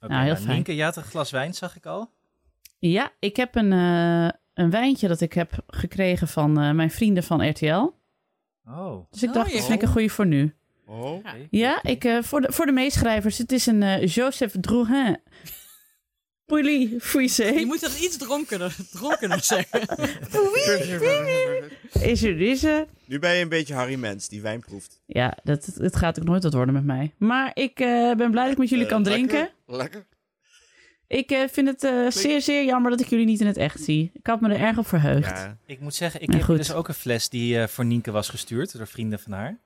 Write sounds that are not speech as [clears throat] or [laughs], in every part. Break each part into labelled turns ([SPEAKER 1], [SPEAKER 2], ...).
[SPEAKER 1] Oké,
[SPEAKER 2] Nou, heel
[SPEAKER 1] nou,
[SPEAKER 2] fijn.
[SPEAKER 1] Nienke, je had een glas wijn, zag ik al.
[SPEAKER 2] Ja, ik heb een, eh, een wijntje dat ik heb gekregen van eh, mijn vrienden van RTL.
[SPEAKER 1] Oh,
[SPEAKER 2] Dus ik
[SPEAKER 3] Oh,
[SPEAKER 2] dacht, dat
[SPEAKER 3] jee.
[SPEAKER 2] is lekker goeie voor nu.
[SPEAKER 4] Oh.
[SPEAKER 3] Ja.
[SPEAKER 2] Ja, ik, eh, voor, de, voor de meeschrijvers. Het is een eh, Joseph Drouhin. Pouilly
[SPEAKER 3] Je
[SPEAKER 2] Fouissé.
[SPEAKER 3] moet dat iets dronkener, dronkener zeggen.
[SPEAKER 2] Is er deze?
[SPEAKER 4] [laughs] Nu ben je een beetje Harry Mens die wijn proeft.
[SPEAKER 2] Ja, dat, het gaat ook nooit wat worden met mij. Maar ik eh, ben blij dat ik met jullie
[SPEAKER 4] Eh,
[SPEAKER 2] kan
[SPEAKER 4] lekker,
[SPEAKER 2] drinken.
[SPEAKER 4] Lekker.
[SPEAKER 2] Ik eh, vind het eh, zeer, zeer jammer dat ik jullie niet in het echt zie. Ik had me er erg op verheugd.
[SPEAKER 4] Ja.
[SPEAKER 1] ik moet zeggen, ik
[SPEAKER 2] Ja,
[SPEAKER 1] heb
[SPEAKER 2] Nou, goed.
[SPEAKER 1] dus ook een fles die eh, voor Nienke was gestuurd door vrienden van haar.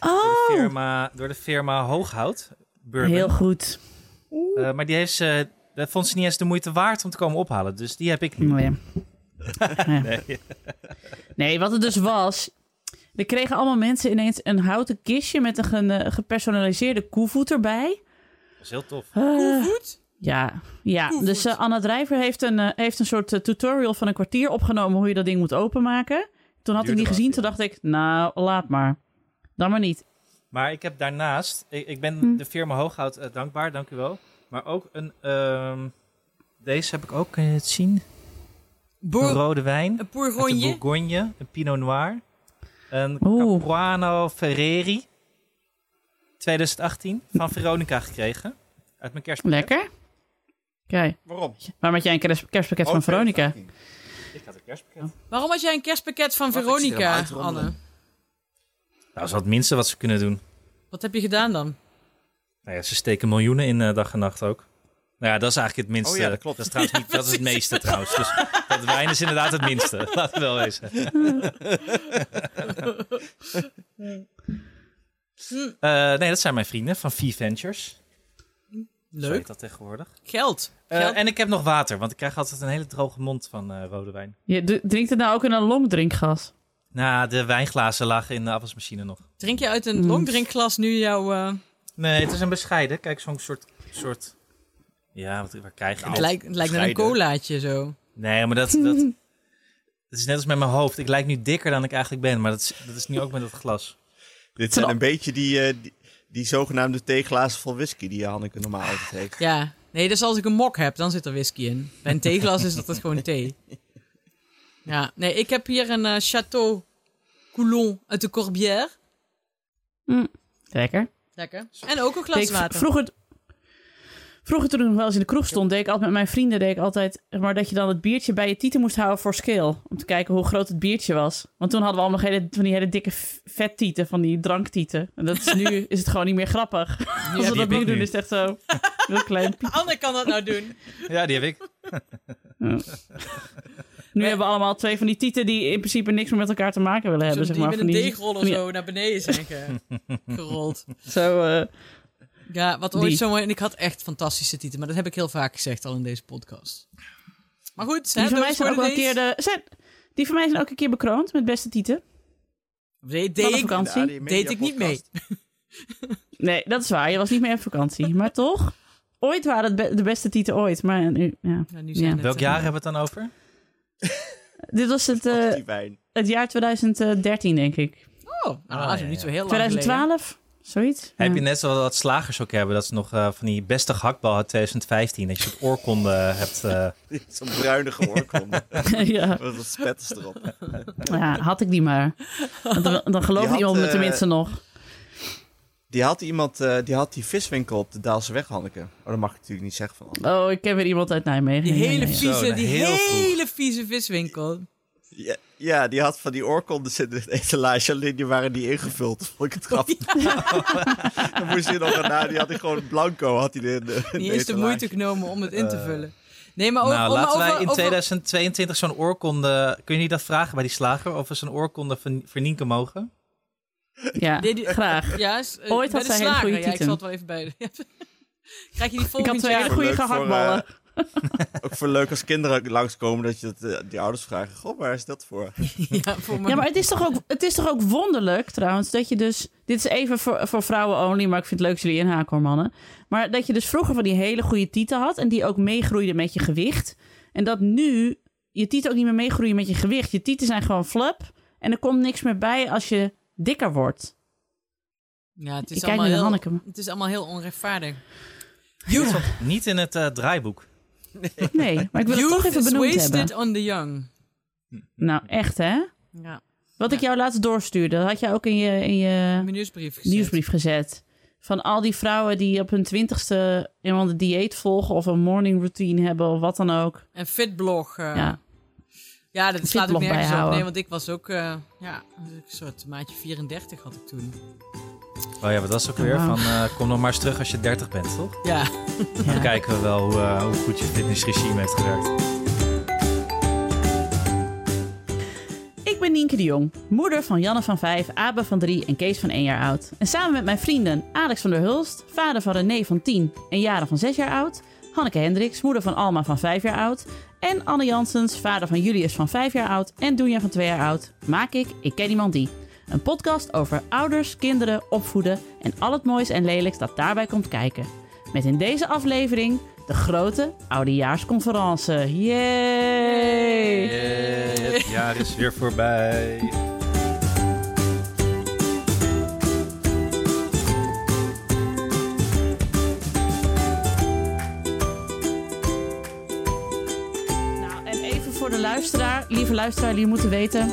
[SPEAKER 1] Door, de
[SPEAKER 2] Oh,
[SPEAKER 1] firma, door de firma Hooghout. Bourbon.
[SPEAKER 2] heel goed.
[SPEAKER 1] Eh, maar die heeft ze, dat vond ze niet eens de moeite waard om te komen ophalen. Dus die heb ik nu.
[SPEAKER 2] Nee. [laughs] nee. nee, wat het dus was. Er kregen allemaal mensen ineens een houten kistje met een ge- gepersonaliseerde koevoet erbij.
[SPEAKER 1] Dat is heel tof.
[SPEAKER 2] Eh,
[SPEAKER 3] Koevoet?
[SPEAKER 2] ja, ja.
[SPEAKER 3] Koevoet.
[SPEAKER 2] dus eh, Anna Drijver heeft een, eh, heeft een soort eh, tutorial van een kwartier opgenomen hoe je dat ding moet openmaken. Toen had ik
[SPEAKER 4] Duurde
[SPEAKER 2] die
[SPEAKER 4] wat,
[SPEAKER 2] gezien,
[SPEAKER 4] ja.
[SPEAKER 2] toen dacht ik, nou, laat maar. Dan maar niet.
[SPEAKER 1] Maar ik heb daarnaast, ik, ik ben
[SPEAKER 2] Hm.
[SPEAKER 1] de firma Hooghout eh, dankbaar, dank u wel. Maar ook een, ehm, deze heb ik ook, kun je het zien? Een
[SPEAKER 3] Boer,
[SPEAKER 1] rode wijn.
[SPEAKER 3] een
[SPEAKER 1] Uit de
[SPEAKER 3] bourgonje.
[SPEAKER 1] Bourgogne, een Pinot Noir. Een
[SPEAKER 2] Oeh.
[SPEAKER 1] Capuano Ferreri. 2018 van Veronica gekregen. Uit mijn kerstpakket.
[SPEAKER 2] Lekker. Kijk,
[SPEAKER 4] Waarom?
[SPEAKER 2] waarom had jij een kerst- kerstpakket
[SPEAKER 4] Oh,
[SPEAKER 2] van Veronica?
[SPEAKER 4] fucking.
[SPEAKER 1] Ik had een kerstpakket.
[SPEAKER 3] Waarom had jij een kerstpakket van
[SPEAKER 4] Wacht, ik zit hem
[SPEAKER 3] Veronica,
[SPEAKER 4] uit te rommelen.
[SPEAKER 3] Anne?
[SPEAKER 1] Nou, Dat is wel het minste wat ze kunnen doen.
[SPEAKER 3] Wat heb je gedaan dan?
[SPEAKER 1] Nou ja, ze steken miljoenen in eh, dag en nacht ook. Nou ja, dat is eigenlijk het minste.
[SPEAKER 4] Oh ja, dat klopt.
[SPEAKER 1] Dat is, trouwens
[SPEAKER 4] [laughs]
[SPEAKER 1] niet, dat is het meeste trouwens. Dus dat wijn is inderdaad het minste. [laughs] Laten we wel wezen. Eh, nee, dat zijn mijn vrienden van V Ventures. Zo
[SPEAKER 3] Leuk.
[SPEAKER 1] heet dat tegenwoordig.
[SPEAKER 3] Geld.
[SPEAKER 1] Eh,
[SPEAKER 3] Geld.
[SPEAKER 1] en ik heb nog water, want ik krijg altijd een hele droge mond van eh, rode wijn.
[SPEAKER 2] Je d- drinkt het nou ook in een longdrinkgas?
[SPEAKER 1] Nou, de wijnglazen lagen in de afwasmachine nog.
[SPEAKER 3] Drink je uit een longdrinkglas nu jouw... eh,
[SPEAKER 1] Nee, het is een bescheiden. Kijk, zo'n soort... soort... Ja, wat, waar krijg je
[SPEAKER 3] het
[SPEAKER 1] dit?
[SPEAKER 3] lijkt, het lijkt naar een
[SPEAKER 4] scheiden.
[SPEAKER 3] colaatje zo.
[SPEAKER 1] Nee, maar dat, dat...
[SPEAKER 3] [laughs]
[SPEAKER 1] Het is net als met mijn hoofd. Ik lijk nu dikker dan ik eigenlijk ben, maar dat is, dat is nu ook met dat glas.
[SPEAKER 4] Dit zijn een beetje die, eh, die, die zogenaamde theeglazen vol whisky die Hanneke normaal altijd
[SPEAKER 2] Ah,
[SPEAKER 4] heeft.
[SPEAKER 3] Ja. Nee, dat is als ik een mok heb, dan zit er whisky in. Bij een theeglas is dat het gewoon thee. Ja. Nee, ik heb hier een eh, Château Coulon uit de Corbière.
[SPEAKER 2] Lekker.
[SPEAKER 3] Lekker. En ook een
[SPEAKER 2] Deed
[SPEAKER 3] glas
[SPEAKER 2] ik v-
[SPEAKER 3] water.
[SPEAKER 2] Vroeger, vroeger toen ik nog wel eens in de kroeg stond, deed ik altijd met mijn vrienden deed ik altijd, zeg maar dat je dan het biertje bij je tieten moest houden voor scale. Om te kijken hoe groot het biertje was. Want toen hadden we allemaal hele, van die hele dikke v- vettieten, van die dranktieten. En dat is, nu is het gewoon niet meer grappig. Als we
[SPEAKER 1] die
[SPEAKER 2] dat
[SPEAKER 1] heb ik
[SPEAKER 2] nu doen,
[SPEAKER 1] nu.
[SPEAKER 2] is het echt zo heel klein. piep.
[SPEAKER 3] Anne kan dat nou doen.
[SPEAKER 1] Ja, die heb ik.
[SPEAKER 2] Nu hebben we allemaal twee van die tieten die in principe niks meer met elkaar te maken willen hebben.
[SPEAKER 3] Zo'n
[SPEAKER 2] Zeg maar,
[SPEAKER 3] die met een
[SPEAKER 2] van die-
[SPEAKER 3] deegrol of
[SPEAKER 2] van die-
[SPEAKER 3] zo naar beneden zijn ge-
[SPEAKER 1] [laughs]
[SPEAKER 3] gerold.
[SPEAKER 2] Zo, eh,
[SPEAKER 3] Ja, wat ooit
[SPEAKER 2] Die.
[SPEAKER 3] zo... En ik had echt fantastische titel, maar dat heb ik heel vaak gezegd al in deze podcast. Maar goed,
[SPEAKER 2] die
[SPEAKER 3] zijn
[SPEAKER 2] van mij zijn ook wel een keer de, zijn, die van mij zijn ook een keer bekroond met beste tieten.
[SPEAKER 3] Nee,
[SPEAKER 2] Van
[SPEAKER 3] deed
[SPEAKER 2] de
[SPEAKER 3] ik,
[SPEAKER 4] In de
[SPEAKER 2] vakantie.
[SPEAKER 4] AD
[SPEAKER 3] deed ik niet mee.
[SPEAKER 4] podcast.
[SPEAKER 2] Nee, dat is waar. Je was niet meer op vakantie. Maar toch, ooit waren het be- de beste tieten ooit. Maar nu, ja.
[SPEAKER 3] Ja, nu zijn
[SPEAKER 2] Ja.
[SPEAKER 3] het,
[SPEAKER 1] [laughs] Welk
[SPEAKER 3] eh,
[SPEAKER 1] jaar hebben we het dan over?
[SPEAKER 2] Dit was het, eh,
[SPEAKER 4] Ach, die wijn. [laughs]
[SPEAKER 2] het jaar 2013, denk ik.
[SPEAKER 3] Oh, nou, dat
[SPEAKER 1] Ah,
[SPEAKER 3] is
[SPEAKER 1] ja,
[SPEAKER 3] niet
[SPEAKER 1] ja.
[SPEAKER 3] zo heel lang geleden.
[SPEAKER 2] 2012, zoiets.
[SPEAKER 1] Heb
[SPEAKER 2] Ja.
[SPEAKER 1] je net zoals wat slagers ook hebben, dat ze nog eh, van die beste hakbal uit 2015, dat je het oorkonde hebt... eh,
[SPEAKER 4] Zo'n bruinige
[SPEAKER 2] [laughs]
[SPEAKER 4] oorkonde.
[SPEAKER 2] ja.
[SPEAKER 4] Wat wat spetters erop.
[SPEAKER 2] ja, had ik die maar. Want dan, dan
[SPEAKER 4] Die
[SPEAKER 2] geloofde
[SPEAKER 4] had,
[SPEAKER 2] iemand me
[SPEAKER 4] eh,
[SPEAKER 2] tenminste nog.
[SPEAKER 4] Die had iemand, eh, die had die viswinkel op de Daalse weg, Hanneke. Oh, dat mag ik natuurlijk niet zeggen van Hanneke.
[SPEAKER 2] Oh, ik ken weer iemand uit Nijmegen.
[SPEAKER 3] Die
[SPEAKER 2] Ja, ja,
[SPEAKER 3] hele
[SPEAKER 2] ja.
[SPEAKER 3] vieze,
[SPEAKER 1] Zo, nou,
[SPEAKER 3] die
[SPEAKER 1] heel vroeg.
[SPEAKER 3] hele vieze
[SPEAKER 1] [laughs]
[SPEAKER 3] viswinkel.
[SPEAKER 4] Ja, ja, die had van die oorkondes in het etalage, alleen die waren niet ingevuld. [laughs] Vond ik het grappig. [laughs] Dan moest je nog daarna, die had hij gewoon blanco. Had hij in de, in
[SPEAKER 3] Die is de
[SPEAKER 4] etalage.
[SPEAKER 3] moeite genomen om het in te vullen. Nee, maar over,
[SPEAKER 1] Eh. nou,
[SPEAKER 3] maar
[SPEAKER 1] laten
[SPEAKER 3] over,
[SPEAKER 1] wij in
[SPEAKER 3] over-
[SPEAKER 1] 2022 zo'n oorkonde... Kun je niet dat vragen bij die slager? Of we zo'n oorkonde van, van Nienke mogen?
[SPEAKER 2] Ja,
[SPEAKER 3] Nee, die-
[SPEAKER 2] graag.
[SPEAKER 3] Ja, is, eh,
[SPEAKER 2] Ooit
[SPEAKER 3] bij
[SPEAKER 2] had zij
[SPEAKER 3] de
[SPEAKER 2] hele
[SPEAKER 3] slager.
[SPEAKER 2] goede
[SPEAKER 3] Ja, ik
[SPEAKER 2] tieten.
[SPEAKER 3] zal het wel even [laughs] bij... Krijg je die
[SPEAKER 2] Ik had
[SPEAKER 3] volgend
[SPEAKER 2] twee hele
[SPEAKER 3] jaar?
[SPEAKER 2] goede
[SPEAKER 4] Leuk voor,
[SPEAKER 2] gehaktballen.
[SPEAKER 4] Ook voor leuk als kinderen langskomen dat je dat, eh, die ouders vragen. Goh, waar is dat voor?
[SPEAKER 3] Ja, voor
[SPEAKER 2] Ja,
[SPEAKER 3] mijn-
[SPEAKER 2] maar het is, toch ook, het is toch ook wonderlijk trouwens dat je dus... Dit is even voor, voor vrouwen only, maar ik vind het leuk als jullie inhaken hoor mannen. Maar dat je dus vroeger van die hele goede tieten had... en die ook meegroeiden met je gewicht. En dat nu je tieten ook niet meer meegroeien met je gewicht. Je tieten zijn gewoon flap en er komt niks meer bij als je dikker wordt.
[SPEAKER 3] Ja, het is
[SPEAKER 2] Ik kijk
[SPEAKER 3] allemaal
[SPEAKER 2] nu naar
[SPEAKER 3] heel,
[SPEAKER 2] Hanneke.
[SPEAKER 3] Het is allemaal heel onrechtvaardig.
[SPEAKER 1] Dit stond niet in het eh, draaiboek.
[SPEAKER 2] Nee, maar ik wil het toch even
[SPEAKER 3] is
[SPEAKER 2] benoemd
[SPEAKER 3] wasted
[SPEAKER 2] hebben.
[SPEAKER 3] on the young.
[SPEAKER 2] Nou, echt hè?
[SPEAKER 3] Ja.
[SPEAKER 2] Wat ik jou laatst doorstuurde, dat had jij ook in je, in je
[SPEAKER 3] Mijn nieuwsbrief gezet.
[SPEAKER 2] nieuwsbrief gezet. Van al die vrouwen die op hun twintigste iemand een dieet volgen of een morning routine hebben of wat dan ook.
[SPEAKER 3] En fitblog. eh, ja.
[SPEAKER 2] Ja,
[SPEAKER 3] dat slaat ook
[SPEAKER 2] Fitblog
[SPEAKER 3] nergens op.
[SPEAKER 2] bijhouden.
[SPEAKER 3] Nee, want ik was ook... eh, ja, een soort maatje 34 had ik toen.
[SPEAKER 1] Oh ja, wat was ook weer?
[SPEAKER 2] Wauw.
[SPEAKER 1] Van eh, kom nog maar eens terug als je 30 bent, toch?
[SPEAKER 3] Ja.
[SPEAKER 1] Dan
[SPEAKER 2] ja.
[SPEAKER 1] kijken we wel hoe, eh, hoe goed je fitnessregime heeft gewerkt.
[SPEAKER 2] Ik ben Nienke de Jong, moeder van Janne van 5, Abe van 3 en Kees van 1 jaar oud. En samen met mijn vrienden Alex van der Hulst, vader van René van 10 en Jaren van 6 jaar oud. Hanneke Hendricks, moeder van Alma van 5 jaar oud. En Anne Jansens, vader van Julius van 5 jaar oud en Doenja van 2 jaar oud. Maak ik Ik Ken Iemand Die. Een podcast over ouders, kinderen, opvoeden en al het moois en lelijks dat daarbij komt kijken. Met in deze aflevering de grote oudejaarsconferentie. Yay!
[SPEAKER 1] Het jaar is weer voorbij.
[SPEAKER 2] Nou, en even voor de luisteraar, lieve luisteraar, die moeten weten.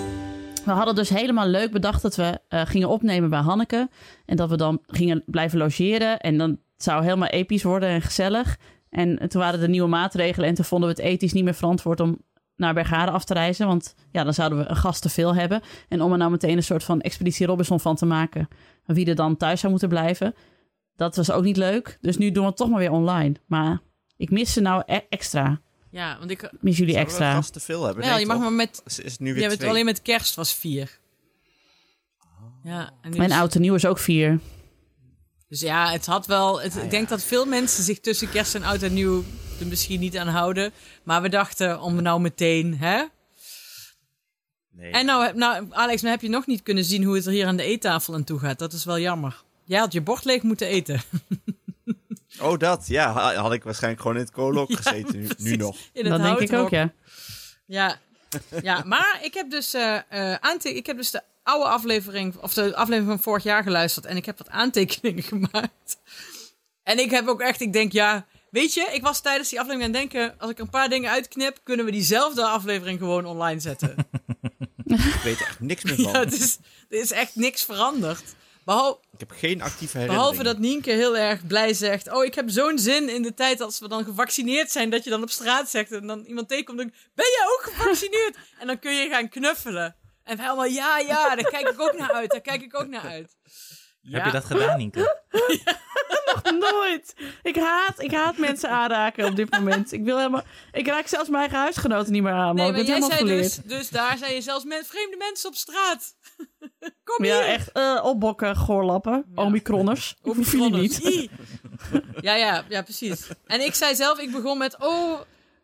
[SPEAKER 2] We hadden dus helemaal leuk bedacht dat we eh, gingen opnemen bij Hanneke. En dat we dan gingen blijven logeren. En dan het zou helemaal episch worden en gezellig. En toen waren er nieuwe maatregelen. En toen vonden we het ethisch niet meer verantwoord om naar Bergharen af te reizen. Want ja, dan zouden we een gast te veel hebben. En om er nou meteen een soort van expeditie Robinson van te maken. Wie er dan thuis zou moeten blijven. Dat was ook niet leuk. Dus nu doen we het toch maar weer online. Maar ik mis ze nou e- extra.
[SPEAKER 3] Ja, want ik...
[SPEAKER 2] Ik mis jullie
[SPEAKER 4] Zouden we
[SPEAKER 2] extra.
[SPEAKER 4] vast te veel hebben.
[SPEAKER 3] Nou,
[SPEAKER 4] Nee,
[SPEAKER 3] je mag
[SPEAKER 4] toch?
[SPEAKER 3] maar met...
[SPEAKER 4] Is, is nu weer
[SPEAKER 3] Jij bent
[SPEAKER 4] twee. Oh.
[SPEAKER 3] alleen met kerst was vier. Ja, en nu
[SPEAKER 2] Mijn
[SPEAKER 3] is-
[SPEAKER 2] oud en nieuw is ook vier.
[SPEAKER 3] Dus ja, het had wel.
[SPEAKER 4] Ah,
[SPEAKER 3] Het, Ik denk dat veel mensen zich tussen kerst en oud en nieuw er misschien niet aan houden. Maar we dachten om nou meteen, hè?
[SPEAKER 4] Nee.
[SPEAKER 3] En nou, heb- nou, Alex, nou heb je nog niet kunnen zien hoe het er hier aan de eettafel aan toe gaat. Dat is wel jammer. Jij had je bord leeg moeten eten. [laughs]
[SPEAKER 4] Oh, dat. Ja, ha- had ik waarschijnlijk gewoon in het
[SPEAKER 3] [laughs]
[SPEAKER 4] koolok gezeten nu, nu
[SPEAKER 3] Precies.
[SPEAKER 4] nog.
[SPEAKER 3] In
[SPEAKER 2] Dat
[SPEAKER 3] het
[SPEAKER 2] denk ik ook,
[SPEAKER 3] houtrok.
[SPEAKER 2] ja.
[SPEAKER 3] Ja, ja maar ik heb dus eh eh, aante- ik heb dus de oude aflevering, of de aflevering van vorig jaar geluisterd en ik heb wat aantekeningen [laughs] gemaakt. En ik heb ook echt, ik denk ja, weet je, ik was tijdens die aflevering aan het denken, als ik er een paar dingen uitknip, kunnen we diezelfde aflevering gewoon online zetten. [laughs]
[SPEAKER 4] Ik weet echt niks meer van.
[SPEAKER 3] ja, het is, er is echt niks veranderd. Behal-
[SPEAKER 4] Ik heb geen actieve herinnering.
[SPEAKER 3] behalve dat Nienke heel erg blij zegt, oh ik heb zo'n zin in de tijd als we dan gevaccineerd zijn, dat je dan op straat zegt en dan iemand tegenkomt en denkt, ben jij ook gevaccineerd? En dan kun je gaan knuffelen. En wij allemaal, ja, ja, daar kijk ik ook naar uit, daar kijk ik ook naar uit. Ja.
[SPEAKER 1] Heb je dat gedaan, Nienke?
[SPEAKER 2] [laughs] Nooit. Ik haat, ik haat mensen aanraken op dit moment. Ik, wil helemaal, ik raak zelfs mijn eigen huisgenoten niet meer aan.
[SPEAKER 3] Nee,
[SPEAKER 2] man. Nou,
[SPEAKER 3] maar
[SPEAKER 2] ik
[SPEAKER 3] jij
[SPEAKER 2] heb het
[SPEAKER 3] zei
[SPEAKER 2] helemaal
[SPEAKER 3] dus,
[SPEAKER 2] geleerd.
[SPEAKER 3] dus daar zijn je zelfs met vreemde mensen op straat. [laughs] Kom
[SPEAKER 2] ja,
[SPEAKER 3] hier.
[SPEAKER 2] echt eh, opbokken, goorlappen.
[SPEAKER 3] Ja.
[SPEAKER 2] Omicronners. Hoef je
[SPEAKER 3] [laughs] Omicronners.
[SPEAKER 2] niet.
[SPEAKER 3] Ie. Ja, ja, ja, precies. En ik zei zelf, ik begon met, oh,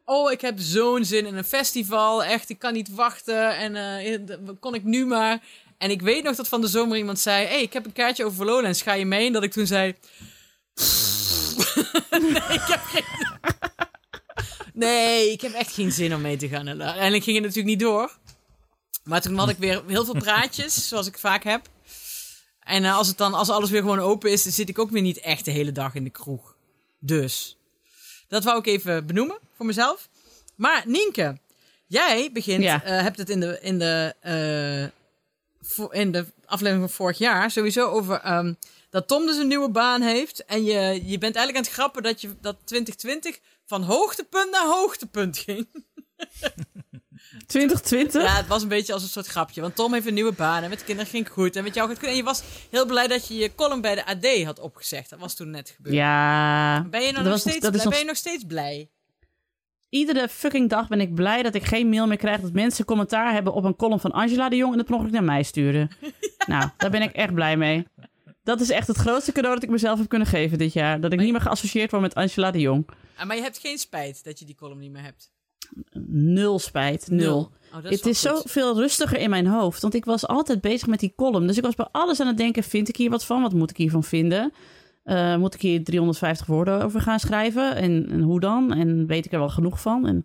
[SPEAKER 3] oh ik heb zo'n zin in een festival. Echt, ik kan niet wachten. En eh, d- kon ik nu maar. En ik weet nog dat van de zomer iemand zei, hey, ik heb een kaartje over Lowlands, ga je mee? En dat ik toen zei, [laughs] nee, ik heb geen... [laughs] Nee, ik heb echt geen zin om mee te gaan. En ik ging het natuurlijk niet door. Maar toen had ik weer heel veel praatjes, zoals ik vaak heb. En eh, als, het dan, als alles weer gewoon open is, dan zit ik ook weer niet echt de hele dag in de kroeg. Dus, dat wou ik even benoemen voor mezelf. Maar Nienke, jij begint,
[SPEAKER 2] Ja.
[SPEAKER 3] eh, hebt het in de, in, de, eh, vo- in de aflevering van vorig jaar sowieso over ehm, dat Tom dus een nieuwe baan heeft. En je, je bent eigenlijk aan het grappen dat, je, dat 2020 van hoogtepunt naar hoogtepunt ging.
[SPEAKER 2] 2020?
[SPEAKER 3] Ja, het was een beetje als een soort grapje. Want Tom heeft een nieuwe baan en met de kinderen ging het goed. En met jou gaat het goed. En je was heel blij dat je je column bij de AD had opgezegd. Dat was toen net gebeurd.
[SPEAKER 2] Ja.
[SPEAKER 3] Ben je
[SPEAKER 2] Dat
[SPEAKER 3] nou nog
[SPEAKER 2] was-
[SPEAKER 3] steeds
[SPEAKER 2] dat is
[SPEAKER 3] blij?
[SPEAKER 2] nog-
[SPEAKER 3] Ben je nog steeds blij?
[SPEAKER 2] Iedere fucking dag ben ik blij dat ik geen mail meer krijg... dat mensen commentaar hebben op een column van Angela de Jong... en dat per ongeluk naar mij
[SPEAKER 3] [laughs]
[SPEAKER 2] sturen. Nou, daar ben ik echt blij mee. Dat is echt het grootste cadeau dat ik mezelf heb kunnen geven dit jaar. Dat ik niet meer geassocieerd word met Angela de Jong.
[SPEAKER 3] Ah, maar je hebt geen spijt dat je die column niet meer hebt.
[SPEAKER 2] Nul spijt, nul.
[SPEAKER 3] Oh, dat
[SPEAKER 2] Het
[SPEAKER 3] wel
[SPEAKER 2] is
[SPEAKER 3] goed.
[SPEAKER 2] zo veel rustiger in mijn hoofd. Want ik was altijd bezig met die column. Dus ik was bij alles aan het denken: vind ik hier wat van? Wat moet ik hiervan vinden? Eh, moet ik hier 350 woorden over gaan schrijven? En, en hoe dan? En weet ik er wel genoeg van? En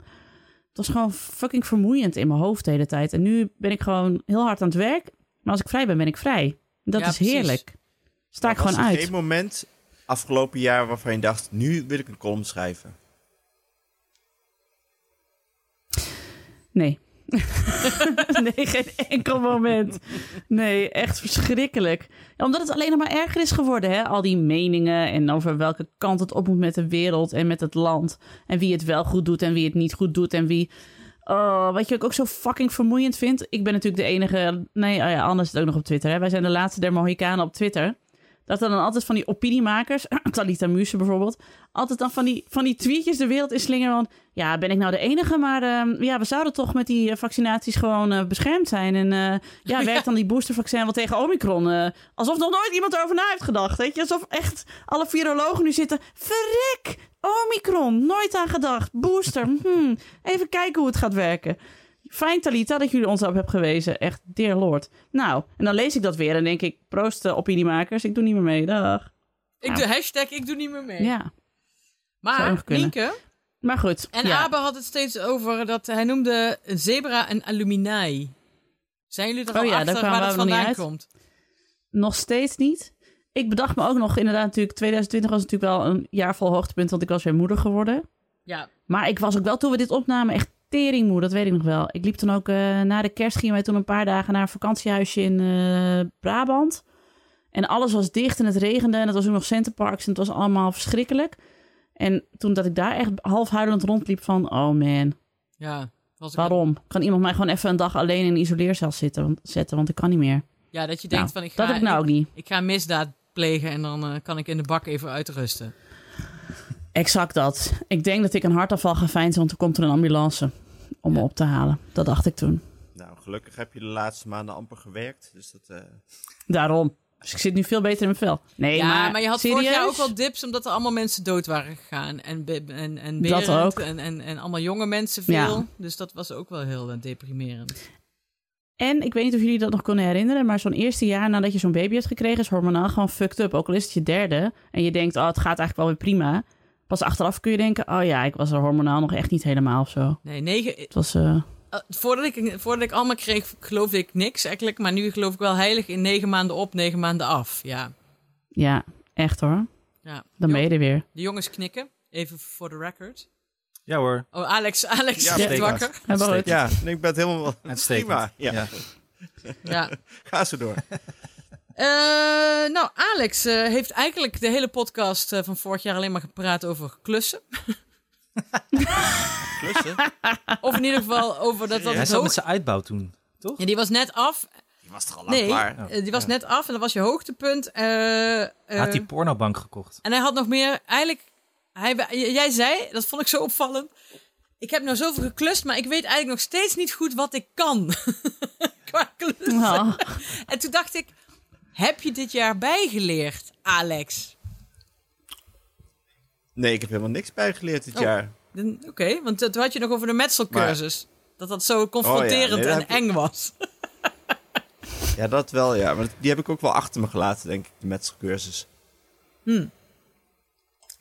[SPEAKER 2] het was gewoon fucking vermoeiend in mijn hoofd de hele tijd. En nu ben ik gewoon heel hard aan het werk. Maar als ik vrij ben, ben ik vrij. Dat
[SPEAKER 3] Ja,
[SPEAKER 2] is
[SPEAKER 3] precies.
[SPEAKER 2] heerlijk. Sta ik
[SPEAKER 4] Was
[SPEAKER 2] gewoon
[SPEAKER 4] er
[SPEAKER 2] uit.
[SPEAKER 4] geen moment afgelopen jaar waarvan je dacht, nu wil ik een column schrijven?
[SPEAKER 2] Nee. [laughs] nee, geen enkel moment. Nee, echt verschrikkelijk. Omdat het alleen nog maar erger is geworden, hè? Al die meningen en over welke kant het op moet met de wereld en met het land. En wie het wel goed doet en wie het niet goed doet en wie... Oh, wat je ook zo fucking vermoeiend vindt. Ik ben natuurlijk de enige... Nee, oh ja, Anne zit ook nog op Twitter, hè? Wij zijn de laatste der Mohikanen op Twitter. Dat er dan altijd van die opiniemakers, [clears throat] Talita Muse bijvoorbeeld, altijd dan van die, van die tweetjes de wereld in slingeren. Want ja, ben ik nou de enige? Maar ehm, ja, we zouden toch met die eh, vaccinaties gewoon eh, beschermd zijn. En eh, ja, werkt dan die boostervaccin wel tegen Omicron? eh, alsof nog nooit iemand erover na heeft gedacht. Weet je, alsof echt alle virologen nu zitten. Verrek! Omicron, nooit aan gedacht. Booster, [laughs] hmm, even kijken hoe het gaat werken. Fijn, Talita, dat jullie ons op hebben gewezen. Echt, dear lord. Nou, en dan lees ik dat weer en denk ik... proost, eh, opiniemakers, ik doe niet meer mee. Dag.
[SPEAKER 3] Ik doe hashtag, ik doe niet meer mee.
[SPEAKER 2] Ja, zou nog
[SPEAKER 3] maar,
[SPEAKER 2] kunnen.
[SPEAKER 3] Nienke
[SPEAKER 2] maar goed.
[SPEAKER 3] en
[SPEAKER 2] ja.
[SPEAKER 3] Abe had het steeds over dat hij noemde een zebra een alumini. Zijn jullie er
[SPEAKER 2] Oh
[SPEAKER 3] al
[SPEAKER 2] ja, daar
[SPEAKER 3] achter
[SPEAKER 2] kwamen
[SPEAKER 3] waar dat
[SPEAKER 2] we nog niet
[SPEAKER 3] vandaan
[SPEAKER 2] uit.
[SPEAKER 3] komt?
[SPEAKER 2] Nog steeds niet. Ik bedacht me ook nog, inderdaad, natuurlijk... 2020 was natuurlijk wel een jaar vol hoogtepunt... want ik was weer moeder geworden.
[SPEAKER 3] Ja,
[SPEAKER 2] Maar ik was ook wel toen we dit opnamen echt teringmoe, dat weet ik nog wel. Ik liep toen ook eh, na de kerst, gingen wij toen een paar dagen naar een vakantiehuisje in eh, Brabant. En alles was dicht en het regende en het was ook nog Centerparks en het was allemaal verschrikkelijk. En toen dat ik daar echt half huilend rondliep van, oh man,
[SPEAKER 3] ja. Was ik-
[SPEAKER 2] waarom? Kan iemand mij gewoon even een dag alleen in een isoleercel zitten, want, zetten, want ik kan niet meer.
[SPEAKER 3] Ja, dat je denkt
[SPEAKER 2] Nou,
[SPEAKER 3] van ik ga,
[SPEAKER 2] dat heb ik nou ook niet.
[SPEAKER 3] ik ga misdaad plegen en dan eh, kan ik in de bak even uitrusten.
[SPEAKER 2] Exact dat. Ik denk dat ik een hartafval ga feinzen, want er komt er een ambulance om me op te halen. Dat dacht ik toen.
[SPEAKER 4] Nou, gelukkig heb je de laatste maanden amper gewerkt. Dus dat, eh,
[SPEAKER 2] Daarom. Dus ik zit nu veel beter in mijn vel. Nee,
[SPEAKER 3] ja, maar, je had
[SPEAKER 2] serieus?
[SPEAKER 3] vorig jaar ook wel dips omdat er allemaal mensen dood waren gegaan. En, Be- en, en Berend
[SPEAKER 2] Dat ook.
[SPEAKER 3] En, en, en allemaal jonge mensen veel.
[SPEAKER 2] Ja.
[SPEAKER 3] Dus dat was ook wel heel eh, deprimerend.
[SPEAKER 2] En ik weet niet of jullie dat nog kunnen herinneren, maar zo'n eerste jaar nadat je zo'n baby hebt gekregen, is hormonaal gewoon fucked up. Ook al is het je derde en je denkt, oh, het gaat eigenlijk wel weer prima. Pas achteraf kun je denken, oh ja, ik was er hormonaal nog echt niet helemaal of zo.
[SPEAKER 3] Nee, negen,
[SPEAKER 2] Het was, eh,
[SPEAKER 3] eh, voordat, ik, voordat ik allemaal kreeg, geloofde ik niks eigenlijk. Maar nu geloof ik wel heilig in negen maanden op, negen maanden af. Ja.
[SPEAKER 2] ja, echt hoor.
[SPEAKER 3] ja.
[SPEAKER 2] Dan ben je
[SPEAKER 3] Jo-
[SPEAKER 2] er weer.
[SPEAKER 3] De jongens knikken. Even voor de record.
[SPEAKER 1] Ja hoor,
[SPEAKER 3] Oh, Alex, Alex
[SPEAKER 4] Ja,
[SPEAKER 3] wordt
[SPEAKER 1] zeker.
[SPEAKER 3] wakker.
[SPEAKER 2] En waaruit?
[SPEAKER 4] ja, nee, [laughs] ik ben het helemaal
[SPEAKER 1] uitstekend.
[SPEAKER 4] prima. Ja.
[SPEAKER 1] Ja.
[SPEAKER 3] Ja.
[SPEAKER 4] Ga zo door.
[SPEAKER 3] Eh, nou, Alex eh, heeft eigenlijk de hele podcast eh, van vorig jaar alleen maar gepraat over klussen.
[SPEAKER 4] [laughs] Klussen.
[SPEAKER 3] Of in ieder geval over dat dat
[SPEAKER 1] Hij
[SPEAKER 3] het
[SPEAKER 1] zat
[SPEAKER 3] hoog...
[SPEAKER 1] met zijn uitbouw toen.
[SPEAKER 3] Ja, die was net af.
[SPEAKER 4] Die was toch al lang
[SPEAKER 3] Nee,
[SPEAKER 4] klaar?
[SPEAKER 1] Oh,
[SPEAKER 3] eh, die was
[SPEAKER 1] ja.
[SPEAKER 3] net af en dat was je hoogtepunt. Eh, eh,
[SPEAKER 1] Had die pornobank gekocht.
[SPEAKER 3] En hij had nog meer... Eigenlijk, hij, j- jij zei, dat vond ik zo opvallend... Ik heb nou zoveel geklust, maar ik weet eigenlijk nog steeds niet goed wat ik kan. [laughs] Qua klussen.
[SPEAKER 2] Oh,
[SPEAKER 3] [laughs] En toen dacht ik, heb je dit jaar bijgeleerd, Alex?
[SPEAKER 4] Nee, ik heb helemaal niks bijgeleerd dit
[SPEAKER 3] Oh.
[SPEAKER 4] jaar.
[SPEAKER 3] Dan- Oké, want eh, toen had je nog over de metselcursus. Dat dat zo confronterend
[SPEAKER 4] nee, dat
[SPEAKER 3] en
[SPEAKER 4] heb ik-
[SPEAKER 3] eng [laughs] was.
[SPEAKER 4] Ja, dat wel, ja. Maar die heb ik ook wel achter me gelaten, denk ik, de metselcursus.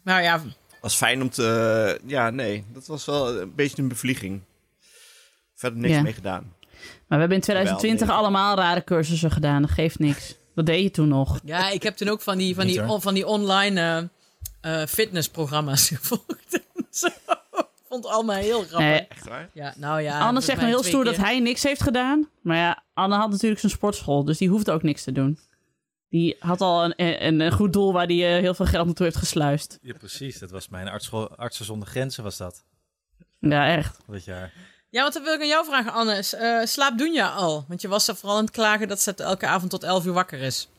[SPEAKER 3] Nou ja,
[SPEAKER 4] was fijn om te... eh, ja, nee, dat was wel een beetje een bevlieging. Verder niks
[SPEAKER 2] Ja.
[SPEAKER 4] mee gedaan.
[SPEAKER 2] Maar we hebben in 2020
[SPEAKER 4] Wel, nee.
[SPEAKER 2] allemaal rare cursussen gedaan. Dat geeft niks. Dat deed je toen nog.
[SPEAKER 3] ja, ik heb toen ook van die, van die,
[SPEAKER 1] Niet, hoor.
[SPEAKER 3] on- van die online eh, eh, fitnessprogramma's [laughs] gevolgd. en zo. Vond het allemaal heel grappig.
[SPEAKER 2] Nee,
[SPEAKER 4] Echt waar?
[SPEAKER 3] Ja, nou ja,
[SPEAKER 2] Anne
[SPEAKER 3] volgens
[SPEAKER 2] zegt
[SPEAKER 3] mij
[SPEAKER 2] nou heel
[SPEAKER 3] twee
[SPEAKER 2] stoer
[SPEAKER 3] keer.
[SPEAKER 2] dat hij niks heeft gedaan. Maar ja, Anne had natuurlijk zijn sportschool, dus die hoefde ook niks te doen. Die had al een, een, een goed doel waar die eh, heel veel geld naartoe heeft gesluist.
[SPEAKER 1] Ja, precies. Dat was mijn artsschool, artsen zonder grenzen was dat.
[SPEAKER 2] Ja, echt.
[SPEAKER 1] Dat jaar.
[SPEAKER 3] Ja, want dan wil ik aan jou vragen, Anne. S- eh, slaapt Dunja al? Want je was er vooral aan het klagen dat ze elke avond tot 11 uur wakker is.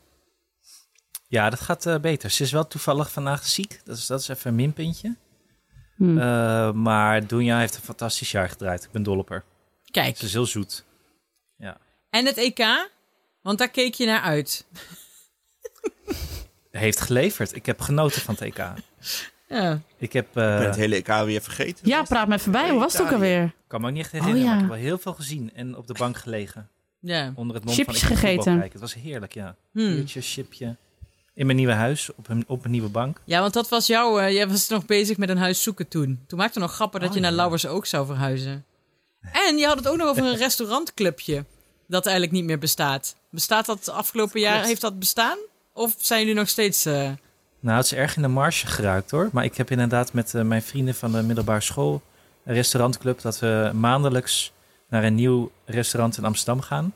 [SPEAKER 1] Ja, dat gaat eh, beter. Ze is wel toevallig vandaag ziek. Dat is, dat is even een minpuntje.
[SPEAKER 2] Hm.
[SPEAKER 1] Eh, maar Dunja heeft een fantastisch jaar gedraaid. Ik ben dol op haar.
[SPEAKER 3] Kijk.
[SPEAKER 1] Ze is heel zoet.
[SPEAKER 3] En het EK? Want daar keek je naar uit.
[SPEAKER 1] Heeft geleverd. Ik heb genoten van TK.
[SPEAKER 3] Ja.
[SPEAKER 1] Ik heb, eh,
[SPEAKER 4] Ik ben het hele EK weer vergeten.
[SPEAKER 2] Ja, praat me even bij. Hoe was het ook alweer?
[SPEAKER 1] kan me ook niet echt
[SPEAKER 2] Oh,
[SPEAKER 1] herinneren, maar
[SPEAKER 2] ja.
[SPEAKER 1] ik heb wel heel veel gezien. En op de bank gelegen.
[SPEAKER 3] ja.
[SPEAKER 1] Onder het mom
[SPEAKER 2] Chips
[SPEAKER 1] van ik ga voetbal
[SPEAKER 2] gegeten.
[SPEAKER 1] kijken. Het was heerlijk, ja.
[SPEAKER 3] Hmm.
[SPEAKER 1] Biertje, chipje. In mijn nieuwe huis, op, een, op mijn nieuwe bank.
[SPEAKER 3] Ja, want dat was jouw. eh, jij was nog bezig met een huis zoeken toen. Toen maakte nog grappen dat
[SPEAKER 1] Oh,
[SPEAKER 3] je naar
[SPEAKER 1] ja.
[SPEAKER 3] Lauwers ook zou verhuizen. En je had het ook nog
[SPEAKER 2] [laughs]
[SPEAKER 3] over een restaurantclubje. Dat eigenlijk niet meer bestaat. Bestaat dat afgelopen jaar?
[SPEAKER 1] Klopt.
[SPEAKER 3] Heeft dat bestaan? Of zijn jullie nog steeds. eh,
[SPEAKER 1] Nou, het is erg in de marge geraakt hoor. Maar ik heb inderdaad met eh, mijn vrienden van de middelbare school, een restaurantclub, dat we maandelijks naar een nieuw restaurant in Amsterdam gaan.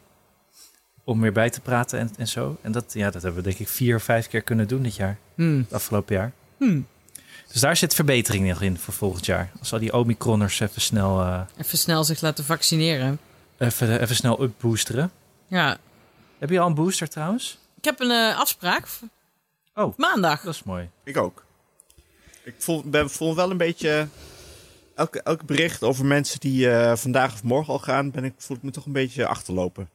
[SPEAKER 1] Om weer bij te praten en, en zo. En dat, ja, dat hebben we denk ik vier of vijf keer kunnen doen dit jaar,
[SPEAKER 3] Hmm.
[SPEAKER 1] het afgelopen jaar.
[SPEAKER 3] Hmm.
[SPEAKER 1] Dus daar zit verbetering nog in voor volgend jaar. Als al die omicronners even snel, eh,
[SPEAKER 3] Even snel zich laten vaccineren.
[SPEAKER 1] even, even snel upboosteren.
[SPEAKER 3] Ja.
[SPEAKER 1] Heb je al een booster trouwens?
[SPEAKER 3] Ik heb een eh, afspraak. v-
[SPEAKER 1] Oh.
[SPEAKER 3] Maandag.
[SPEAKER 1] Dat is mooi.
[SPEAKER 4] Ik ook. Ik voel, ben, voel wel een beetje... Elke, elk bericht over mensen die eh, vandaag of morgen al gaan, ben ik, voel ik me toch een beetje achterlopen.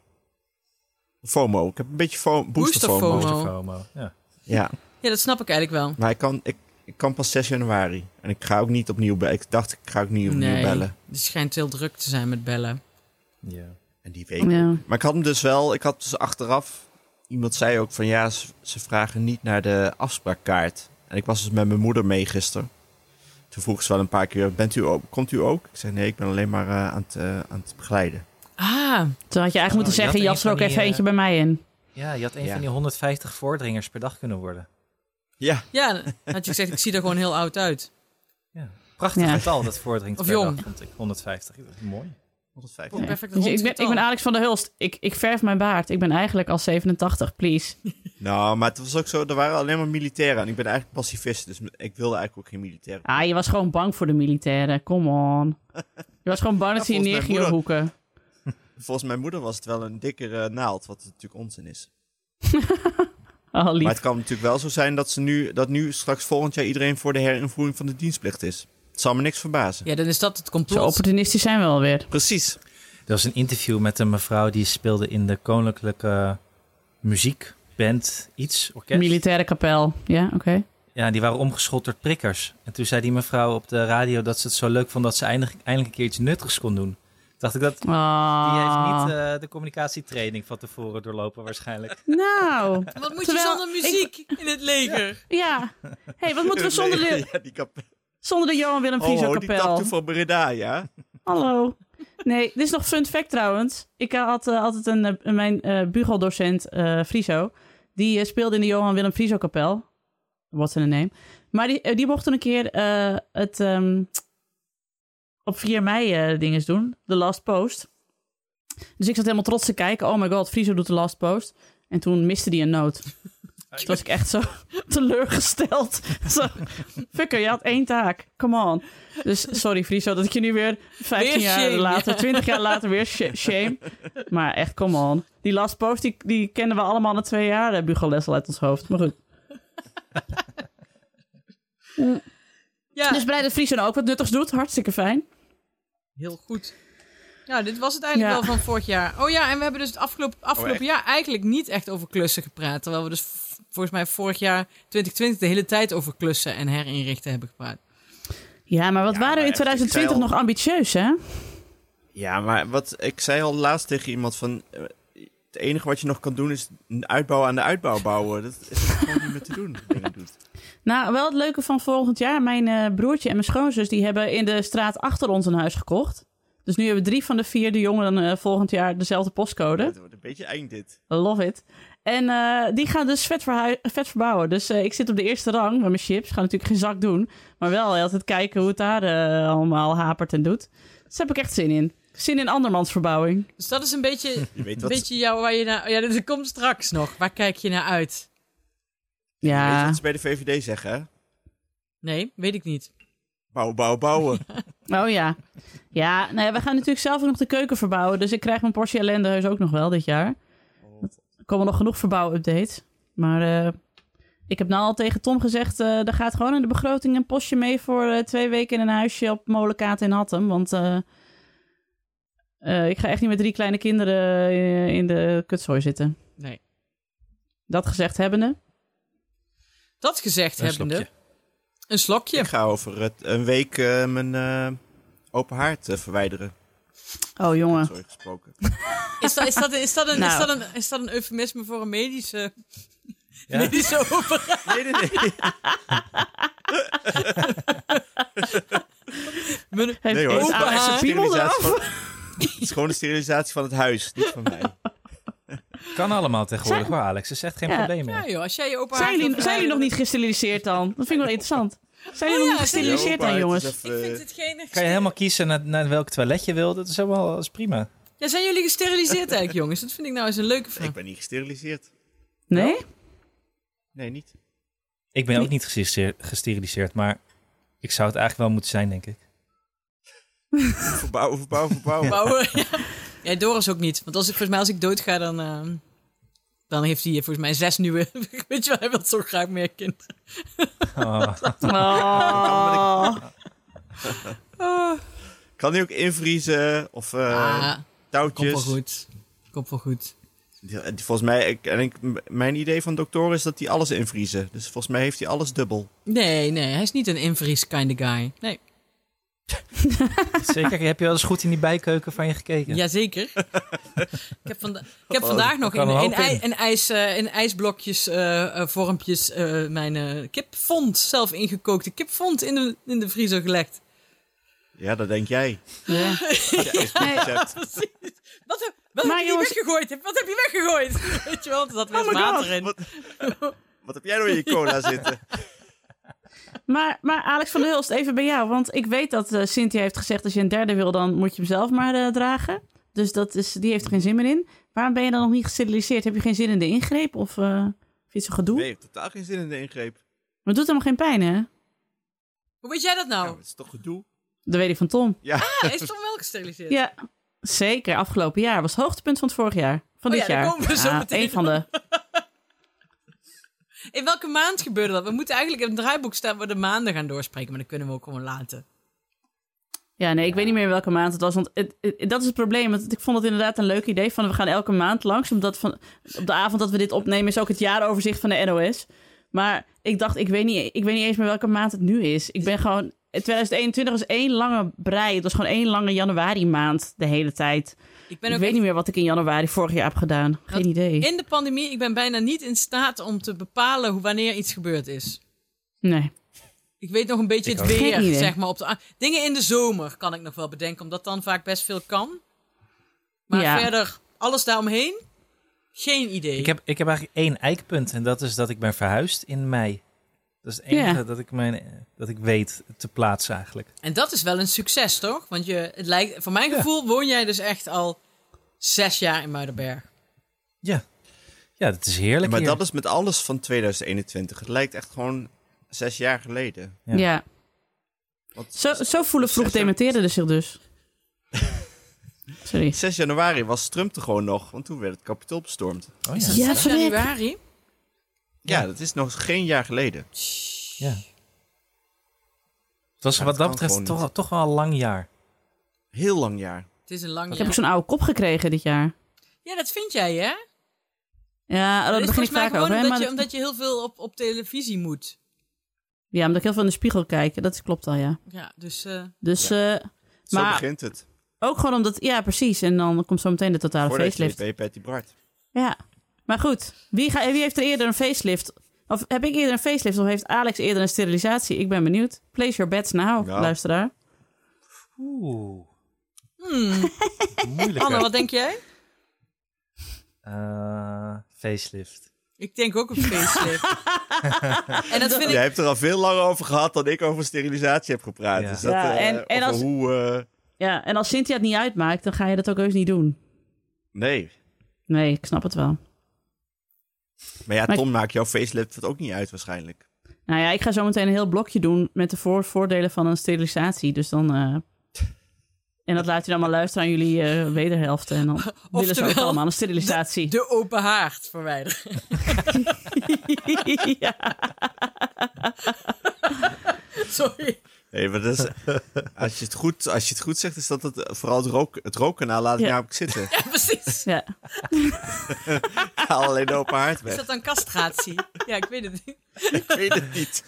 [SPEAKER 4] FOMO. Ik heb een beetje fo booster
[SPEAKER 3] Booster
[SPEAKER 4] FOMO.
[SPEAKER 3] FOMO.
[SPEAKER 1] Booster FOMO. Ja.
[SPEAKER 4] Ja,
[SPEAKER 3] Ja, dat snap ik eigenlijk wel.
[SPEAKER 4] maar ik kan, ik, ik kan pas 6 januari. En ik ga ook niet opnieuw bellen. Ik dacht, ik ga ook niet opnieuw
[SPEAKER 3] Nee.
[SPEAKER 4] bellen.
[SPEAKER 3] Het schijnt heel druk te zijn met bellen.
[SPEAKER 1] Ja.
[SPEAKER 4] En die week.
[SPEAKER 2] Ja.
[SPEAKER 4] Maar ik had hem dus wel, ik had dus achteraf, iemand zei ook van ja, ze, ze vragen niet naar de afspraakkaart. En ik was dus met mijn moeder mee gisteren. Toen vroeg ze wel een paar keer, bent u ook, komt u ook? Ik zei nee, ik ben alleen maar eh, aan, het, eh, aan het begeleiden.
[SPEAKER 3] Ah,
[SPEAKER 2] Toen had je eigenlijk
[SPEAKER 1] Oh,
[SPEAKER 2] moeten
[SPEAKER 1] je
[SPEAKER 2] zeggen,
[SPEAKER 1] had een
[SPEAKER 2] jas er ook
[SPEAKER 1] van die,
[SPEAKER 2] even
[SPEAKER 1] eh,
[SPEAKER 2] eentje bij mij in.
[SPEAKER 1] ja, je had een
[SPEAKER 4] Ja.
[SPEAKER 1] van die 150 voordringers per dag kunnen worden.
[SPEAKER 4] Ja,
[SPEAKER 3] ja. dan Had je gezegd, ik zie er gewoon heel oud uit.
[SPEAKER 1] Ja. Prachtig
[SPEAKER 2] Ja.
[SPEAKER 1] getal dat voordringt
[SPEAKER 3] Of
[SPEAKER 1] per
[SPEAKER 3] jong.
[SPEAKER 1] dag, vond ik. 150, dat is mooi.
[SPEAKER 4] 150.
[SPEAKER 3] Gewoon
[SPEAKER 2] Ja.
[SPEAKER 3] perfect
[SPEAKER 2] Dus ik, ben,
[SPEAKER 3] rond
[SPEAKER 2] ik ben
[SPEAKER 3] getal.
[SPEAKER 2] Alex van der Hulst. Ik, ik verf mijn baard. Ik ben eigenlijk al 87, please.
[SPEAKER 4] Nou, maar het was ook zo, er waren alleen maar militairen. En ik ben eigenlijk pacifist, dus ik wilde eigenlijk ook geen militairen.
[SPEAKER 2] Ah, je was gewoon bang voor de militairen. Come on. Je was gewoon bang dat ze je
[SPEAKER 4] volgens
[SPEAKER 2] neer
[SPEAKER 4] mijn
[SPEAKER 2] gingen
[SPEAKER 4] moeder.
[SPEAKER 2] hoeken.
[SPEAKER 4] Volgens mijn moeder was het wel een dikkere naald, wat natuurlijk onzin is.
[SPEAKER 2] Oh,
[SPEAKER 4] Maar
[SPEAKER 2] lief.
[SPEAKER 4] het kan natuurlijk wel zo zijn dat, ze nu, dat nu straks volgend jaar iedereen voor de herinvoering van de dienstplicht is. Het zal me niks verbazen.
[SPEAKER 3] Ja, dan is dat het
[SPEAKER 2] Zo
[SPEAKER 3] complot.
[SPEAKER 2] opportunistisch zijn we alweer.
[SPEAKER 4] Precies.
[SPEAKER 1] Er was een interview met een mevrouw die speelde in de koninklijke muziekband iets, orkest.
[SPEAKER 2] Militaire kapel. Ja, oké.
[SPEAKER 1] ja, die waren omgeschot door prikkers. En toen zei die mevrouw op de radio dat ze het zo leuk vond dat ze eindig- eindelijk een keer iets nuttigs kon doen. Toen dacht ik dat... Die heeft
[SPEAKER 2] Ah.
[SPEAKER 1] niet eh, de communicatietraining van tevoren doorlopen waarschijnlijk. [laughs]
[SPEAKER 2] Nou,
[SPEAKER 3] Wat moet
[SPEAKER 2] Terwijl
[SPEAKER 3] je zonder muziek in het leger?
[SPEAKER 2] ja. hey, wat moeten we zonder de,
[SPEAKER 4] [laughs] Ja, die kap...
[SPEAKER 2] zonder de Johan Willem
[SPEAKER 4] Oh,
[SPEAKER 2] Frieso
[SPEAKER 4] oh, die
[SPEAKER 2] kapel?
[SPEAKER 4] tattoo van Breda, ja?
[SPEAKER 2] Hallo. Nee, dit is nog fun fact trouwens. Ik had eh, altijd een, eh, mijn eh bugeldocent eh Friso. Die eh, speelde in de Johan Willem Friso kapel. What's in a name. Maar die, eh, die mocht toen een keer eh, het ehm, op 4 mei eh dinges doen. De last post. Dus ik zat helemaal trots te kijken. Oh my god, Friso doet de last post. En toen miste die een
[SPEAKER 3] [laughs]
[SPEAKER 2] noot. Toen was ik echt zo [laughs] teleurgesteld. [laughs] Zo, fucker, je had één taak. Come on. Dus sorry Friso dat ik je nu weer 15
[SPEAKER 3] Weer
[SPEAKER 2] jaar
[SPEAKER 3] shame,
[SPEAKER 2] later,
[SPEAKER 3] ja.
[SPEAKER 2] 20 jaar later weer sh- shame. Maar echt, come on. Die last post, die, die kennen we allemaal na twee jaar. eh, Bugelles al uit ons hoofd. Maar goed.
[SPEAKER 3] Ja,
[SPEAKER 2] Dus blij dat Friso nou ook wat nuttigs doet. Hartstikke fijn.
[SPEAKER 3] heel goed. Nou, dit was het eigenlijk
[SPEAKER 2] Ja.
[SPEAKER 3] wel van vorig jaar. Oh ja, en we hebben dus het afgelopen,
[SPEAKER 1] Oh,
[SPEAKER 3] afgelopen jaar eigenlijk niet echt over klussen gepraat. Terwijl we dus v- volgens mij vorig jaar 2020 de hele tijd over klussen en herinrichten hebben gepraat.
[SPEAKER 2] Ja, maar wat waren we in
[SPEAKER 4] Ja, maar echt, ik zei
[SPEAKER 2] 2020
[SPEAKER 4] al-
[SPEAKER 2] nog ambitieus, hè?
[SPEAKER 4] Ja, maar wat ik zei al laatst tegen iemand van... eh, Het enige wat je nog kan doen is een uitbouw aan de uitbouw bouwen. Dat is gewoon niet meer te doen. wat je doet.
[SPEAKER 2] Nou, wel het leuke van volgend jaar. Mijn eh, broertje en mijn schoonzus die hebben in de straat achter ons een huis gekocht. Dus nu hebben drie van de vier de jongeren eh, volgend jaar dezelfde postcode.
[SPEAKER 4] Het wordt een beetje eng dit.
[SPEAKER 2] Love it. En eh, die gaan dus vet, verhui- vet verbouwen. Dus eh, ik zit op de eerste rang met mijn chips. Ga natuurlijk geen zak doen. Maar wel altijd kijken hoe het daar eh, allemaal hapert en doet. Dus daar heb ik echt zin in. Zin in andermans verbouwing.
[SPEAKER 3] Dus dat is een
[SPEAKER 1] [laughs]
[SPEAKER 3] beetje,
[SPEAKER 4] Je weet
[SPEAKER 3] een
[SPEAKER 4] wat,
[SPEAKER 3] beetje jou waar je naar... Ja, dat komt straks nog. Waar kijk je naar uit?
[SPEAKER 4] je weet
[SPEAKER 2] Ja.
[SPEAKER 4] wat ze bij de VVD zeggen, hè?
[SPEAKER 3] Nee, weet ik niet.
[SPEAKER 4] Bouwen, bouwen,
[SPEAKER 2] [laughs]
[SPEAKER 4] bouwen.
[SPEAKER 2] Oh ja. Ja, nou ja, we gaan natuurlijk zelf ook nog de keuken verbouwen. Dus ik krijg mijn portie ellende heus ook nog wel dit jaar. Er komen nog genoeg verbouw-updates. Maar eh, ik heb nou al tegen Tom gezegd... eh er gaat gewoon in de begroting een postje mee voor eh, twee weken in een huisje op Molenkaat in Hattem. Want eh, eh, ik ga echt niet met drie kleine kinderen eh, in de kutzooi zitten.
[SPEAKER 3] Nee.
[SPEAKER 2] Dat gezegd hebbende.
[SPEAKER 3] Dat gezegd
[SPEAKER 1] Een
[SPEAKER 3] hebbende...
[SPEAKER 1] slokje.
[SPEAKER 3] Een slokje.
[SPEAKER 4] Ik ga over het, een week eh, mijn eh, open haard eh, verwijderen.
[SPEAKER 2] Oh jongen.
[SPEAKER 4] Sorry gesproken.
[SPEAKER 3] Is dat, is, dat, is, dat een,
[SPEAKER 2] Nou.
[SPEAKER 3] is, dat een, is dat een eufemisme voor een medische,
[SPEAKER 1] Ja.
[SPEAKER 3] medische operatie?
[SPEAKER 4] Nee, nee,
[SPEAKER 2] [laughs]
[SPEAKER 4] nee. Nee, hoor.
[SPEAKER 2] Heeft
[SPEAKER 3] Opa,
[SPEAKER 2] Alex zijn
[SPEAKER 3] hè?
[SPEAKER 2] piemel eraf?
[SPEAKER 4] Sterilisatie van- Het is gewoon een sterilisatie van het huis, niet van mij.
[SPEAKER 1] kan allemaal tegenwoordig hoor, Alex. Het is echt geen
[SPEAKER 2] Ja.
[SPEAKER 1] probleem meer.
[SPEAKER 3] Ja joh, als jij je opa
[SPEAKER 2] Zijn
[SPEAKER 3] haakt
[SPEAKER 2] jullie,
[SPEAKER 3] wil
[SPEAKER 2] zijn jullie nog
[SPEAKER 3] verwijderen-
[SPEAKER 2] niet gesteriliseerd dan? Dat vind ik wel interessant. Zijn jullie
[SPEAKER 3] Oh
[SPEAKER 2] nog
[SPEAKER 3] ja,
[SPEAKER 2] niet
[SPEAKER 3] zeker.
[SPEAKER 2] gesteriliseerd dan, jongens?
[SPEAKER 3] Ik vind
[SPEAKER 4] Eh,
[SPEAKER 3] het geen...
[SPEAKER 1] Kan je helemaal kiezen naar, naar welk toilet je wil. Dat is helemaal dat is prima.
[SPEAKER 3] Ja, zijn jullie gesteriliseerd eigenlijk, jongens? Dat vind ik nou eens een leuke vraag.
[SPEAKER 4] eh, Ik ben [laughs] niet gesteriliseerd.
[SPEAKER 2] Nee?
[SPEAKER 4] Nee, niet.
[SPEAKER 1] Ik ben ook niet gesteriseer- gesteriliseerd, maar ik zou het eigenlijk wel moeten zijn, denk ik.
[SPEAKER 4] Verbouwen, verbouwen, verbouwen.
[SPEAKER 3] Bouwen. Ja. ja, Doris ook niet. Want als ik, volgens mij als ik doodga, dan, eh, dan heeft hij volgens mij zes nieuwe... [laughs] Weet je wel, hij wil zo graag meer kinderen.
[SPEAKER 1] Oh, [laughs]
[SPEAKER 2] Oh.
[SPEAKER 4] Kan die ook invriezen of eh,
[SPEAKER 3] ah, komt wel
[SPEAKER 4] touwtjes?
[SPEAKER 3] goed. Komt wel goed.
[SPEAKER 4] Die- die- Volgens mij, ik, en ik, m- mijn idee van dokter is dat hij alles invriezen. Dus volgens mij heeft hij alles dubbel.
[SPEAKER 3] Nee, nee, hij is niet een invries kind of guy. Nee,
[SPEAKER 1] zeker. Heb je wel eens goed in die bijkeuken van je gekeken? [laughs]
[SPEAKER 3] jazeker. ik heb, vanda- ik heb vandaag
[SPEAKER 1] Oh,
[SPEAKER 3] nog
[SPEAKER 1] kan
[SPEAKER 3] in,
[SPEAKER 1] een
[SPEAKER 3] in,
[SPEAKER 1] hoop
[SPEAKER 3] ij-
[SPEAKER 1] in.
[SPEAKER 3] in ijs, eh, in ijsblokjes, eh, eh, vormpjes, eh, mijn eh, kip vond. Zelf ingekookte kip vond in de, in de vriezer gelegd.
[SPEAKER 4] Ja, dat denk
[SPEAKER 2] [laughs]
[SPEAKER 4] jij.
[SPEAKER 2] Ja.
[SPEAKER 4] Ja,
[SPEAKER 3] [laughs]
[SPEAKER 4] is goed recept.
[SPEAKER 3] Precies. Wat heb, wat
[SPEAKER 2] Maar
[SPEAKER 3] heb je
[SPEAKER 2] jongens-
[SPEAKER 3] hier weggegooid? Wat heb je
[SPEAKER 4] [laughs]
[SPEAKER 3] weggegooid? Weet je wel, er zat weer
[SPEAKER 4] Oh my
[SPEAKER 3] water
[SPEAKER 4] God,
[SPEAKER 3] in.
[SPEAKER 4] Wat, wat heb jij nou in je cola zitten?
[SPEAKER 2] Maar, maar Alex van der Hulst, even bij jou. Want ik weet dat eh, Cynthia heeft gezegd... als je een derde wil, dan moet je hem zelf maar eh, dragen. Dus dat is, die heeft er geen zin meer in. Waarom ben je dan nog niet gesteriliseerd? Heb je geen zin in de ingreep? Of eh vind je het zo gedoe?
[SPEAKER 4] Nee, ik heb totaal geen zin in de ingreep.
[SPEAKER 2] Maar het doet helemaal geen pijn, hè?
[SPEAKER 3] Hoe weet jij dat
[SPEAKER 4] Ja,
[SPEAKER 3] nou?
[SPEAKER 4] maar het is toch gedoe?
[SPEAKER 2] Dat weet ik van Tom.
[SPEAKER 3] Ah, hij is toch wel gesteriliseerd?
[SPEAKER 2] Ja, zeker. Afgelopen jaar was het hoogtepunt van het vorig jaar. Van
[SPEAKER 3] Oh
[SPEAKER 2] dit
[SPEAKER 3] ja, daar
[SPEAKER 2] jaar.
[SPEAKER 3] komen we zo
[SPEAKER 2] Ah,
[SPEAKER 3] meteen
[SPEAKER 2] één van de...
[SPEAKER 3] In welke maand gebeurde dat? We moeten eigenlijk in het draaiboek staan waar de maanden gaan doorspreken. Maar dat kunnen we ook gewoon laten.
[SPEAKER 2] Ja, nee, ik weet niet meer welke maand het was. Want het, het- dat is het probleem. Want ik vond het inderdaad een leuk idee van we gaan elke maand langs. Omdat van, op de avond dat we dit opnemen is ook het jaaroverzicht van de NOS. Maar ik dacht, ik weet niet, ik weet niet eens meer welke maand het nu is. Ik ben gewoon... 2021 was één lange brei. Het was gewoon één lange januari maand de hele tijd.
[SPEAKER 3] Ik
[SPEAKER 2] Ik
[SPEAKER 3] ben ook
[SPEAKER 2] weet
[SPEAKER 3] echt
[SPEAKER 2] niet meer wat ik in januari vorig jaar heb gedaan. Geen
[SPEAKER 3] Dat-
[SPEAKER 2] idee.
[SPEAKER 3] in de pandemie, ik ben bijna niet in staat om te bepalen hoe, wanneer iets gebeurd is.
[SPEAKER 2] Nee.
[SPEAKER 3] Ik weet nog een beetje
[SPEAKER 1] Ik
[SPEAKER 3] het
[SPEAKER 1] ook.
[SPEAKER 2] Geen idee.
[SPEAKER 3] weer, zeg maar. Op de, a- dingen in de zomer kan ik nog wel bedenken, omdat dan vaak best veel kan. Maar
[SPEAKER 2] Ja.
[SPEAKER 3] verder, alles daaromheen, geen idee.
[SPEAKER 1] Ik, heb, ik heb eigenlijk één eikpunt. En dat is dat ik ben verhuisd in mei. Dat is het enige
[SPEAKER 2] Ja.
[SPEAKER 1] dat, ik mijn, dat ik weet te plaatsen eigenlijk.
[SPEAKER 3] En dat is wel een succes, toch? Want je, het lijkt, voor mijn gevoel woon jij dus echt al zes jaar in Muidenberg.
[SPEAKER 1] Ja, dat is heerlijk
[SPEAKER 4] maar
[SPEAKER 1] hier.
[SPEAKER 4] dat is met alles van 2021. Het lijkt echt gewoon zes jaar geleden.
[SPEAKER 1] Ja.
[SPEAKER 2] Ja.
[SPEAKER 4] Want
[SPEAKER 2] Zo, zo voelen vroeg
[SPEAKER 4] Zes jaar-
[SPEAKER 2] dementeerden zich [laughs] dus. Sorry.
[SPEAKER 4] 6 januari was Trump er gewoon nog, want toen werd het kapitool bestormd.
[SPEAKER 1] Oh,
[SPEAKER 3] Is
[SPEAKER 1] ja.
[SPEAKER 3] dat
[SPEAKER 2] Ja,
[SPEAKER 3] zes
[SPEAKER 2] verrek.
[SPEAKER 3] januari?
[SPEAKER 4] Ja, dat is nog geen jaar geleden.
[SPEAKER 1] Ja. Het was
[SPEAKER 4] Ja,
[SPEAKER 1] wat dat
[SPEAKER 4] dat kan
[SPEAKER 1] betreft
[SPEAKER 4] gewoon
[SPEAKER 1] toch, toch wel een lang jaar.
[SPEAKER 4] Heel lang jaar.
[SPEAKER 3] Het is een lang
[SPEAKER 2] Ik heb
[SPEAKER 3] jaar.
[SPEAKER 2] ook zo'n oude kop gekregen dit jaar.
[SPEAKER 3] Ja, dat vind jij, hè?
[SPEAKER 2] Ja, oh,
[SPEAKER 3] Dat
[SPEAKER 2] daar begin
[SPEAKER 3] is
[SPEAKER 2] ik
[SPEAKER 3] volgens mij
[SPEAKER 2] vaak
[SPEAKER 3] gewoon
[SPEAKER 2] over. hè,
[SPEAKER 3] omdat,
[SPEAKER 2] maar
[SPEAKER 3] je,
[SPEAKER 2] dat-
[SPEAKER 3] omdat je heel veel op, op televisie moet.
[SPEAKER 2] Ja, omdat ik heel veel in de spiegel kijk. Dat is- klopt al, ja.
[SPEAKER 3] Ja, dus... eh,
[SPEAKER 2] Dus eh,
[SPEAKER 4] Zo
[SPEAKER 2] Maar-
[SPEAKER 4] begint het.
[SPEAKER 2] ook gewoon omdat... Ja, precies. En dan komt zo meteen de totale
[SPEAKER 4] Voordat je dit
[SPEAKER 2] facelift.
[SPEAKER 4] bij Patty Bart.
[SPEAKER 2] Ja. Maar goed, wie, ga, wie heeft er eerder een facelift? Of heb ik eerder een facelift? Of heeft Alex eerder een sterilisatie? Ik ben benieuwd. Place your bets now,
[SPEAKER 4] Ja.
[SPEAKER 2] luisteraar.
[SPEAKER 1] Oeh,
[SPEAKER 2] [laughs]
[SPEAKER 3] hmm, [laughs]
[SPEAKER 1] moeilijker.
[SPEAKER 3] Anne, wat denk jij?
[SPEAKER 1] Eh, facelift.
[SPEAKER 3] Ik denk ook een facelift. [laughs] en dat vind
[SPEAKER 4] [laughs] Jij
[SPEAKER 3] ik...
[SPEAKER 4] hebt er al veel langer over gehad dan ik over sterilisatie heb gepraat.
[SPEAKER 1] Ja.
[SPEAKER 4] Dus dat,
[SPEAKER 2] Ja,
[SPEAKER 4] eh,
[SPEAKER 2] en- en
[SPEAKER 4] over
[SPEAKER 2] als-
[SPEAKER 4] hoe... eh,
[SPEAKER 2] Ja, en als Cynthia het niet uitmaakt, dan ga je dat ook heus niet doen.
[SPEAKER 4] nee.
[SPEAKER 2] Nee, ik snap het wel.
[SPEAKER 4] Maar ja,
[SPEAKER 2] Maar-
[SPEAKER 4] Tom maakt jouw facelift het ook niet uit waarschijnlijk.
[SPEAKER 2] Nou ja, ik ga zo meteen een heel blokje doen met de voor- voordelen van een sterilisatie. Dus dan. eh, En dat laat je dan maar luisteren aan jullie eh, wederhelft.
[SPEAKER 3] [laughs]
[SPEAKER 2] En dan willen ze ook
[SPEAKER 3] Oftewel,
[SPEAKER 2] allemaal een sterilisatie.
[SPEAKER 3] De open haard verwijderen.
[SPEAKER 2] [laughs]
[SPEAKER 3] [laughs]
[SPEAKER 2] ja.
[SPEAKER 3] Sorry.
[SPEAKER 4] Nee, maar dat is, [laughs] als, je het goed, als je het goed zegt, is dat het eh, vooral het, rook, het rookkanaal laat ik
[SPEAKER 2] Ja.
[SPEAKER 4] namelijk zitten. [laughs]
[SPEAKER 3] Ja, precies.
[SPEAKER 2] ja.
[SPEAKER 4] Haal alleen de open haard
[SPEAKER 3] Is
[SPEAKER 4] weg. [laughs]
[SPEAKER 3] dat dan castratie? Ja, ik weet het niet.
[SPEAKER 4] Ik weet het niet.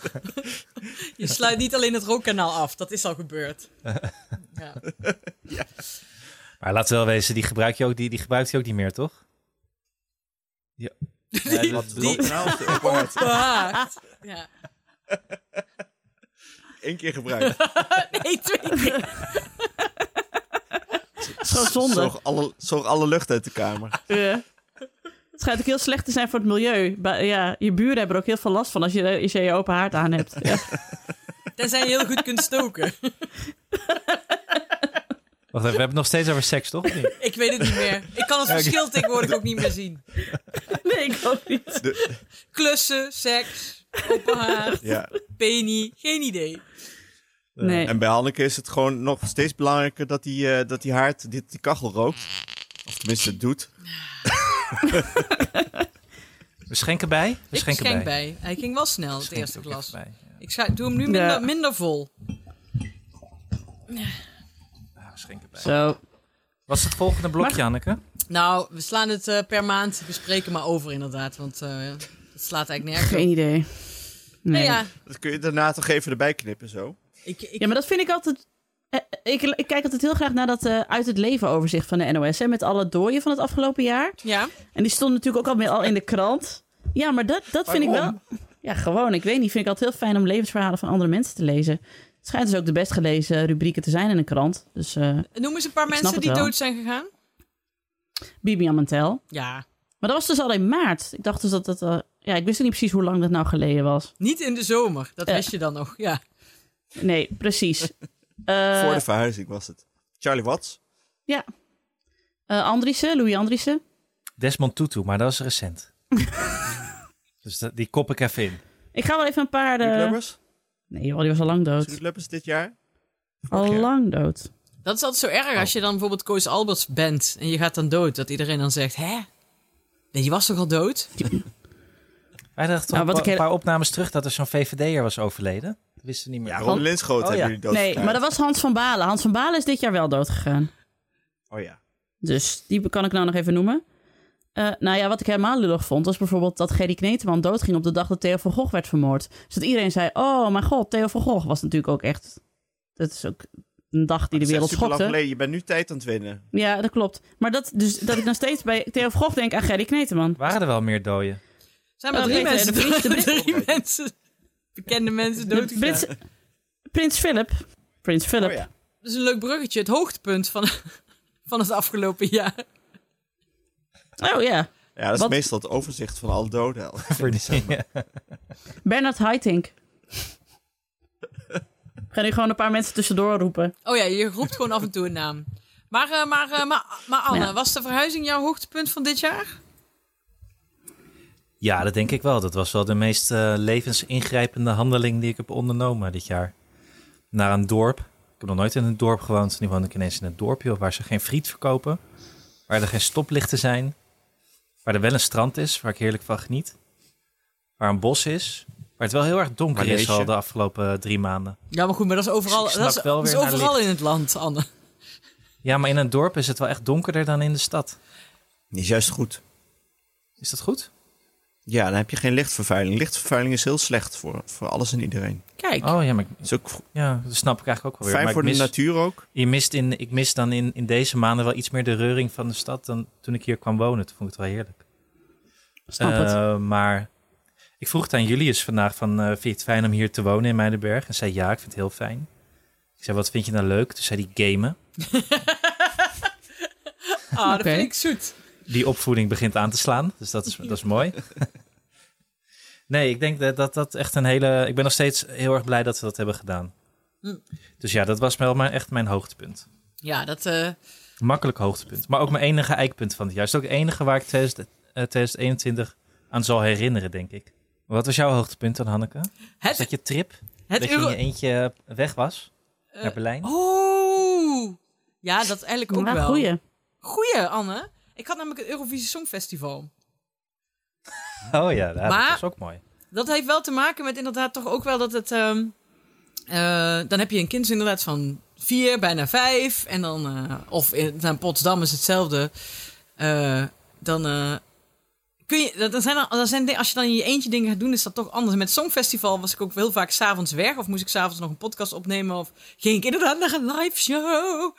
[SPEAKER 3] Je sluit niet alleen het rookkanaal af. Dat is al gebeurd. Ja.
[SPEAKER 1] Maar laten we wel wezen, die, gebruik je ook, die, die gebruikt je ook niet meer, toch? Ja. Ja,
[SPEAKER 4] Wat,
[SPEAKER 1] dus-
[SPEAKER 4] het rookkanaal of nou, de open haard?
[SPEAKER 3] Behaard. Ja.
[SPEAKER 4] Eén keer
[SPEAKER 2] [laughs]
[SPEAKER 4] gebruikt.
[SPEAKER 3] Nee, twee keer.
[SPEAKER 2] is gewoon zonde.
[SPEAKER 4] Zorg alle, zorg alle lucht uit de kamer.
[SPEAKER 2] Eh, Het schijnt ook heel slecht te zijn voor het milieu. Ba- ja, je buren hebben er ook heel veel last van als je als je, je open haard aan hebt. Ja.
[SPEAKER 3] Tenzij je heel goed kunt stoken.
[SPEAKER 1] Wacht even, we hebben het nog steeds over seks, toch? Nee.
[SPEAKER 3] Ik weet het niet meer. Ik kan het verschil tegenwoordig ook niet meer zien.
[SPEAKER 2] [laughs] Nee, ik ook niet.
[SPEAKER 3] Klussen, seks, open haar,
[SPEAKER 4] Ja.
[SPEAKER 3] penie, geen idee.
[SPEAKER 2] [laughs] Nee.
[SPEAKER 4] En bij Hanneke is het gewoon nog steeds belangrijker dat die, eh, dat die haard dit, die kachel rookt. Of tenminste, het doet.
[SPEAKER 1] We schenken bij. We
[SPEAKER 3] Ik
[SPEAKER 1] schenken bij.
[SPEAKER 3] schenk bij. Hij ging wel snel,
[SPEAKER 1] We
[SPEAKER 3] het
[SPEAKER 1] schenken
[SPEAKER 3] eerste
[SPEAKER 1] ook even
[SPEAKER 3] glas.
[SPEAKER 1] bij, ja.
[SPEAKER 3] Ik scha- doe hem nu minder,
[SPEAKER 2] Ja.
[SPEAKER 3] minder vol.
[SPEAKER 1] Ah, we schenken bij.
[SPEAKER 2] Zo.
[SPEAKER 1] Wat is het volgende blokje,
[SPEAKER 2] Maar-
[SPEAKER 1] Hanneke?
[SPEAKER 3] Nou, we slaan het eh, per maand bespreken maar over inderdaad. Want eh het slaat eigenlijk nergens op.
[SPEAKER 2] Geen idee. Nee.
[SPEAKER 3] Nou ja,
[SPEAKER 4] Dat kun je daarna toch even erbij knippen zo.
[SPEAKER 3] ik, ik,
[SPEAKER 2] Ja, maar dat vind ik altijd. eh, Ik, ik kijk altijd heel graag naar dat eh, uit het leven overzicht van de NOS. Hè, met alle dooien van het afgelopen jaar.
[SPEAKER 3] ja.
[SPEAKER 2] En die stond natuurlijk ook al, al in de krant. Ja, maar dat, dat vind ik wel. Ja, gewoon. Ik weet niet. Vind ik altijd heel fijn om levensverhalen van andere mensen te lezen. Het schijnt dus ook de best gelezen rubrieken te zijn in een krant. Dus eh
[SPEAKER 3] Noem eens een paar mensen
[SPEAKER 2] het
[SPEAKER 3] die
[SPEAKER 2] wel.
[SPEAKER 3] dood zijn gegaan.
[SPEAKER 2] Bibi Amantel.
[SPEAKER 3] Ja,
[SPEAKER 2] Maar dat was dus al in maart. Ik dacht dus dat dat. eh, ja, ik wist niet precies hoe lang dat nou geleden was.
[SPEAKER 3] niet in de zomer. Dat
[SPEAKER 2] Ja.
[SPEAKER 3] wist je dan nog, ja.
[SPEAKER 2] Nee,
[SPEAKER 4] [laughs]
[SPEAKER 2] precies. Eh,
[SPEAKER 4] Voor de verhuizing was het. Charlie Watts.
[SPEAKER 2] eh, Andriessen, Louis Andriessen.
[SPEAKER 1] Desmond Tutu, maar dat is
[SPEAKER 2] [laughs]
[SPEAKER 1] recent. dus dat- die kop ik even in.
[SPEAKER 2] Ik ga wel even een paar.
[SPEAKER 4] Ruud
[SPEAKER 2] eh
[SPEAKER 4] Lubbers.
[SPEAKER 2] nee, joh, die was al lang dood.
[SPEAKER 4] Ruud Lubbers dit jaar. Vorig
[SPEAKER 2] Al
[SPEAKER 4] jaar.
[SPEAKER 2] lang dood.
[SPEAKER 3] Dat is altijd zo erg
[SPEAKER 2] Oh.
[SPEAKER 3] als je dan bijvoorbeeld Koos Alberts bent en je gaat dan dood. Dat iedereen dan zegt, hè? Nee, die was toch al dood?
[SPEAKER 1] Hij dacht toch
[SPEAKER 2] Nou, wat
[SPEAKER 1] een
[SPEAKER 2] ik
[SPEAKER 1] pa-
[SPEAKER 2] hele-
[SPEAKER 1] paar opnames terug dat er zo'n VVD'er was overleden. Dat wisten niet meer.
[SPEAKER 4] Ja, Ron Linschoot
[SPEAKER 1] Oh,
[SPEAKER 4] hebben
[SPEAKER 1] ja.
[SPEAKER 4] jullie dood
[SPEAKER 2] Nee, maar dat was Hans van Balen. Hans van Balen is dit jaar wel dood gegaan.
[SPEAKER 4] Oh ja.
[SPEAKER 2] Dus die kan ik nou nog even noemen. Eh, nou ja, wat ik helemaal lullig vond, was bijvoorbeeld dat Gerry Kneteman doodging op de dag dat Theo van Gogh werd vermoord. Dus dat iedereen zei, oh mijn god, Theo van Gogh was natuurlijk ook echt... Dat is ook een dag die de
[SPEAKER 4] Dat is echt
[SPEAKER 2] wereld
[SPEAKER 4] superlang
[SPEAKER 2] schokte.
[SPEAKER 4] geleden. Je bent nu tijd aan het winnen.
[SPEAKER 2] Ja, dat klopt. Maar dat, dus, dat ik nog steeds bij Theo van Gogh denk aan Gerry Kneteman.
[SPEAKER 1] Waren er wel meer
[SPEAKER 2] [laughs]
[SPEAKER 1] doden?
[SPEAKER 3] Zijn maar
[SPEAKER 2] Oh,
[SPEAKER 3] drie
[SPEAKER 2] nee,
[SPEAKER 3] mensen,
[SPEAKER 2] de Brit- de Brit-
[SPEAKER 3] drie mensen, bekende mensen
[SPEAKER 2] De
[SPEAKER 3] dood
[SPEAKER 2] Brits,
[SPEAKER 3] gegaan.
[SPEAKER 2] Prins Philip. Prins Philip.
[SPEAKER 4] Oh ja.
[SPEAKER 3] Dat is een leuk bruggetje, het hoogtepunt van, van het afgelopen jaar.
[SPEAKER 2] Oh, ja.
[SPEAKER 4] Ja, dat is
[SPEAKER 2] Wat-
[SPEAKER 4] meestal het overzicht van alle doden. [laughs]
[SPEAKER 1] Voor die,
[SPEAKER 2] Bernard Haitink. We gaan nu gewoon een paar mensen tussendoor roepen.
[SPEAKER 3] Oh ja, je roept gewoon af en toe een naam. Maar, eh, maar, eh, maar, maar Anne,
[SPEAKER 2] Ja.
[SPEAKER 3] was de verhuizing jouw hoogtepunt van dit jaar?
[SPEAKER 1] Ja, dat denk ik wel. Dat was wel de meest eh, levensingrijpende handeling die ik heb ondernomen dit jaar. Naar een dorp. Ik heb nog nooit in een dorp gewoond. Nu woon ik ineens in een dorpje waar ze geen friet verkopen. Waar er geen stoplichten zijn. Waar er wel een strand is, waar ik heerlijk van geniet. Waar een bos is. Waar het wel heel erg donker
[SPEAKER 4] Manege.
[SPEAKER 1] is al de afgelopen drie maanden.
[SPEAKER 3] Ja, maar goed, maar dat is overal,
[SPEAKER 1] Ik snap
[SPEAKER 3] dat is,
[SPEAKER 1] wel
[SPEAKER 3] dat is
[SPEAKER 1] weer naar
[SPEAKER 3] overal in het land, Anne.
[SPEAKER 1] Ja, maar in een dorp is het wel echt donkerder dan in de stad.
[SPEAKER 4] Niet juist goed.
[SPEAKER 1] Is dat goed?
[SPEAKER 4] Ja, dan heb je geen lichtvervuiling. Lichtvervuiling is heel slecht voor, voor alles en iedereen.
[SPEAKER 3] Kijk,
[SPEAKER 1] Oh ja, maar ik-
[SPEAKER 4] Het is ook v-
[SPEAKER 1] ja, dat snap ik eigenlijk ook wel weer.
[SPEAKER 4] fijn
[SPEAKER 1] Maar
[SPEAKER 4] voor
[SPEAKER 1] ik mis,
[SPEAKER 4] de natuur ook.
[SPEAKER 1] Je mist in, ik mis dan in, in deze maanden wel iets meer de reuring van de stad dan toen ik hier kwam wonen. Toen vond ik het wel heerlijk.
[SPEAKER 2] Snap het.
[SPEAKER 1] Eh, Maar ik vroeg het aan Julius vandaag van, eh, vind je het fijn om hier te wonen in Muidenberg? En zei ja, ik vind het heel fijn. Ik zei, wat vind je nou leuk? Toen zei hij gamen.
[SPEAKER 3] ah, dat
[SPEAKER 2] Oké.
[SPEAKER 3] vind ik zoet.
[SPEAKER 1] Die opvoeding begint aan te slaan, dus
[SPEAKER 2] [laughs]
[SPEAKER 1] dat is, dat is mooi. nee, ik denk dat, dat dat echt een hele... Ik ben nog steeds heel erg blij dat we dat hebben gedaan.
[SPEAKER 3] Hm.
[SPEAKER 1] Dus ja, dat was wel mijn, echt mijn hoogtepunt.
[SPEAKER 3] Ja, dat, eh,
[SPEAKER 1] Makkelijk hoogtepunt. Maar ook mijn enige eikpunt van het jaar. Is het ook het enige waar ik 2000 eh, 2021 aan zal herinneren, denk ik. Wat was jouw hoogtepunt dan, Hanneke? Was
[SPEAKER 3] het,
[SPEAKER 1] dat je trip?
[SPEAKER 3] het
[SPEAKER 1] dat je in
[SPEAKER 3] euro...
[SPEAKER 1] je eentje weg was
[SPEAKER 3] eh,
[SPEAKER 1] naar Berlijn?
[SPEAKER 3] oh, ja, dat eigenlijk ook
[SPEAKER 2] Maar
[SPEAKER 3] wel.
[SPEAKER 2] goeie.
[SPEAKER 3] Goeie, Anne. Ik had namelijk het Eurovisie Songfestival.
[SPEAKER 1] Oh ja, nou,
[SPEAKER 3] Maar-
[SPEAKER 1] dat was ook mooi.
[SPEAKER 3] Dat heeft wel te maken met inderdaad toch ook wel dat het... ehm, eh, dan heb je een kind inderdaad van vier, bijna vijf. En dan, eh, of in nou, Potsdam is hetzelfde. Eh, dan eh, kun je, dat- dan zijn er, dan zijn dingen- als je dan in je eentje dingen gaat doen, is dat toch anders. Met het Songfestival was ik ook heel vaak s'avonds weg. Of moest ik s'avonds nog een podcast opnemen. Of ging ik inderdaad naar een live show.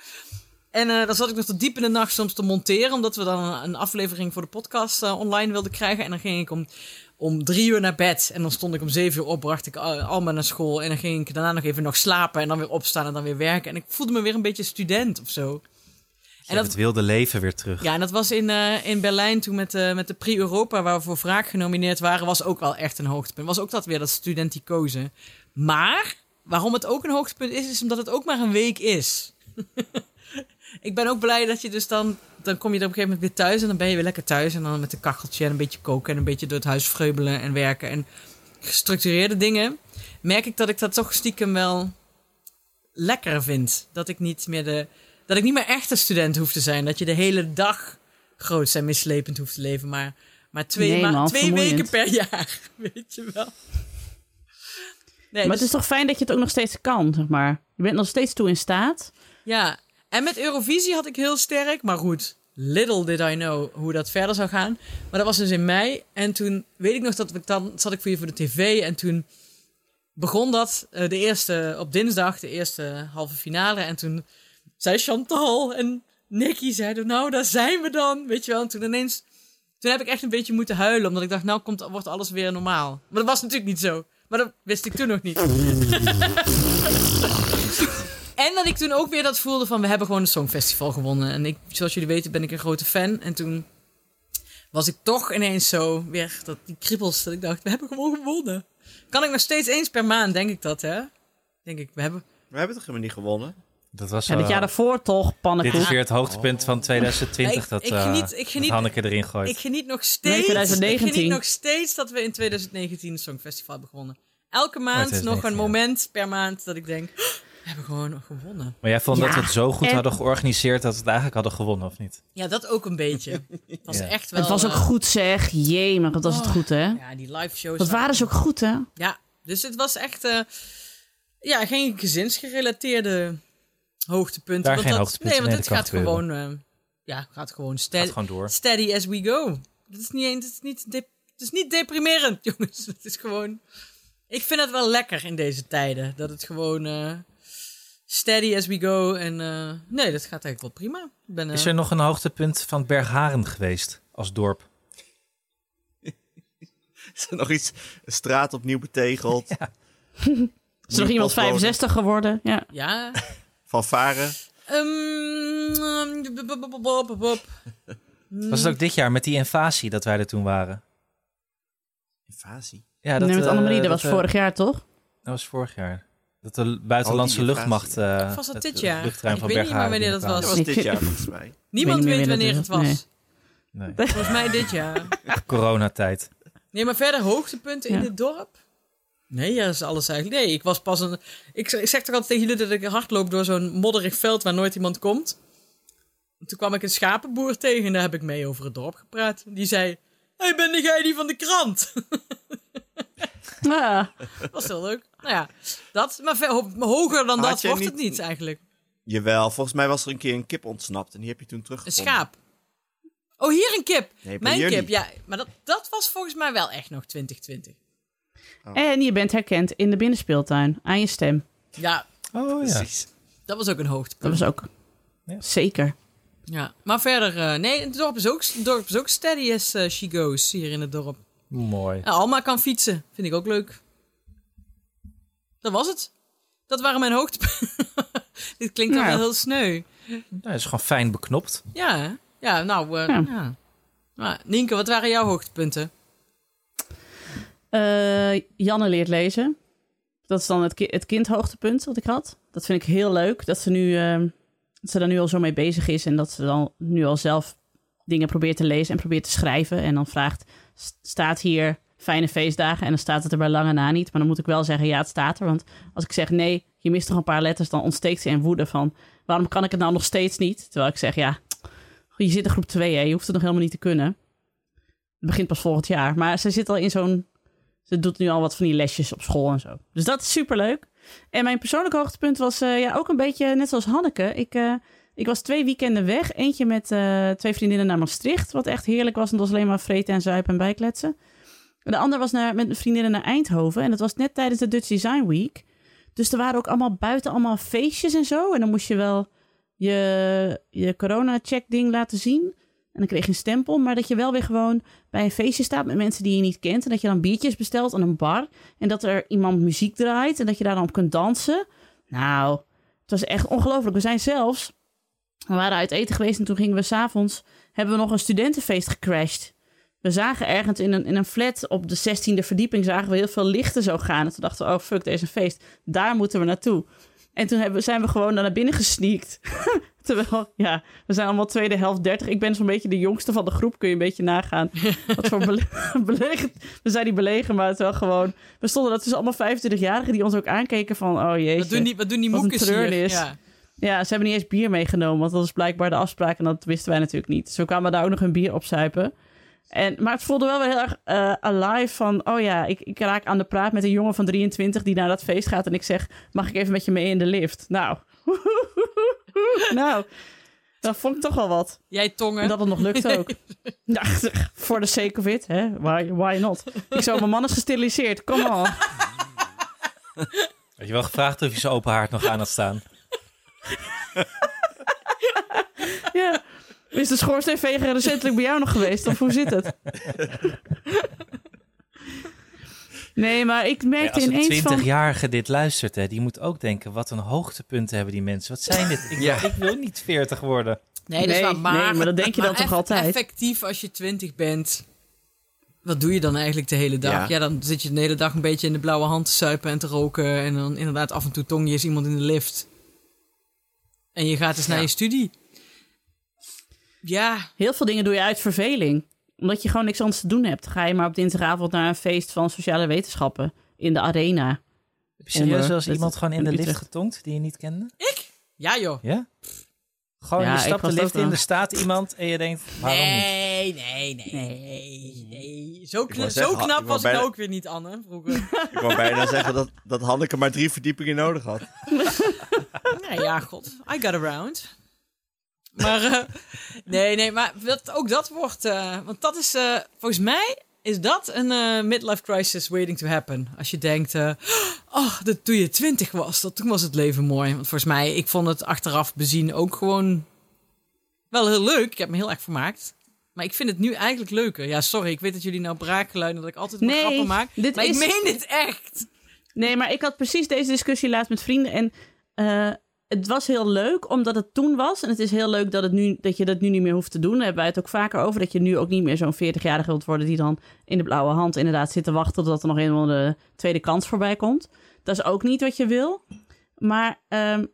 [SPEAKER 3] En eh, dan zat ik nog tot diep in de nacht soms te monteren. Omdat we dan een, een aflevering voor de podcast eh, online wilden krijgen. En dan ging ik om om drie uur naar bed. En dan stond ik om zeven uur op, bracht ik Al- Alma naar school. En dan ging ik daarna nog even nog slapen en dan weer opstaan en dan weer werken. En ik voelde me weer een beetje student of zo.
[SPEAKER 1] En dat... Het wilde leven weer terug.
[SPEAKER 3] Ja, en dat was in, eh, in Berlijn toen met, eh, met de Prix Europa, waar we voor Vraag genomineerd waren, was ook wel echt een hoogtepunt. Was ook dat weer, dat student die kozen. Maar waarom het ook een hoogtepunt is, is omdat het ook maar een week is. [laughs] Ik ben ook blij dat je dus dan, dan kom je er op een gegeven moment weer thuis en dan ben je weer lekker thuis. En dan met een kacheltje en een beetje koken en een beetje door het huis vreubelen en werken en gestructureerde dingen. Merk ik dat ik dat toch stiekem wel lekker vind. Dat ik niet meer de, dat ik niet meer echt een student hoef te zijn. Dat je de hele dag groot en mislepend hoeft te leven. Maar, maar twee,
[SPEAKER 2] Nee,
[SPEAKER 3] ma-
[SPEAKER 2] man,
[SPEAKER 3] twee
[SPEAKER 2] vermoeiend.
[SPEAKER 3] weken per jaar, [laughs] weet je wel. Nee,
[SPEAKER 2] maar
[SPEAKER 3] dus-
[SPEAKER 2] het is toch fijn dat je het ook nog steeds kan, zeg maar. Je bent nog steeds toe in staat.
[SPEAKER 3] Ja, en met Eurovisie had ik heel sterk, maar goed, little did I know hoe dat verder zou gaan. Maar dat was dus in mei. En toen weet ik nog dat ik dan zat ik voor je voor de tv en toen begon dat eh, de eerste op dinsdag de eerste halve finale en toen zei Chantal en Nicky zeiden nou daar zijn we dan, weet je wel? En toen ineens toen heb ik echt een beetje moeten huilen omdat ik dacht nou komt wordt alles weer normaal. Maar dat was natuurlijk niet zo. Maar dat wist ik toen nog niet. En dat ik toen ook weer dat voelde van... we hebben gewoon een songfestival gewonnen. En ik, zoals jullie weten ben ik een grote fan. En toen was ik toch ineens zo weer... Dat, die kriebels dat ik dacht, we hebben gewoon gewonnen. Kan ik nog steeds eens per maand, denk ik dat, hè? Denk ik, we hebben...
[SPEAKER 4] We hebben het helemaal niet gewonnen. [laughs]
[SPEAKER 1] Dat was
[SPEAKER 2] Ja,
[SPEAKER 1] wel-
[SPEAKER 2] dat jaar daarvoor toch,
[SPEAKER 1] Dit
[SPEAKER 2] pannenkoek.
[SPEAKER 1] is weer het hoogtepunt van 2020
[SPEAKER 3] Ja, ik-
[SPEAKER 1] dat,
[SPEAKER 3] Oh. ik
[SPEAKER 1] eh,
[SPEAKER 3] geniet- ik geniet-
[SPEAKER 1] dat Hanneke erin gooit.
[SPEAKER 3] Ik geniet nog steeds...
[SPEAKER 2] Nee, 2019.
[SPEAKER 3] Ik geniet nog steeds dat we in 2019 een songfestival hebben gewonnen. Elke maand nog
[SPEAKER 1] 2019,
[SPEAKER 3] een
[SPEAKER 1] Oh, ja.
[SPEAKER 3] moment per maand dat ik denk... We hebben gewoon gewonnen.
[SPEAKER 1] Maar jij vond
[SPEAKER 2] Ja,
[SPEAKER 1] dat we het zo goed
[SPEAKER 2] en-
[SPEAKER 1] hadden georganiseerd dat we het eigenlijk hadden gewonnen, of niet?
[SPEAKER 3] Ja, dat ook een
[SPEAKER 1] [laughs]
[SPEAKER 3] beetje. Het was
[SPEAKER 1] Ja.
[SPEAKER 3] echt wel...
[SPEAKER 2] Het was ook
[SPEAKER 3] eh,
[SPEAKER 2] goed, zeg. Jee, maar wat was het
[SPEAKER 3] Oh.
[SPEAKER 2] goed, hè?
[SPEAKER 3] Ja, die live shows...
[SPEAKER 2] Wat waren ze ook goed, hè?
[SPEAKER 3] Ja, dus het was echt eh, ja, geen gezinsgerelateerde hoogtepunten.
[SPEAKER 1] Daar
[SPEAKER 3] want
[SPEAKER 1] geen
[SPEAKER 3] dat,
[SPEAKER 1] hoogtepunten,
[SPEAKER 3] Nee, want
[SPEAKER 1] nee,
[SPEAKER 3] het
[SPEAKER 1] dat
[SPEAKER 3] gaat
[SPEAKER 1] kan
[SPEAKER 3] gewoon, eh, ja, gaat gewoon, steady,
[SPEAKER 1] Gaat gewoon door.
[SPEAKER 3] steady as we go. Het is niet, eens- het is niet, dep- het is niet deprimerend, [laughs] jongens. Het is gewoon... Ik vind het wel lekker in deze tijden. Dat het gewoon eh, steady as we go. En eh, nee, dat gaat eigenlijk wel prima. Ik ben, eh,
[SPEAKER 1] Is er nog een hoogtepunt van Bergharen geweest als dorp?
[SPEAKER 4] Is er nog iets? Een straat opnieuw betegeld.
[SPEAKER 2] Is er nog iemand
[SPEAKER 4] pas wonen.
[SPEAKER 2] 65 geworden? Ja.
[SPEAKER 3] Ja.
[SPEAKER 4] Van varen.
[SPEAKER 3] Ehm, eh, bop, bop, bop, bop, bop.
[SPEAKER 1] [laughs] Was het ook dit jaar met die invasie dat wij er toen waren?
[SPEAKER 4] Invasie.
[SPEAKER 1] Ja,
[SPEAKER 2] nee, met
[SPEAKER 1] eh,
[SPEAKER 2] Annemarie, dat was
[SPEAKER 1] eh,
[SPEAKER 2] vorig jaar, toch?
[SPEAKER 1] Dat was vorig jaar. Dat de buitenlandse
[SPEAKER 4] Oh, die invasie.
[SPEAKER 1] luchtmacht. eh,
[SPEAKER 3] Of was dat
[SPEAKER 1] het
[SPEAKER 3] dit jaar?
[SPEAKER 1] luchtruim
[SPEAKER 3] Ik
[SPEAKER 1] van
[SPEAKER 3] weet niet meer
[SPEAKER 1] Bergharen
[SPEAKER 3] wanneer dat
[SPEAKER 1] binnenkwam.
[SPEAKER 4] Dat
[SPEAKER 3] was.
[SPEAKER 4] was
[SPEAKER 2] Ik-
[SPEAKER 4] dit jaar volgens mij.
[SPEAKER 3] Niemand
[SPEAKER 2] Ik weet niet
[SPEAKER 3] weet
[SPEAKER 2] meer
[SPEAKER 3] wanneer
[SPEAKER 2] wanneer
[SPEAKER 3] het
[SPEAKER 2] dat
[SPEAKER 3] was.
[SPEAKER 2] is.
[SPEAKER 1] Nee,
[SPEAKER 3] Volgens mij dit jaar.
[SPEAKER 1] coronatijd.
[SPEAKER 3] Nee, maar verder hoogtepunten in
[SPEAKER 2] Ja.
[SPEAKER 3] het dorp? Nee, ja, is alles eigenlijk. Nee, ik was pas een. Ik zeg ik zeg toch altijd tegen jullie dat ik hardloop door zo'n modderig veld waar nooit iemand komt. En Toen kwam ik een schapenboer tegen en daar heb ik mee over het dorp gepraat. Die zei: hey, ben de jij die van de krant? [laughs]
[SPEAKER 2] Ja.
[SPEAKER 3] was heel leuk. Nou ja, dat, maar ver- ho- hoger dan
[SPEAKER 4] Had
[SPEAKER 3] dat
[SPEAKER 4] je
[SPEAKER 3] wordt
[SPEAKER 4] niet-
[SPEAKER 3] het niet eigenlijk.
[SPEAKER 4] Jawel, volgens mij was er een keer een kip ontsnapt en die heb je toen
[SPEAKER 3] Een
[SPEAKER 4] teruggevonden.
[SPEAKER 3] schaap. Oh, hier een kip.
[SPEAKER 4] Nee, bij
[SPEAKER 3] Mijn
[SPEAKER 4] jullie.
[SPEAKER 3] kip, ja. Maar dat, dat was volgens mij wel echt nog 2020.
[SPEAKER 1] Oh.
[SPEAKER 2] En je bent herkend in de binnenspeeltuin. Aan je stem.
[SPEAKER 3] Ja,
[SPEAKER 1] Oh ja.
[SPEAKER 4] Precies.
[SPEAKER 3] dat was ook een
[SPEAKER 2] Dat
[SPEAKER 3] hoogtepunt.
[SPEAKER 2] was ook...
[SPEAKER 1] Ja.
[SPEAKER 2] Zeker.
[SPEAKER 3] Ja, maar verder, eh, nee, het dorp is ook, het dorp is ook steady as eh, she goes hier in het dorp.
[SPEAKER 1] Mooi.
[SPEAKER 3] En Alma kan fietsen, vind ik ook leuk. Dat was het. Dat waren mijn hoogtepunten. [laughs] Dit klinkt dan
[SPEAKER 2] Nou.
[SPEAKER 3] wel heel sneu.
[SPEAKER 1] Nou, dat is gewoon fijn beknopt.
[SPEAKER 3] Ja, hè? ja nou, eh,
[SPEAKER 2] Ja.
[SPEAKER 3] ja. Nou, Nienke, wat waren jouw hoogtepunten?
[SPEAKER 2] Eh, Janne leert lezen. Dat is dan het, ki- het kindhoogtepunt dat ik had. Dat vind ik heel leuk. Dat ze, nu, ehm, dat ze daar nu al zo mee bezig is. En dat ze dan nu al zelf dingen probeert te lezen en probeert te schrijven. En dan vraagt, "S- staat hier fijne feestdagen? En dan staat het er bij lange na niet. Maar dan moet ik wel zeggen, ja, het staat er. Want als ik zeg, nee, je mist toch een paar letters. Dan ontsteekt ze in woede van, waarom kan ik het nou nog steeds niet? Terwijl ik zeg, ja, je zit in groep 2, hè. Je hoeft het nog helemaal niet te kunnen. Het begint pas volgend jaar. Maar ze zit al in zo'n ze doet nu al wat van die lesjes op school en zo. Dus dat is superleuk. En mijn persoonlijke hoogtepunt was eh, ja, ook een beetje net zoals Hanneke. Ik, eh, ik was twee weekenden weg. Eentje met eh, twee vriendinnen naar Maastricht. Wat echt heerlijk was. En dat was alleen maar vreten en zuipen en bijkletsen. En de ander was naar, met vriendinnen naar Eindhoven. En dat was net tijdens de Dutch Design Week. Dus er waren ook allemaal buiten allemaal feestjes en zo. En dan moest je wel je, je corona-check ding laten zien. En dan kreeg je een stempel. Maar dat je wel weer gewoon bij een feestje staat met mensen die je niet kent. En dat je dan biertjes bestelt aan een bar. En dat er iemand muziek draait. En dat je daar dan op kunt dansen. Nou, het was echt ongelooflijk. We zijn zelfs We waren uit eten geweest en toen gingen we s'avonds... hebben we nog een studentenfeest gecrashed. We zagen ergens in een, in een flat op de 16e verdieping... zagen we heel veel lichten zo gaan. En toen dachten we, oh fuck, er is een feest. Daar moeten we naartoe. En toen hebben, zijn we gewoon naar binnen gesneakt. [laughs] Terwijl, ja, we zijn allemaal tweede helft 30. Ik ben zo'n beetje de jongste van de groep, kun je een beetje nagaan. Wat voor bele- [laughs] belegen. We zijn niet belegen, maar het wel gewoon. We stonden dat tussen allemaal 25-jarigen die ons ook aankeken van, oh jee.
[SPEAKER 3] Wat doen die, wat doen die
[SPEAKER 2] Wat een
[SPEAKER 3] moekes hier?
[SPEAKER 2] treurnis.
[SPEAKER 3] Ja.
[SPEAKER 2] Ja, ze hebben niet eens bier meegenomen, want dat is blijkbaar de afspraak en dat wisten wij natuurlijk niet. Zo kwamen we daar ook nog een bier opzuipen. En, maar het voelde wel weer heel erg eh, alive van, oh ja, ik, ik raak aan de praat met een jongen van 23 die naar dat feest gaat en ik zeg, mag ik even met je mee in de lift? Nou, [laughs] nou, dat vond ik toch wel wat.
[SPEAKER 3] Jij tongen.
[SPEAKER 2] En dat het nog lukt ook. Ja, [laughs] voor de sake of it, hè? Why, why not? Ik zo, mijn man is gesteriliseerd, kom on.
[SPEAKER 1] Had je wel gevraagd of je zijn open haard nog aan had staan?
[SPEAKER 2] Ja. Is de schoorsteenveger recentelijk bij jou nog geweest? Of hoe zit het? Nee, maar ik merkte
[SPEAKER 1] als
[SPEAKER 2] ineens
[SPEAKER 1] een
[SPEAKER 2] van...
[SPEAKER 1] 20-jarige dit luistert, hè, die moet ook denken: wat een hoogtepunten hebben die mensen. Wat zijn [laughs] dit? Ik,
[SPEAKER 4] Ja.
[SPEAKER 1] ik wil niet 40 worden.
[SPEAKER 3] Nee, dat is
[SPEAKER 2] Nee,
[SPEAKER 3] wel maar.
[SPEAKER 2] nee, maar dat denk je dan toch
[SPEAKER 3] eff-
[SPEAKER 2] altijd?
[SPEAKER 3] Effectief als je 20 bent. Wat doe je dan eigenlijk de hele dag? Ja.
[SPEAKER 4] Ja.
[SPEAKER 3] dan zit je de hele dag een beetje in de blauwe hand te suipen en te roken. En dan inderdaad af en toe tong je eens iemand in de lift. En je gaat eens naar je studie. Ja,
[SPEAKER 2] Heel veel dingen doe je uit verveling. Omdat je gewoon niks anders te doen hebt. Ga je maar op dinsdagavond naar een feest van sociale wetenschappen in de arena.
[SPEAKER 1] Heb je serieus
[SPEAKER 2] Onder-
[SPEAKER 1] wel eens
[SPEAKER 2] met-
[SPEAKER 1] iemand gewoon eh, in
[SPEAKER 2] in
[SPEAKER 1] de lift
[SPEAKER 2] Utrecht.
[SPEAKER 1] getonkt die je niet kende?
[SPEAKER 3] ja joh.
[SPEAKER 1] Ja? Gewoon,
[SPEAKER 2] Ja,
[SPEAKER 1] je
[SPEAKER 2] ik
[SPEAKER 1] stapt de
[SPEAKER 2] was dat
[SPEAKER 1] lift in,
[SPEAKER 2] wel.
[SPEAKER 1] er staat iemand en je denkt, waarom niet?
[SPEAKER 3] Nee, nee, nee, nee, nee. Zo, kn-
[SPEAKER 4] wou
[SPEAKER 3] zo
[SPEAKER 4] zeggen,
[SPEAKER 3] knap
[SPEAKER 4] ik wou
[SPEAKER 3] was ik
[SPEAKER 4] bijna-
[SPEAKER 3] nou ook weer niet, Anne, vroeger.
[SPEAKER 4] Ik wou bijna zeggen dat, dat Hanneke maar drie verdiepingen nodig had.
[SPEAKER 3] Nou ja, god. I got around. Maar eh, nee, nee, maar dat, ook dat wordt. eh, want dat is. eh, volgens mij is dat een eh, midlife crisis waiting to happen. Als je denkt. eh, oh, dat toen je twintig was. Dat, toen was het leven mooi. Want volgens mij, ik vond het achteraf bezien ook gewoon. Wel heel leuk. Ik heb me heel erg vermaakt. Maar ik vind het nu eigenlijk leuker. Ja, sorry. Ik weet dat jullie nou braakgeluiden. Dat ik altijd maar
[SPEAKER 2] Nee,
[SPEAKER 3] grappen maak.
[SPEAKER 2] dit
[SPEAKER 3] maar ik
[SPEAKER 2] is-
[SPEAKER 3] meen dit echt.
[SPEAKER 2] Nee, maar ik had precies deze discussie laatst met vrienden. En eh, het was heel leuk omdat het toen was. En het is heel leuk dat, het nu, dat je dat nu niet meer hoeft te doen. Daar hebben wij het ook vaker over. Dat je nu ook niet meer zo'n 40-jarige wilt worden die dan in de blauwe hand inderdaad zit te wachten totdat er nog eenmaal de tweede kans voorbij komt. Dat is ook niet wat je wil. Maar ehm,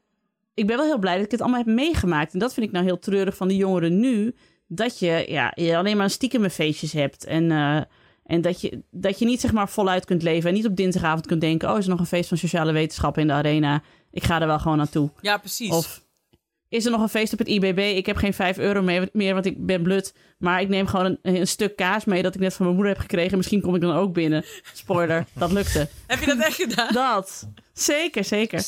[SPEAKER 2] ik ben wel heel blij dat ik het allemaal heb meegemaakt. En dat vind ik nou heel treurig van de jongeren nu. Dat je, ja, je alleen maar stiekeme feestjes hebt. En, eh, en dat, je, dat je niet zeg maar voluit kunt leven. En niet op dinsdagavond kunt denken... oh, is er nog een feest van sociale wetenschappen in de arena? Ik ga er wel gewoon naartoe.
[SPEAKER 3] Ja, precies.
[SPEAKER 2] Of is er nog een feest op het IBB? Ik heb geen 5 euro mee- meer, want ik ben blut. Maar ik neem gewoon een, een stuk kaas mee dat ik net van mijn moeder heb gekregen. Misschien kom ik dan ook binnen. Spoiler, dat lukte.
[SPEAKER 3] Heb je dat echt gedaan?
[SPEAKER 2] Dat. Zeker, zeker.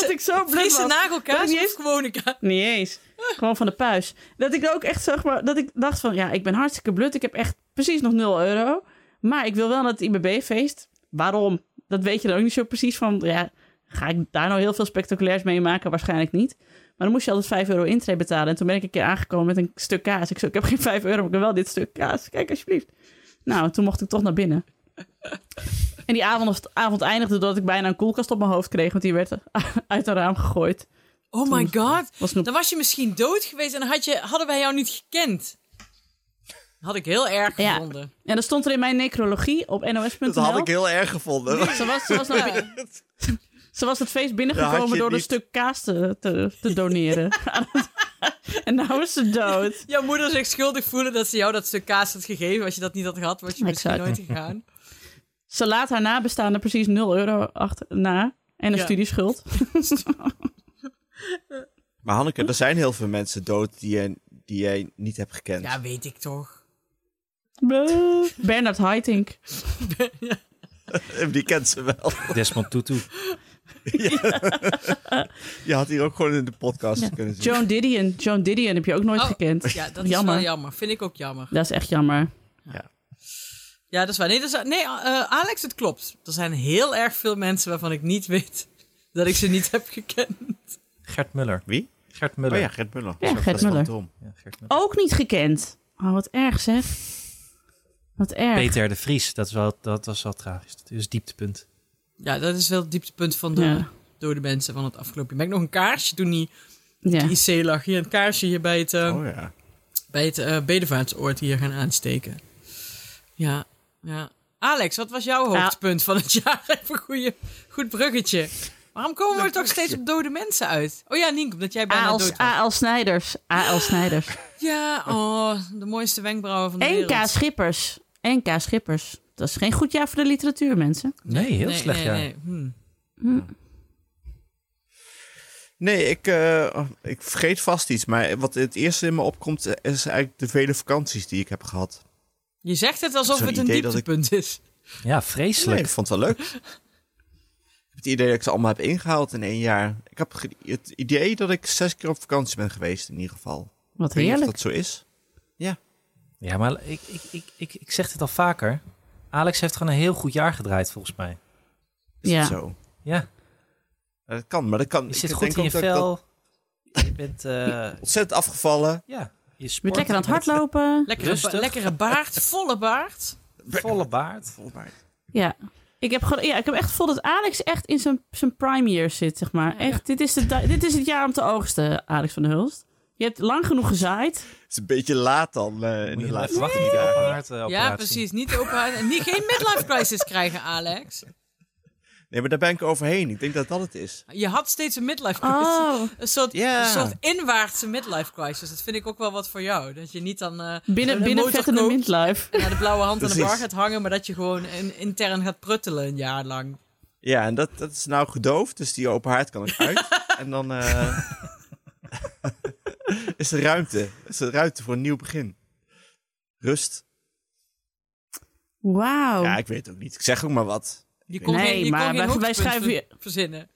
[SPEAKER 2] [laughs] Dat ik
[SPEAKER 3] [laughs]
[SPEAKER 2] zo blut
[SPEAKER 3] Friese
[SPEAKER 2] was. Dat
[SPEAKER 3] nagelkaas
[SPEAKER 2] ik niet
[SPEAKER 3] of
[SPEAKER 2] eens-
[SPEAKER 3] gewone kaas?
[SPEAKER 2] Niet eens. Gewoon van de puis. Dat ik ook echt zeg maar, dat ik dacht van ja, ik ben hartstikke blut. Ik heb echt precies nog 0 euro. Maar ik wil wel naar het IBB-feest. Waarom? Dat weet je dan ook niet zo precies van. Ja, ga ik daar nou heel veel spectaculairs mee maken? Waarschijnlijk niet. Maar dan moest je altijd 5 euro intree betalen. En toen ben ik een keer aangekomen met een stuk kaas. Ik zei, ik heb geen 5 euro, maar ik wil wel dit stuk kaas. Kijk alsjeblieft. Nou, toen mocht ik toch naar binnen. En die avond, avond eindigde doordat ik bijna een koelkast op mijn hoofd kreeg. Want die werd [laughs] uit een raam gegooid.
[SPEAKER 3] Oh my god.
[SPEAKER 2] Was nog
[SPEAKER 3] Dan was je misschien dood geweest en dan had je, hadden wij jou niet gekend. Had ik heel erg
[SPEAKER 2] Ja.
[SPEAKER 3] gevonden.
[SPEAKER 2] En dat stond er in mijn necrologie op nos.nl.
[SPEAKER 4] Dat had ik heel erg gevonden.
[SPEAKER 2] ze, was,
[SPEAKER 4] [laughs]
[SPEAKER 2] ze, was naar bi- ze was het feest
[SPEAKER 4] Daar had
[SPEAKER 2] binnengekomen
[SPEAKER 4] je
[SPEAKER 2] door een
[SPEAKER 4] niet.
[SPEAKER 2] stuk kaas te, te, te doneren. [laughs] en nou is ze dood.
[SPEAKER 3] Jouw moeder zich schuldig voelen dat ze jou dat stuk kaas had gegeven. Als je dat niet had gehad,
[SPEAKER 2] Oh
[SPEAKER 3] was je misschien
[SPEAKER 2] Exact.
[SPEAKER 3] nooit gegaan.
[SPEAKER 2] Ze laat haar nabestaanden precies 0 euro achterna. En een
[SPEAKER 3] Ja.
[SPEAKER 2] studieschuld.
[SPEAKER 4] Maar Hanneke, er zijn heel veel mensen dood die jij, die jij niet hebt
[SPEAKER 3] [laughs]
[SPEAKER 4] gekend.
[SPEAKER 3] Ja, weet ik toch.
[SPEAKER 2] Bleh. Bernard Haitink.
[SPEAKER 4] [laughs] Die kent ze wel.
[SPEAKER 1] Desmond Tutu.
[SPEAKER 4] Je had hier ook gewoon in de podcast kunnen zien.
[SPEAKER 2] Joan Didion. Joan Didion heb je ook nooit
[SPEAKER 3] Oh,
[SPEAKER 2] gekend.
[SPEAKER 3] Ja, dat
[SPEAKER 2] jammer.
[SPEAKER 3] is wel jammer. Vind ik ook jammer.
[SPEAKER 2] Dat is echt jammer.
[SPEAKER 3] Ja, dat is waar. Nee, dat is, nee eh, Alex, het klopt. Er zijn heel erg veel mensen waarvan ik niet weet [laughs] dat ik ze niet heb gekend.
[SPEAKER 1] Gert Muller.
[SPEAKER 4] Wie?
[SPEAKER 1] Gert
[SPEAKER 4] Oh
[SPEAKER 1] Muller.
[SPEAKER 4] ja, Gert Muller.
[SPEAKER 2] Ja,
[SPEAKER 4] Zo, dat
[SPEAKER 2] Gert
[SPEAKER 4] is dan
[SPEAKER 2] Muller.
[SPEAKER 4] dom.
[SPEAKER 1] Ja, Gert
[SPEAKER 3] Oh
[SPEAKER 1] Muller.
[SPEAKER 2] Ook niet gekend. Oh, wat erg zeg. Wat erg.
[SPEAKER 1] Peter de Vries, dat, is wel, dat was wel tragisch. Dat is dieptepunt.
[SPEAKER 3] Ja, dat is wel het dieptepunt van de
[SPEAKER 2] Ja.
[SPEAKER 3] dode mensen van het afgelopen jaar. Ben ik nog een kaarsje toen hij
[SPEAKER 2] Ja.
[SPEAKER 3] IC lag hier een kaarsje hier bij het, eh,
[SPEAKER 4] Oh ja.
[SPEAKER 3] bij het eh, bedevaartsoord hier gaan aansteken. Ja, ja. Alex, wat was jouw
[SPEAKER 2] Ja.
[SPEAKER 3] hoogtepunt van het [laughs] jaar? Even een goeie, goed bruggetje. Waarom komen we er toch steeds op dode mensen uit? Oh ja, Nienke, omdat jij bijna dood
[SPEAKER 2] A.L.
[SPEAKER 3] was.
[SPEAKER 2] A.L. Snijders. A.L. Snijders.
[SPEAKER 3] Ja, oh, de mooiste wenkbrauwen van de
[SPEAKER 2] En
[SPEAKER 3] wereld.
[SPEAKER 2] K. Schippers. En K. Schippers. Dat is geen goed jaar voor de literatuur, mensen.
[SPEAKER 1] Nee, heel
[SPEAKER 3] Nee,
[SPEAKER 1] slecht
[SPEAKER 3] nee,
[SPEAKER 1] ja.
[SPEAKER 3] nee. Hm.
[SPEAKER 4] Nee, ik, eh, ik vergeet vast iets. Maar wat het eerste in me opkomt eh, is eigenlijk de vele vakanties die ik heb gehad.
[SPEAKER 3] Je zegt het alsof
[SPEAKER 4] Zo'n
[SPEAKER 3] het een
[SPEAKER 4] idee dat ik-
[SPEAKER 3] dieptepunt is.
[SPEAKER 1] Ja,
[SPEAKER 4] Nee,
[SPEAKER 1] vreselijk.
[SPEAKER 4] ik vond
[SPEAKER 1] [laughs]
[SPEAKER 4] het wel leuk. ik heb het idee dat ik ze allemaal heb ingehaald in één jaar. Ik heb ge- het idee dat ik zes keer op vakantie ben geweest in ieder geval.
[SPEAKER 2] Wat
[SPEAKER 4] Ik weet niet of
[SPEAKER 2] heerlijk.
[SPEAKER 4] dat zo is.
[SPEAKER 1] Ja, maar ik, ik, ik, ik, ik zeg dit al vaker. Alex heeft gewoon een heel goed jaar gedraaid, volgens mij.
[SPEAKER 4] Is
[SPEAKER 2] Ja.
[SPEAKER 4] dat zo?
[SPEAKER 1] Ja,
[SPEAKER 4] Ja, Dat kan, maar dat kan.
[SPEAKER 1] je
[SPEAKER 4] Ik
[SPEAKER 1] zit
[SPEAKER 4] denk
[SPEAKER 1] goed in je
[SPEAKER 4] ook dat ik dat
[SPEAKER 1] vel. Je bent, eh, [laughs]
[SPEAKER 4] Ontzettend afgevallen.
[SPEAKER 1] ja, je
[SPEAKER 2] Je bent
[SPEAKER 1] sport.
[SPEAKER 2] lekker aan het
[SPEAKER 4] [laughs]
[SPEAKER 2] hardlopen.
[SPEAKER 3] Lekkere, ba-
[SPEAKER 1] Rustig.
[SPEAKER 3] lekkere baard, volle baard.
[SPEAKER 1] Volle baard.
[SPEAKER 2] Ja. Ik heb, gewoon, ja, ik heb echt gevoeld dat Alex echt in zijn, zijn prime year zit, zeg maar. Echt, dit is, de, da- dit is het jaar om te oogsten, Alex van der Hulst. Je hebt lang genoeg gezaaid.
[SPEAKER 4] Het is een beetje laat dan eh, in
[SPEAKER 1] Moet
[SPEAKER 4] de
[SPEAKER 1] je
[SPEAKER 4] laatste
[SPEAKER 1] even wachten niet op een hartoperatie.
[SPEAKER 3] Ja, precies. Niet open en niet, geen midlife crisis krijgen, Alex.
[SPEAKER 4] Nee, maar daar ben ik overheen. Ik denk dat dat het is.
[SPEAKER 3] Je had steeds een midlife crisis.
[SPEAKER 2] [laughs] Oh,
[SPEAKER 3] Een soort,
[SPEAKER 4] Ja.
[SPEAKER 3] een soort inwaartse midlife crisis. Dat vind ik ook wel wat voor jou. Dat je niet dan eh
[SPEAKER 2] binnen,
[SPEAKER 3] een
[SPEAKER 2] binnen
[SPEAKER 3] motor
[SPEAKER 2] vet in de
[SPEAKER 3] koopt,
[SPEAKER 2] midlife.
[SPEAKER 3] naar de blauwe hand aan de bar
[SPEAKER 4] Precies.
[SPEAKER 3] gaat hangen, maar dat je gewoon in- intern gaat pruttelen een jaar lang.
[SPEAKER 4] Ja, en dat, dat is nou gedoofd, dus die open haard kan ik
[SPEAKER 1] [laughs]
[SPEAKER 4] uit. en dan eh, [laughs] is er ruimte. Is er ruimte voor een nieuw begin. Rust.
[SPEAKER 2] Wauw.
[SPEAKER 4] Ja, ik weet het ook niet. Ik zeg ook maar wat.
[SPEAKER 3] Je kon
[SPEAKER 2] Nee,
[SPEAKER 3] geen, je
[SPEAKER 2] maar
[SPEAKER 3] kon geen
[SPEAKER 2] wij- wij
[SPEAKER 3] hoogtepunt
[SPEAKER 2] schrijven
[SPEAKER 3] ver- verzinnen.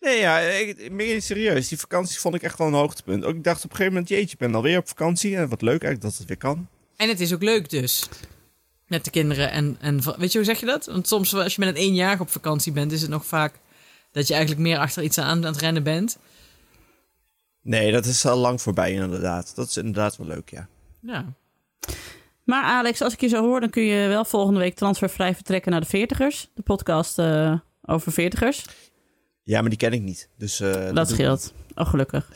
[SPEAKER 4] Nee, ja, ik, meer serieus. Die vakantie vond ik echt wel een hoogtepunt. Ook ik dacht op een gegeven moment, jeetje, ik ben alweer op vakantie. En wat leuk eigenlijk dat het weer kan.
[SPEAKER 3] En het is ook leuk dus. Met de kinderen en, en va- weet je hoe zeg je dat? Want soms als je met een eenjarig op vakantie bent, is het nog vaak dat je eigenlijk meer achter iets aan, aan het rennen bent.
[SPEAKER 4] Nee, dat is al lang voorbij inderdaad. Dat is inderdaad wel leuk, ja.
[SPEAKER 3] Ja.
[SPEAKER 2] Maar Alex, als ik je zo hoor, dan kun je wel volgende week transfervrij vertrekken naar de veertigers. De podcast eh, over veertigers.
[SPEAKER 4] Ja, maar die ken ik niet. Dus, eh, doe
[SPEAKER 2] Dat
[SPEAKER 4] ik
[SPEAKER 2] scheelt. Oh, gelukkig.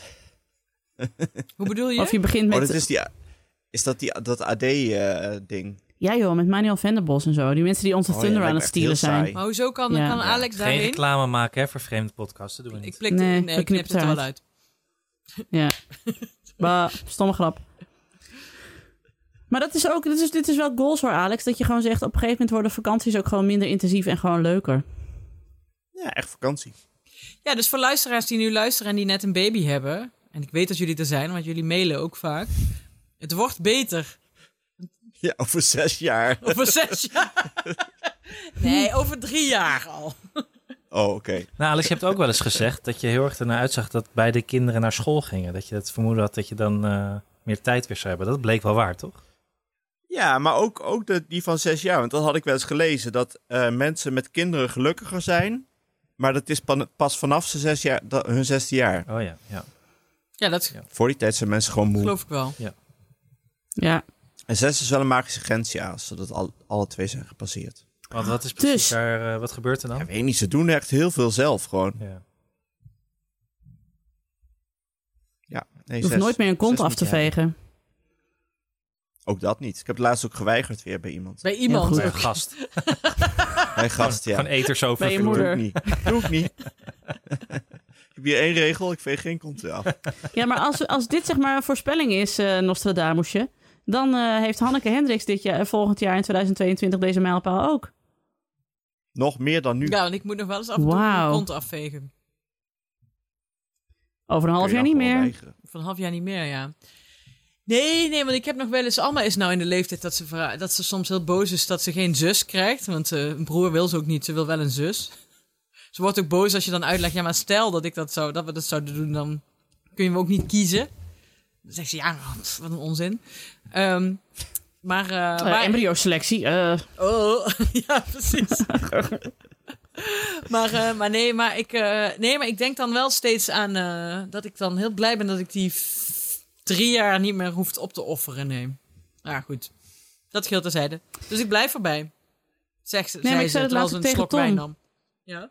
[SPEAKER 3] Hoe bedoel je?
[SPEAKER 2] Of je begint
[SPEAKER 4] niet.
[SPEAKER 2] met...
[SPEAKER 4] Oh, dat is, die, is dat die, dat AD-ding?
[SPEAKER 2] Ja joh, met Manuel Venderbos en zo. Die mensen die onze
[SPEAKER 4] Oh ja,
[SPEAKER 2] Thunder
[SPEAKER 4] dat
[SPEAKER 2] aan het
[SPEAKER 4] lijkt
[SPEAKER 2] stielen
[SPEAKER 4] me echt heel
[SPEAKER 2] zijn.
[SPEAKER 4] saai.
[SPEAKER 3] Maar hoezo kan,
[SPEAKER 2] Ja.
[SPEAKER 3] kan
[SPEAKER 4] Ja,
[SPEAKER 3] Alex
[SPEAKER 1] Geen
[SPEAKER 3] daarin?
[SPEAKER 1] reclame maken hè, voor vreemde podcasts. Dat doen we
[SPEAKER 3] Ik
[SPEAKER 1] niet.
[SPEAKER 3] plik,
[SPEAKER 2] Nee,
[SPEAKER 3] nee,
[SPEAKER 2] we
[SPEAKER 3] ik knip
[SPEAKER 2] knippen
[SPEAKER 3] het er
[SPEAKER 2] het
[SPEAKER 3] wel uit.
[SPEAKER 2] Ja. bah, stomme grap. Maar dat is ook, dit is, dit is wel goals hoor, Alex. Dat je gewoon zegt, op een gegeven moment worden vakanties ook gewoon minder intensief en gewoon leuker.
[SPEAKER 4] Ja, echt vakantie. [laughs]
[SPEAKER 3] Ja, dus voor luisteraars die nu luisteren en die net een baby hebben. En ik weet dat jullie er zijn, want jullie mailen ook vaak. Het wordt beter. [laughs]
[SPEAKER 4] Ja, over zes jaar.
[SPEAKER 3] Over zes jaar. [laughs] Nee, over drie jaar al.
[SPEAKER 4] Oh, oké.
[SPEAKER 1] Nou, Alex, je hebt ook wel eens gezegd dat je heel erg ernaar uitzag dat beide kinderen naar school gingen. Dat je het vermoeden had dat je dan eh, meer tijd weer zou hebben. Dat bleek wel waar, toch?
[SPEAKER 4] Ja, maar ook, ook de, die van zes jaar. Want dat had ik wel eens gelezen. Dat eh, mensen met kinderen gelukkiger zijn. Maar dat is pan- pas vanaf ze zes jaar, dat, hun zesde jaar.
[SPEAKER 1] Oh ja, ja.
[SPEAKER 3] Ja, dat
[SPEAKER 1] Ja.
[SPEAKER 4] Voor die tijd zijn mensen gewoon moe.
[SPEAKER 3] geloof ik wel.
[SPEAKER 2] Ja.
[SPEAKER 4] En zes is wel een magische grens, ja. Als ze dat al, alle twee zijn gepasseerd.
[SPEAKER 1] Want wat is precies
[SPEAKER 2] Dus-
[SPEAKER 1] daar, eh, wat gebeurt er
[SPEAKER 4] Ja,
[SPEAKER 1] dan?
[SPEAKER 4] weet niet. Ze doen echt heel veel zelf gewoon.
[SPEAKER 1] Ja.
[SPEAKER 4] Ja, nee,
[SPEAKER 2] Je hoeft
[SPEAKER 4] zes.
[SPEAKER 2] nooit meer een kont
[SPEAKER 4] Zes
[SPEAKER 2] af te
[SPEAKER 4] moet je hebben. [laughs]
[SPEAKER 2] vegen.
[SPEAKER 4] Ook dat niet. Ik heb het laatst ook geweigerd weer bij
[SPEAKER 2] [laughs]
[SPEAKER 4] iemand.
[SPEAKER 3] Bij iemand.
[SPEAKER 2] goed.
[SPEAKER 1] Bij een gast.
[SPEAKER 4] Mijn gast, ja.
[SPEAKER 1] Van eters over.
[SPEAKER 2] Bij je
[SPEAKER 1] vloer.
[SPEAKER 4] Doe
[SPEAKER 2] moeder.
[SPEAKER 4] ik niet. Doe ik niet. [laughs] ik heb hier één regel. Ik veeg geen kont af.
[SPEAKER 2] Ja, maar als, als dit zeg maar een voorspelling is, eh Nostradamusje, dan eh, heeft Hanneke Hendricks dit jaar, volgend jaar in 2022 deze mijlpaal ook.
[SPEAKER 4] Nog meer dan nu.
[SPEAKER 3] Ja, want ik moet nog wel eens af en toe mijn
[SPEAKER 2] Wauw.
[SPEAKER 3] kont afvegen.
[SPEAKER 2] Over een half
[SPEAKER 4] Kun je
[SPEAKER 2] jaar
[SPEAKER 4] dan
[SPEAKER 2] niet
[SPEAKER 4] gewoon
[SPEAKER 2] meer.
[SPEAKER 4] weigeren.
[SPEAKER 3] Van een half jaar niet meer, ja. Nee, nee, want ik heb nog wel eens... Alma is nou in de leeftijd dat ze, vra- dat ze soms heel boos is dat ze geen zus krijgt. Want eh, een broer wil ze ook niet, ze wil wel een zus. Ze wordt ook boos als je dan uitlegt... Ja, maar stel dat, ik dat, zou, dat we dat zouden doen, dan kun je me ook niet kiezen. Dan zegt ze, ja, pff, wat een onzin. Ehm, maar... eh,
[SPEAKER 2] Eh,
[SPEAKER 3] maar-
[SPEAKER 2] Embryo-selectie. eh.
[SPEAKER 3] Oh, [laughs] ja, precies. [laughs] maar, eh, maar, nee, maar ik, eh, nee, maar ik denk dan wel steeds aan eh, dat ik dan heel blij ben dat ik die f- drie jaar niet meer hoeft op te offeren. Nee. Ja, goed. Dat scheelt terzijde. Dus ik blijf erbij. Zeg ze,
[SPEAKER 2] maar
[SPEAKER 3] zei
[SPEAKER 2] ik
[SPEAKER 3] ze,
[SPEAKER 2] zei het
[SPEAKER 3] terwijl
[SPEAKER 2] laatst
[SPEAKER 3] ze een
[SPEAKER 2] tegen
[SPEAKER 3] slok
[SPEAKER 2] Tom.
[SPEAKER 3] wijn nam. Ja?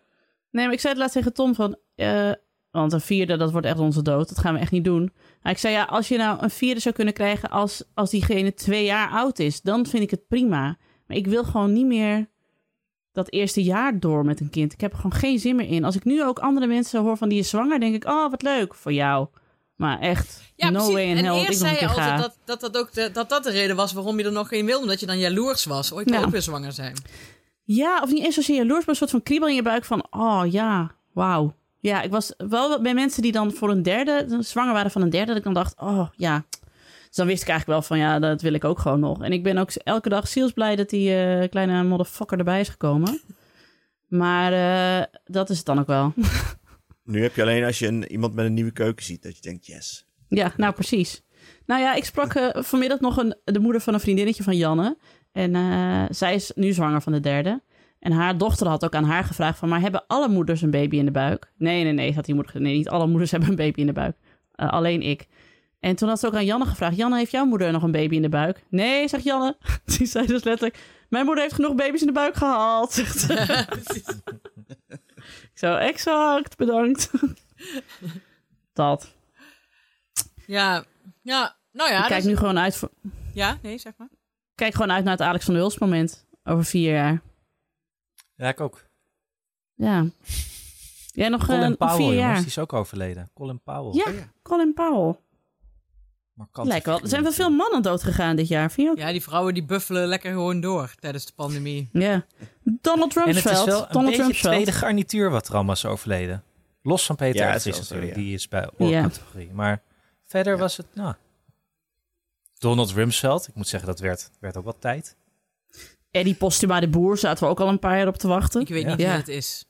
[SPEAKER 2] Nee, maar ik zei het laatst tegen Tom van... eh, Want een vierde, dat wordt echt onze dood. Dat gaan we echt niet doen. Maar ik zei, ja, als je nou een vierde zou kunnen krijgen als, als diegene twee jaar oud is, dan vind ik het prima. Maar ik wil gewoon niet meer dat eerste jaar door met een kind. Ik heb er gewoon geen zin meer in. Als ik nu ook andere mensen hoor van die is zwanger, denk ik, oh, wat leuk voor jou. Maar echt,
[SPEAKER 3] Ja,
[SPEAKER 2] no
[SPEAKER 3] precies.
[SPEAKER 2] way in
[SPEAKER 3] en
[SPEAKER 2] hell dat ik
[SPEAKER 3] eerst
[SPEAKER 2] nog
[SPEAKER 3] zei
[SPEAKER 2] een
[SPEAKER 3] je
[SPEAKER 2] keer ga.
[SPEAKER 3] altijd dat dat, dat, ook de, dat dat de reden was waarom je er nog geen wilde. Omdat je dan jaloers was. Oh, ik wil
[SPEAKER 2] Ja.
[SPEAKER 3] ook weer zwanger zijn.
[SPEAKER 2] Ja, of niet eens als je jaloers bent, een soort van kriebel in je buik van, oh ja, wauw. Ja, ik was wel wat bij mensen die dan voor een derde, dan zwanger waren van een derde, dat ik dan dacht, oh ja. Dus dan wist ik eigenlijk wel van, ja, dat wil ik ook gewoon nog. En ik ben ook elke dag zielsblij dat die eh, kleine motherfucker erbij is gekomen. Maar eh, dat is het dan ook wel.
[SPEAKER 4] Nu heb je alleen als je een, iemand met een nieuwe keuken ziet, dat je denkt, yes.
[SPEAKER 2] Ja, nou precies. Nou ja, ik sprak eh, vanmiddag nog een, de moeder van een vriendinnetje van Janne. En eh, zij is nu zwanger van de derde. En haar dochter had ook aan haar gevraagd van... maar hebben alle moeders een baby in de buik? Nee, nee, nee, had die moeder gezegd. Nee, niet alle moeders [laughs] hebben een baby in de buik. Eh, alleen ik. En toen had ze ook aan Janne gevraagd... Janne, heeft jouw moeder nog een baby in de buik? Nee, zegt Janne. [laughs] Die zei dus letterlijk... mijn moeder heeft genoeg baby's in de buik gehaald. [laughs] Zegt ze.
[SPEAKER 3] [laughs]
[SPEAKER 2] ik zo, exact, bedankt. [laughs] Dat.
[SPEAKER 3] Ja, ja. Nou ja,
[SPEAKER 2] ik kijk
[SPEAKER 3] dus-
[SPEAKER 2] nu gewoon uit voor...
[SPEAKER 3] ja, nee, zeg maar.
[SPEAKER 2] kijk gewoon uit naar het Alex van der Hulst moment. Over vier jaar.
[SPEAKER 1] Ja, ik ook.
[SPEAKER 2] Ja. Jij nog eh,
[SPEAKER 1] Colin Powell,
[SPEAKER 2] vier
[SPEAKER 1] jongens,
[SPEAKER 2] jaar.
[SPEAKER 1] die is Oh ook overleden. Colin Powell.
[SPEAKER 2] Ja, Colin Powell.
[SPEAKER 1] Markante
[SPEAKER 2] Lijkt wel. Er
[SPEAKER 1] figuur.
[SPEAKER 2] zijn wel veel mannen dood gegaan dit jaar, vind je ook?
[SPEAKER 3] Ja, die vrouwen die buffelen lekker gewoon door tijdens de pandemie.
[SPEAKER 2] Ja. Donald
[SPEAKER 1] En het is
[SPEAKER 2] Rumsfeld.
[SPEAKER 1] wel een
[SPEAKER 2] Donald
[SPEAKER 1] beetje
[SPEAKER 2] Rumsfeld.
[SPEAKER 1] tweede garnituur wat er allemaal is overleden. Los van Peter
[SPEAKER 4] Ja,
[SPEAKER 1] ja,
[SPEAKER 4] het is wel zo,
[SPEAKER 1] natuurlijk.
[SPEAKER 4] ja.
[SPEAKER 1] Die is bij oorcategorie. Maar verder
[SPEAKER 4] Ja.
[SPEAKER 1] was het, nou... Donald Rumsfeld, ik moet zeggen, dat werd, werd ook wat tijd.
[SPEAKER 2] Eddie Postuma de Boer zaten we ook al een paar jaar op te wachten.
[SPEAKER 3] Ik weet
[SPEAKER 1] Ja.
[SPEAKER 3] niet wie
[SPEAKER 2] Ja.
[SPEAKER 3] het is.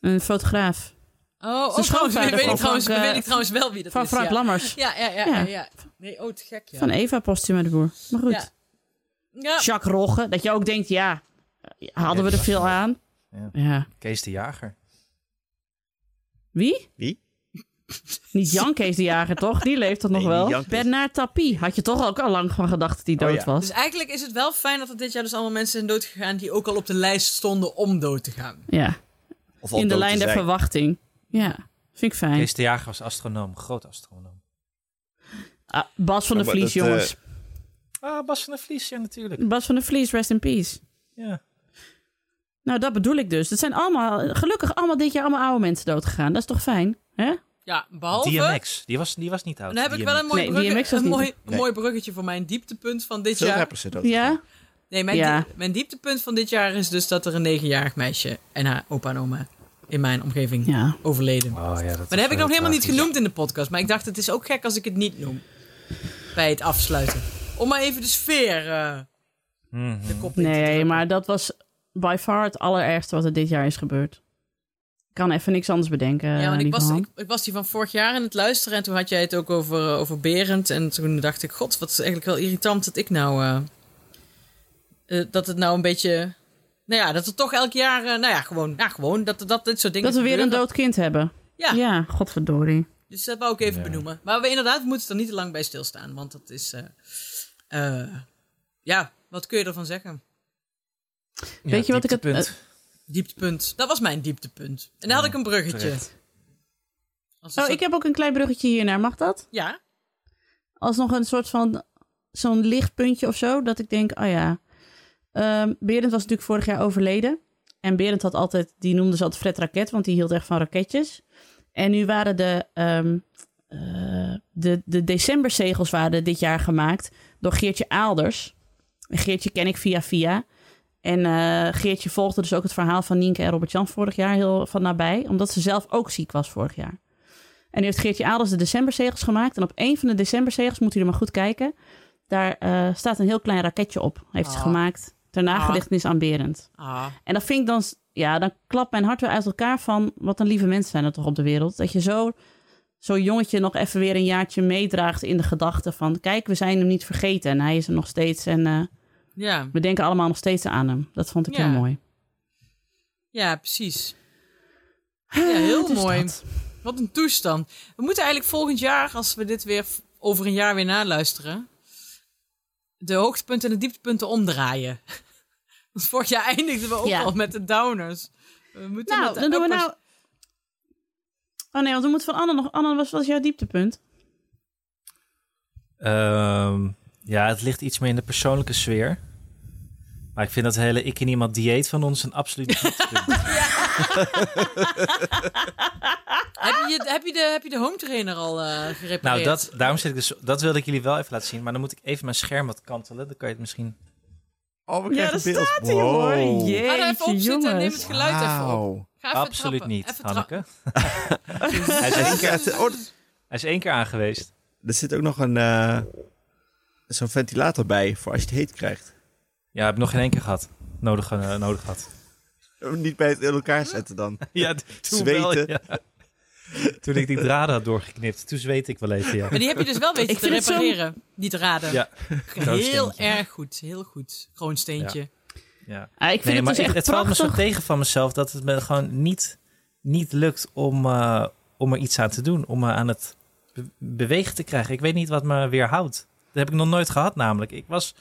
[SPEAKER 2] Een fotograaf.
[SPEAKER 3] Oh, oh [laughs]
[SPEAKER 2] Zijn
[SPEAKER 3] trouwens, weet,
[SPEAKER 2] schoonvader
[SPEAKER 3] weet ik
[SPEAKER 2] van
[SPEAKER 3] trouwens,
[SPEAKER 2] Frank, eh,
[SPEAKER 3] weet ik trouwens wel wie dat
[SPEAKER 2] Van
[SPEAKER 3] is.
[SPEAKER 2] Frank
[SPEAKER 3] ja.
[SPEAKER 2] Lammers.
[SPEAKER 3] Ja, ja, ja,
[SPEAKER 2] Ja.
[SPEAKER 3] ja, ja. Nee, oh, te gek, ja.
[SPEAKER 2] Van Eva Postuma de Boer. Maar goed.
[SPEAKER 3] Ja. ja.
[SPEAKER 2] Jacques Rogge. Dat je ook denkt, ja, eh, hadden we er veel aan?
[SPEAKER 1] Ja.
[SPEAKER 2] Ja.
[SPEAKER 1] Kees de Jager.
[SPEAKER 2] Wie?
[SPEAKER 4] Wie?
[SPEAKER 2] Niet Jan Kees de Jager, toch? Die leeft toch nog
[SPEAKER 4] Nee,
[SPEAKER 2] wel?
[SPEAKER 4] niet Jan Kees.
[SPEAKER 2] Bernard Tapie. Had je toch ook al lang van gedacht dat hij
[SPEAKER 4] Oh,
[SPEAKER 2] dood
[SPEAKER 4] ja.
[SPEAKER 2] was?
[SPEAKER 3] Dus eigenlijk is het wel fijn dat er dit jaar dus allemaal mensen zijn doodgegaan die ook al op de lijst stonden om dood te gaan.
[SPEAKER 2] Ja.
[SPEAKER 4] Of al
[SPEAKER 2] In de
[SPEAKER 4] dood
[SPEAKER 2] lijn
[SPEAKER 4] te
[SPEAKER 2] der
[SPEAKER 4] zijn.
[SPEAKER 2] verwachting. Ja, vind ik fijn.
[SPEAKER 1] Kees de Jager was astronoom, groot astronoom.
[SPEAKER 2] Ah, Bas van
[SPEAKER 4] Ja,
[SPEAKER 2] der
[SPEAKER 4] maar
[SPEAKER 2] Vlies,
[SPEAKER 4] dat, eh,
[SPEAKER 2] jongens.
[SPEAKER 1] Ah, Bas van der Vlies, ja natuurlijk.
[SPEAKER 2] Bas van der Vlies, rest in peace.
[SPEAKER 1] Ja.
[SPEAKER 2] Nou, dat bedoel ik dus. Het zijn allemaal, gelukkig allemaal dit jaar allemaal oude mensen doodgegaan. Dat is toch fijn? Hè?
[SPEAKER 3] Ja, behalve... Nou,
[SPEAKER 1] DMX, die was, die was niet oud.
[SPEAKER 3] Dan heb ik
[SPEAKER 1] DMX.
[SPEAKER 3] wel een mooi,
[SPEAKER 2] Nee,
[SPEAKER 3] brugge-
[SPEAKER 2] DMX was
[SPEAKER 3] een
[SPEAKER 2] niet.
[SPEAKER 3] mooi, een
[SPEAKER 4] Nee.
[SPEAKER 3] mooi bruggetje voor mijn dieptepunt van dit
[SPEAKER 4] Veel
[SPEAKER 3] jaar.
[SPEAKER 4] rappers zijn dood.
[SPEAKER 2] Ja?
[SPEAKER 3] Nee, mijn,
[SPEAKER 2] Ja.
[SPEAKER 3] diep- mijn dieptepunt van dit jaar is dus dat er een negenjarig meisje en haar opa en oma in mijn omgeving
[SPEAKER 2] Ja.
[SPEAKER 3] overleden. Maar
[SPEAKER 1] Oh, ja, dat
[SPEAKER 3] dat
[SPEAKER 1] is
[SPEAKER 3] heb ik
[SPEAKER 1] wel
[SPEAKER 3] nog helemaal niet
[SPEAKER 1] tragisch.
[SPEAKER 3] genoemd in de podcast. Maar ik dacht, het is ook gek als ik het niet noem bij het afsluiten. Om maar even de sfeer eh,
[SPEAKER 1] Mhm.
[SPEAKER 3] de kop in te
[SPEAKER 2] Nee,
[SPEAKER 3] drukken.
[SPEAKER 2] maar dat was by far het allerergste wat er dit jaar is gebeurd. Ik kan even niks anders bedenken.
[SPEAKER 3] Ja, want ik
[SPEAKER 2] lieve
[SPEAKER 3] was,
[SPEAKER 2] Han.
[SPEAKER 3] ik, ik was die van vorig jaar aan het luisteren en toen had jij het ook over, eh, over Berend. En toen dacht ik, god, wat is eigenlijk wel irritant dat ik nou... eh, eh, dat het nou een beetje... Nou ja, dat er toch elk jaar... eh, nou ja, gewoon, ja, gewoon dat, dat dit soort dingen
[SPEAKER 2] Dat we weer een
[SPEAKER 3] gebeuren.
[SPEAKER 2] dood kind hebben.
[SPEAKER 3] Ja.
[SPEAKER 2] ja godverdorie.
[SPEAKER 3] Dus dat wou ik even
[SPEAKER 1] Ja.
[SPEAKER 3] benoemen. Maar we inderdaad we moeten er niet te lang bij stilstaan. Want dat is... eh, eh, ja, wat kun je ervan zeggen?
[SPEAKER 1] Ja,
[SPEAKER 2] Weet je wat ik het-
[SPEAKER 1] dieptepunt.
[SPEAKER 3] Dieptepunt. Dat was mijn dieptepunt. En daar had ik een bruggetje.
[SPEAKER 1] terecht.
[SPEAKER 3] Als het
[SPEAKER 2] Oh,
[SPEAKER 3] zo-
[SPEAKER 2] ik heb ook een klein bruggetje hiernaar. Mag dat?
[SPEAKER 3] Ja,
[SPEAKER 2] als nog een soort van zo'n lichtpuntje of zo. Dat ik denk, ah ja. Ehm, Berend was natuurlijk vorig jaar overleden. En Berend had altijd, die noemde ze altijd Fred Raket, want die hield echt van raketjes. En nu waren de, ehm, eh, de, de decemberzegels waren dit jaar gemaakt door Geertje Aalders. En Geertje ken ik via via. En eh, Geertje volgde dus ook het verhaal van Nienke en Robert-Jan vorig jaar heel van nabij. Omdat ze zelf ook ziek was vorig jaar. En nu heeft Geertje Adels de decemberzegels gemaakt. En op een van de decemberzegels, moet u er maar goed kijken... daar eh, staat een heel klein raketje op. Heeft ze
[SPEAKER 3] Ah.
[SPEAKER 2] gemaakt ter nagedachtenis aan Berend.
[SPEAKER 3] ah,
[SPEAKER 2] En dat vind ik dan... Ja, dan klapt mijn hart weer uit elkaar van... wat een lieve mensen zijn er toch op de wereld. Dat je zo zo'n jongetje nog even weer een jaartje meedraagt in de gedachte van... kijk, we zijn hem niet vergeten en hij is er nog steeds. En eh,
[SPEAKER 3] ja.
[SPEAKER 2] we denken allemaal nog steeds aan hem. Dat vond ik
[SPEAKER 3] Ja.
[SPEAKER 2] heel mooi.
[SPEAKER 3] ja, precies. Ja, heel
[SPEAKER 2] Dus
[SPEAKER 3] mooi.
[SPEAKER 2] dat.
[SPEAKER 3] Wat een toestand. We moeten eigenlijk volgend jaar, als we dit weer v- over een jaar weer naluisteren, de hoogtepunten en de dieptepunten omdraaien. [laughs] Want vorig jaar eindigden we ook
[SPEAKER 2] Ja.
[SPEAKER 3] al met de downers. We moeten
[SPEAKER 2] Nou,
[SPEAKER 3] met de
[SPEAKER 2] dan doen we
[SPEAKER 3] uppers-
[SPEAKER 2] nou... Oh nee, want we moeten van Anne nog. Anne, wat was jouw dieptepunt?
[SPEAKER 1] Ehm, ja, het ligt iets meer in de persoonlijke sfeer. Maar ik vind dat hele ik in iemand dieet van ons een absoluut
[SPEAKER 3] [laughs]
[SPEAKER 1] dieptepunt.
[SPEAKER 3] Heb, je, heb, je de, heb je de home trainer al eh, gerepareerd?
[SPEAKER 1] nou, dat, daarom zit ik dus, dat wilde ik jullie wel even laten zien. Maar dan moet ik even mijn scherm wat kantelen. Dan kan je het misschien...
[SPEAKER 4] Oh, we
[SPEAKER 2] Ja,
[SPEAKER 4] krijgen
[SPEAKER 2] dat
[SPEAKER 4] beeld.
[SPEAKER 2] staat hier hoor.
[SPEAKER 4] Wow.
[SPEAKER 3] Ga er
[SPEAKER 2] Jeetje,
[SPEAKER 3] even op zitten en neem het
[SPEAKER 2] jongens.
[SPEAKER 3] geluid even op.
[SPEAKER 4] Wauw.
[SPEAKER 3] Ga even
[SPEAKER 1] absoluut
[SPEAKER 3] trappen,
[SPEAKER 1] niet,
[SPEAKER 3] even trappen. [laughs]
[SPEAKER 1] Hanneke. hij, is één
[SPEAKER 4] Er
[SPEAKER 1] keer,
[SPEAKER 4] zit- oh, er-
[SPEAKER 1] hij is één keer aan geweest.
[SPEAKER 4] er zit ook nog een, eh, zo'n ventilator bij voor als je het heet krijgt.
[SPEAKER 1] Ja, heb ik nog geen één keer gehad. Nodig, eh, nodig gehad.
[SPEAKER 4] Eh, Niet bij het in elkaar zetten dan.
[SPEAKER 1] [laughs] Ja,
[SPEAKER 4] toen wel, Zweten.
[SPEAKER 1] Toen ik die draden had doorgeknipt, toen zweet ik wel even, ja.
[SPEAKER 3] Maar die heb je dus wel weten
[SPEAKER 2] Ik
[SPEAKER 3] te
[SPEAKER 2] vind het zo-
[SPEAKER 3] repareren. Niet raden.
[SPEAKER 1] Ja.
[SPEAKER 3] Heel
[SPEAKER 1] Kroonsteentje.
[SPEAKER 3] erg goed. Heel goed. Kroonsteentje.
[SPEAKER 1] ja.
[SPEAKER 2] Ah, ik vind
[SPEAKER 1] Nee,
[SPEAKER 2] het
[SPEAKER 1] maar
[SPEAKER 2] dus
[SPEAKER 1] ik-
[SPEAKER 2] echt
[SPEAKER 1] het valt me
[SPEAKER 2] prachtig.
[SPEAKER 1] zo tegen van mezelf dat het me gewoon niet, niet lukt om, eh, om er iets aan te doen. Om me aan het be- bewegen te krijgen. Ik weet niet wat me weerhoudt. Dat heb ik nog nooit gehad namelijk. Ik was,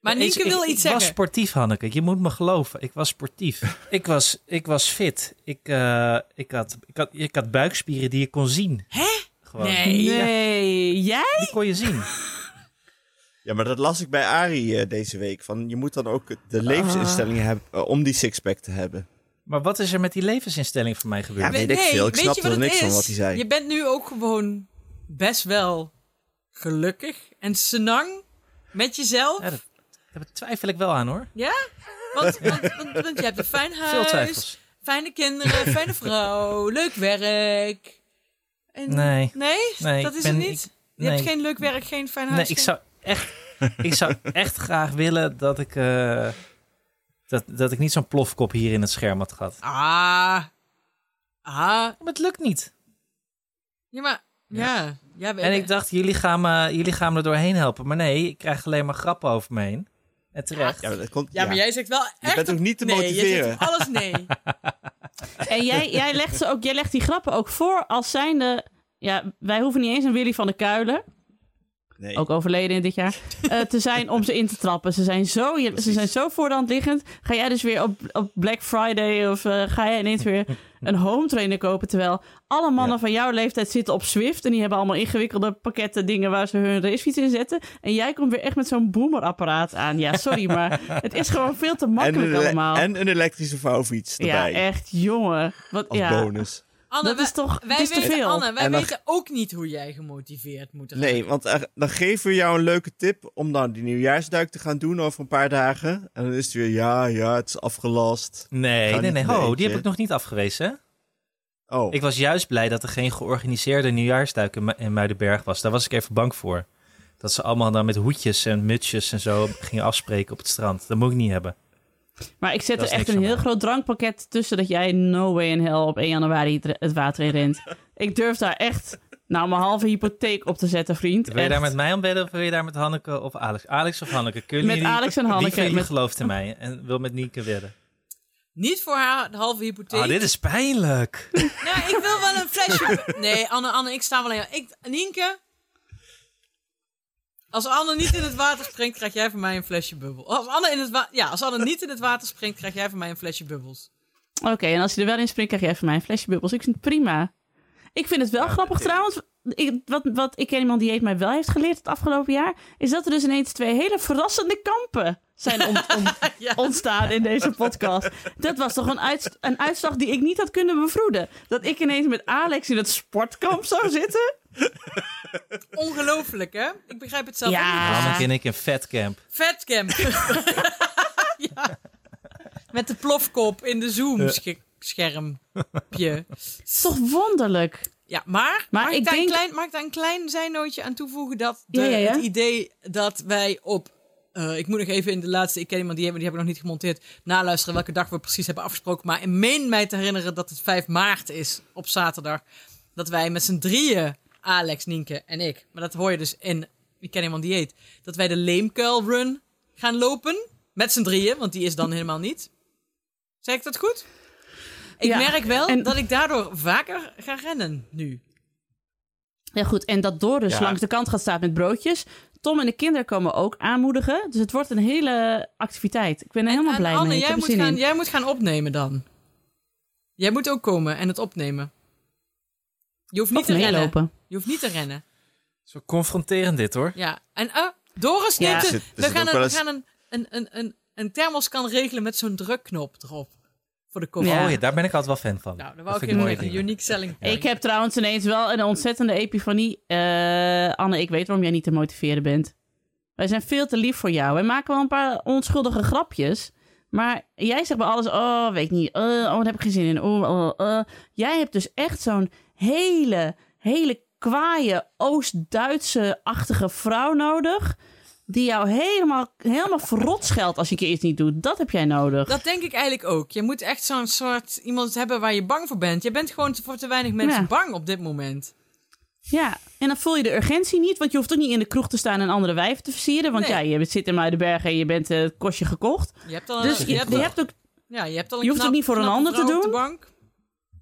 [SPEAKER 3] Maar
[SPEAKER 1] ik,
[SPEAKER 3] Nienke wil
[SPEAKER 1] ik-
[SPEAKER 3] iets
[SPEAKER 1] ik was
[SPEAKER 3] zeggen.
[SPEAKER 1] sportief, Hanneke. Je moet me geloven. Ik was sportief. ik, was, ik was fit. Ik, eh, ik, had, ik, had, ik had buikspieren die je kon zien. Hè? Gewoon.
[SPEAKER 3] Nee.
[SPEAKER 2] Nee, jij?
[SPEAKER 1] Die kon je zien.
[SPEAKER 4] Ja, maar dat las ik bij Arie eh, deze week. Van, je moet dan ook de levensinstellingen hebben eh, om die sixpack te hebben.
[SPEAKER 1] Maar wat is er met die levensinstelling van mij gebeurd?
[SPEAKER 4] Ja, weet ik veel. Ik
[SPEAKER 3] weet
[SPEAKER 4] snapte
[SPEAKER 3] je
[SPEAKER 4] er
[SPEAKER 3] het
[SPEAKER 4] niks van
[SPEAKER 3] is?
[SPEAKER 4] wat hij zei.
[SPEAKER 3] Je bent nu ook gewoon best wel gelukkig en senang met jezelf.
[SPEAKER 1] Ja, dat, daar twijfel ik wel aan hoor.
[SPEAKER 3] Want, want, want, want je hebt een fijn
[SPEAKER 1] Veel
[SPEAKER 3] huis,
[SPEAKER 1] twijfels.
[SPEAKER 3] fijne kinderen, fijne
[SPEAKER 1] [laughs]
[SPEAKER 3] vrouw, leuk werk. En-
[SPEAKER 1] Nee.
[SPEAKER 3] Nee?
[SPEAKER 1] Nee,
[SPEAKER 3] dat
[SPEAKER 1] ik
[SPEAKER 3] is
[SPEAKER 1] ben-
[SPEAKER 3] het niet?
[SPEAKER 1] ik-
[SPEAKER 3] Je hebt
[SPEAKER 1] nee.
[SPEAKER 3] geen leuk werk, geen fijn huis.
[SPEAKER 1] Nee, ik
[SPEAKER 3] geen-
[SPEAKER 1] zou echt, ik zou echt graag willen dat ik, eh, dat, dat ik niet zo'n plofkop hier in het scherm had gehad.
[SPEAKER 3] Ah. Ah.
[SPEAKER 1] Maar het lukt niet.
[SPEAKER 3] Ja, maar... Ja. ja. we-
[SPEAKER 1] En ik dacht, jullie gaan, me, jullie gaan me er doorheen helpen. Maar nee, ik krijg alleen maar grappen over me heen. En terecht.
[SPEAKER 4] Ja, maar dat komt,
[SPEAKER 3] ja, maar
[SPEAKER 4] ja.
[SPEAKER 3] jij zegt wel echt...
[SPEAKER 4] Je bent ook niet te
[SPEAKER 3] nee, je
[SPEAKER 4] motiveren.
[SPEAKER 3] zegt alles
[SPEAKER 2] [laughs]
[SPEAKER 3] nee.
[SPEAKER 2] En jij, jij, legt ze ook, jij legt die grappen ook voor als zijnde... Ja, wij hoeven niet eens een Willy van de Kuilen,
[SPEAKER 4] Nee.
[SPEAKER 2] ook overleden in dit
[SPEAKER 4] [laughs]
[SPEAKER 2] jaar, eh, te zijn om ze in te trappen. Ze zijn zo, je- ze zijn zo voor de hand liggend. Ga jij dus weer op, op Black Friday of eh, ga jij ineens
[SPEAKER 4] [laughs]
[SPEAKER 2] weer een home trainer kopen? Terwijl alle mannen van jouw leeftijd zitten op Swift en die hebben allemaal ingewikkelde pakketten dingen waar ze hun racefiets in zetten. En jij komt weer echt met zo'n boomerapparaat aan. Ja, sorry,
[SPEAKER 4] [laughs]
[SPEAKER 2] maar het is gewoon veel te
[SPEAKER 4] en,
[SPEAKER 2] makkelijk
[SPEAKER 4] een ele-
[SPEAKER 2] allemaal.
[SPEAKER 4] en een elektrische vouwfiets
[SPEAKER 2] ja,
[SPEAKER 4] erbij.
[SPEAKER 2] echt, jongen. Wat,
[SPEAKER 4] Als
[SPEAKER 2] ja.
[SPEAKER 4] bonus.
[SPEAKER 3] Anne,
[SPEAKER 2] Dat is
[SPEAKER 3] wij-
[SPEAKER 2] toch-
[SPEAKER 3] wij
[SPEAKER 2] het is te
[SPEAKER 3] weten,
[SPEAKER 2] veel.
[SPEAKER 3] Anne, wij
[SPEAKER 4] En dan-
[SPEAKER 3] weten ook niet hoe jij gemotiveerd moet raken.
[SPEAKER 4] Nee, want eh, dan geven we jou een leuke tip om dan die nieuwjaarsduik te gaan doen over een paar dagen. En dan is het weer, ja, ja, het is afgelast.
[SPEAKER 1] Nee, nee,
[SPEAKER 4] Ga niet
[SPEAKER 1] nee.
[SPEAKER 4] mee
[SPEAKER 1] Ho,
[SPEAKER 4] eten.
[SPEAKER 1] die heb ik nog niet afgewezen. hè?
[SPEAKER 4] Oh,
[SPEAKER 1] Ik was juist blij dat er geen georganiseerde nieuwjaarsduik in, Mu- in Muidenberg was. Daar was ik even bang voor. Dat ze allemaal dan met hoedjes en mutsjes en zo gingen afspreken op het strand. Dat moet ik niet hebben.
[SPEAKER 2] Maar ik zet
[SPEAKER 1] Dat
[SPEAKER 2] er
[SPEAKER 1] is
[SPEAKER 2] echt
[SPEAKER 1] niks
[SPEAKER 2] een
[SPEAKER 1] aan
[SPEAKER 2] heel
[SPEAKER 1] mij.
[SPEAKER 2] groot drankpakket tussen dat jij no way in hell op 1 januari dr- het water in rent. ik durf daar echt nou mijn halve hypotheek op te zetten, vriend.
[SPEAKER 1] Wil je
[SPEAKER 2] Echt.
[SPEAKER 1] daar met mij aan bedden of wil je daar met Hanneke of Alex? Alex of Hanneke? Kunnen
[SPEAKER 2] Met
[SPEAKER 1] jullie-
[SPEAKER 2] Alex en
[SPEAKER 1] Wie van
[SPEAKER 2] Hanneke.
[SPEAKER 1] jullie
[SPEAKER 2] Met...
[SPEAKER 1] gelooft in mij en wil met Nienke wedden?
[SPEAKER 3] Niet voor haar de halve hypotheek.
[SPEAKER 1] Ah, dit is pijnlijk.
[SPEAKER 3] Nou, ik wil wel een flesje. [laughs] Nee, Anne, Anne, ik sta wel aan jou. Ik, Nienke. Als Anne niet in het water springt, krijg jij van mij een flesje bubbel. Als Anne, in het wa- ja, als Anne niet in het water springt, krijg jij van mij een flesje bubbels.
[SPEAKER 2] Oké, en als je er wel in springt, krijg jij van mij een flesje bubbels. Ik vind het prima. Ik vind het wel grappig trouwens. Ik, wat, wat ik ken iemand die het mij wel heeft geleerd het afgelopen jaar, is dat er dus ineens twee hele verrassende kampen zijn ont- ont-
[SPEAKER 3] [laughs] Ja.
[SPEAKER 2] ontstaan in deze podcast. Dat was toch een, uits- een uitslag die ik niet had kunnen bevroeden. Dat ik ineens met Alex in het sportkamp zou zitten.
[SPEAKER 3] Ongelooflijk, hè? Ik begrijp het zelf ook
[SPEAKER 2] Ja.
[SPEAKER 3] niet.
[SPEAKER 1] Hanneke en ik in vetcamp.
[SPEAKER 3] Fatcam. ja. Met de plofkop in de Zoom-schermpje.
[SPEAKER 2] Het is toch wonderlijk?
[SPEAKER 3] Ja, maar, mag, ik
[SPEAKER 2] ik
[SPEAKER 3] daar een
[SPEAKER 2] denk-
[SPEAKER 3] klein, mag ik daar een klein zijnootje aan toevoegen? Dat de-
[SPEAKER 2] Ja, ja, ja.
[SPEAKER 3] het idee dat wij op... eh, ik moet nog even in de laatste... Ik ken iemand, die hebben die heb ik nog niet gemonteerd. Naluisteren welke dag we precies hebben afgesproken. Maar ik meen mij te herinneren dat het 5 maart is op zaterdag. Dat wij met z'n drieën, Alex, Nienke en ik... Maar dat hoor je dus in Ik ken iemand dieet. Dat wij de Leemkuil Run gaan lopen. Met z'n drieën, want die is dan helemaal niet. Zeg ik dat goed? Ik
[SPEAKER 2] Ja,
[SPEAKER 3] merk wel
[SPEAKER 2] en-
[SPEAKER 3] dat ik daardoor vaker ga rennen nu.
[SPEAKER 2] Ja, goed. En dat Doris
[SPEAKER 1] Ja.
[SPEAKER 2] langs de kant gaat staan met broodjes. Tom en de kinderen komen ook aanmoedigen. Dus het wordt een hele activiteit. Ik ben er helemaal
[SPEAKER 3] En
[SPEAKER 2] blij
[SPEAKER 3] Anne,
[SPEAKER 2] mee. Ik
[SPEAKER 3] jij
[SPEAKER 2] heb er
[SPEAKER 3] moet,
[SPEAKER 2] zin
[SPEAKER 3] gaan,
[SPEAKER 2] in.
[SPEAKER 3] jij moet gaan opnemen dan. Jij moet ook komen en het opnemen. Je hoeft niet
[SPEAKER 2] Niet
[SPEAKER 3] te rennen.
[SPEAKER 2] meelopen.
[SPEAKER 3] Je hoeft niet te rennen.
[SPEAKER 1] Zo confronterend dit hoor.
[SPEAKER 3] Ja. En eh Doris
[SPEAKER 2] Ja.
[SPEAKER 3] neemt
[SPEAKER 4] Er
[SPEAKER 3] het.
[SPEAKER 4] zit-
[SPEAKER 3] we
[SPEAKER 4] er zit
[SPEAKER 3] gaan,
[SPEAKER 4] ook
[SPEAKER 3] een,
[SPEAKER 4] wel
[SPEAKER 3] we
[SPEAKER 4] eens-
[SPEAKER 3] gaan een, een, een, een, een thermoskan regelen met zo'n drukknop erop. Voor de koffie.
[SPEAKER 2] Ja.
[SPEAKER 1] Oh ja, daar ben ik altijd wel fan van.
[SPEAKER 3] Nou, dat wou ik
[SPEAKER 1] vind
[SPEAKER 3] een,
[SPEAKER 1] mooie
[SPEAKER 3] een
[SPEAKER 1] dingen.
[SPEAKER 3] unique selling point.
[SPEAKER 2] Ik heb trouwens ineens wel een ontzettende epifanie. Eh, Anne, ik weet waarom jij niet te motiveren bent. Wij zijn veel te lief voor jou. Wij maken wel een paar onschuldige grapjes. Maar jij zegt bij alles, oh, weet ik niet. Eh, oh, daar heb ik geen zin in. Oh, oh, eh. Jij hebt dus echt zo'n hele, hele kwaaie Oost-Duitse-achtige vrouw nodig. Die jou helemaal, helemaal verrot scheldt als je een keer iets niet doet. Dat heb jij nodig.
[SPEAKER 3] Dat denk ik eigenlijk ook. Je moet echt zo'n soort iemand hebben waar je bang voor bent. Je bent gewoon te- voor te weinig mensen
[SPEAKER 2] Ja.
[SPEAKER 3] bang op dit moment.
[SPEAKER 2] Ja, en dan voel je de urgentie niet, want je hoeft ook niet in de kroeg te staan en andere wijven te versieren. Want
[SPEAKER 3] Nee. Oh,
[SPEAKER 2] ja, je zit in Muidenbergen en je bent eh, het kostje gekocht.
[SPEAKER 3] Je hebt al
[SPEAKER 2] dus
[SPEAKER 3] een,
[SPEAKER 2] je, je hebt ook.
[SPEAKER 3] ja, je hebt al een
[SPEAKER 2] je hoeft het
[SPEAKER 3] knap-
[SPEAKER 2] niet voor een
[SPEAKER 3] knappe
[SPEAKER 2] ander te
[SPEAKER 3] vrouw op de
[SPEAKER 2] doen.
[SPEAKER 3] bank.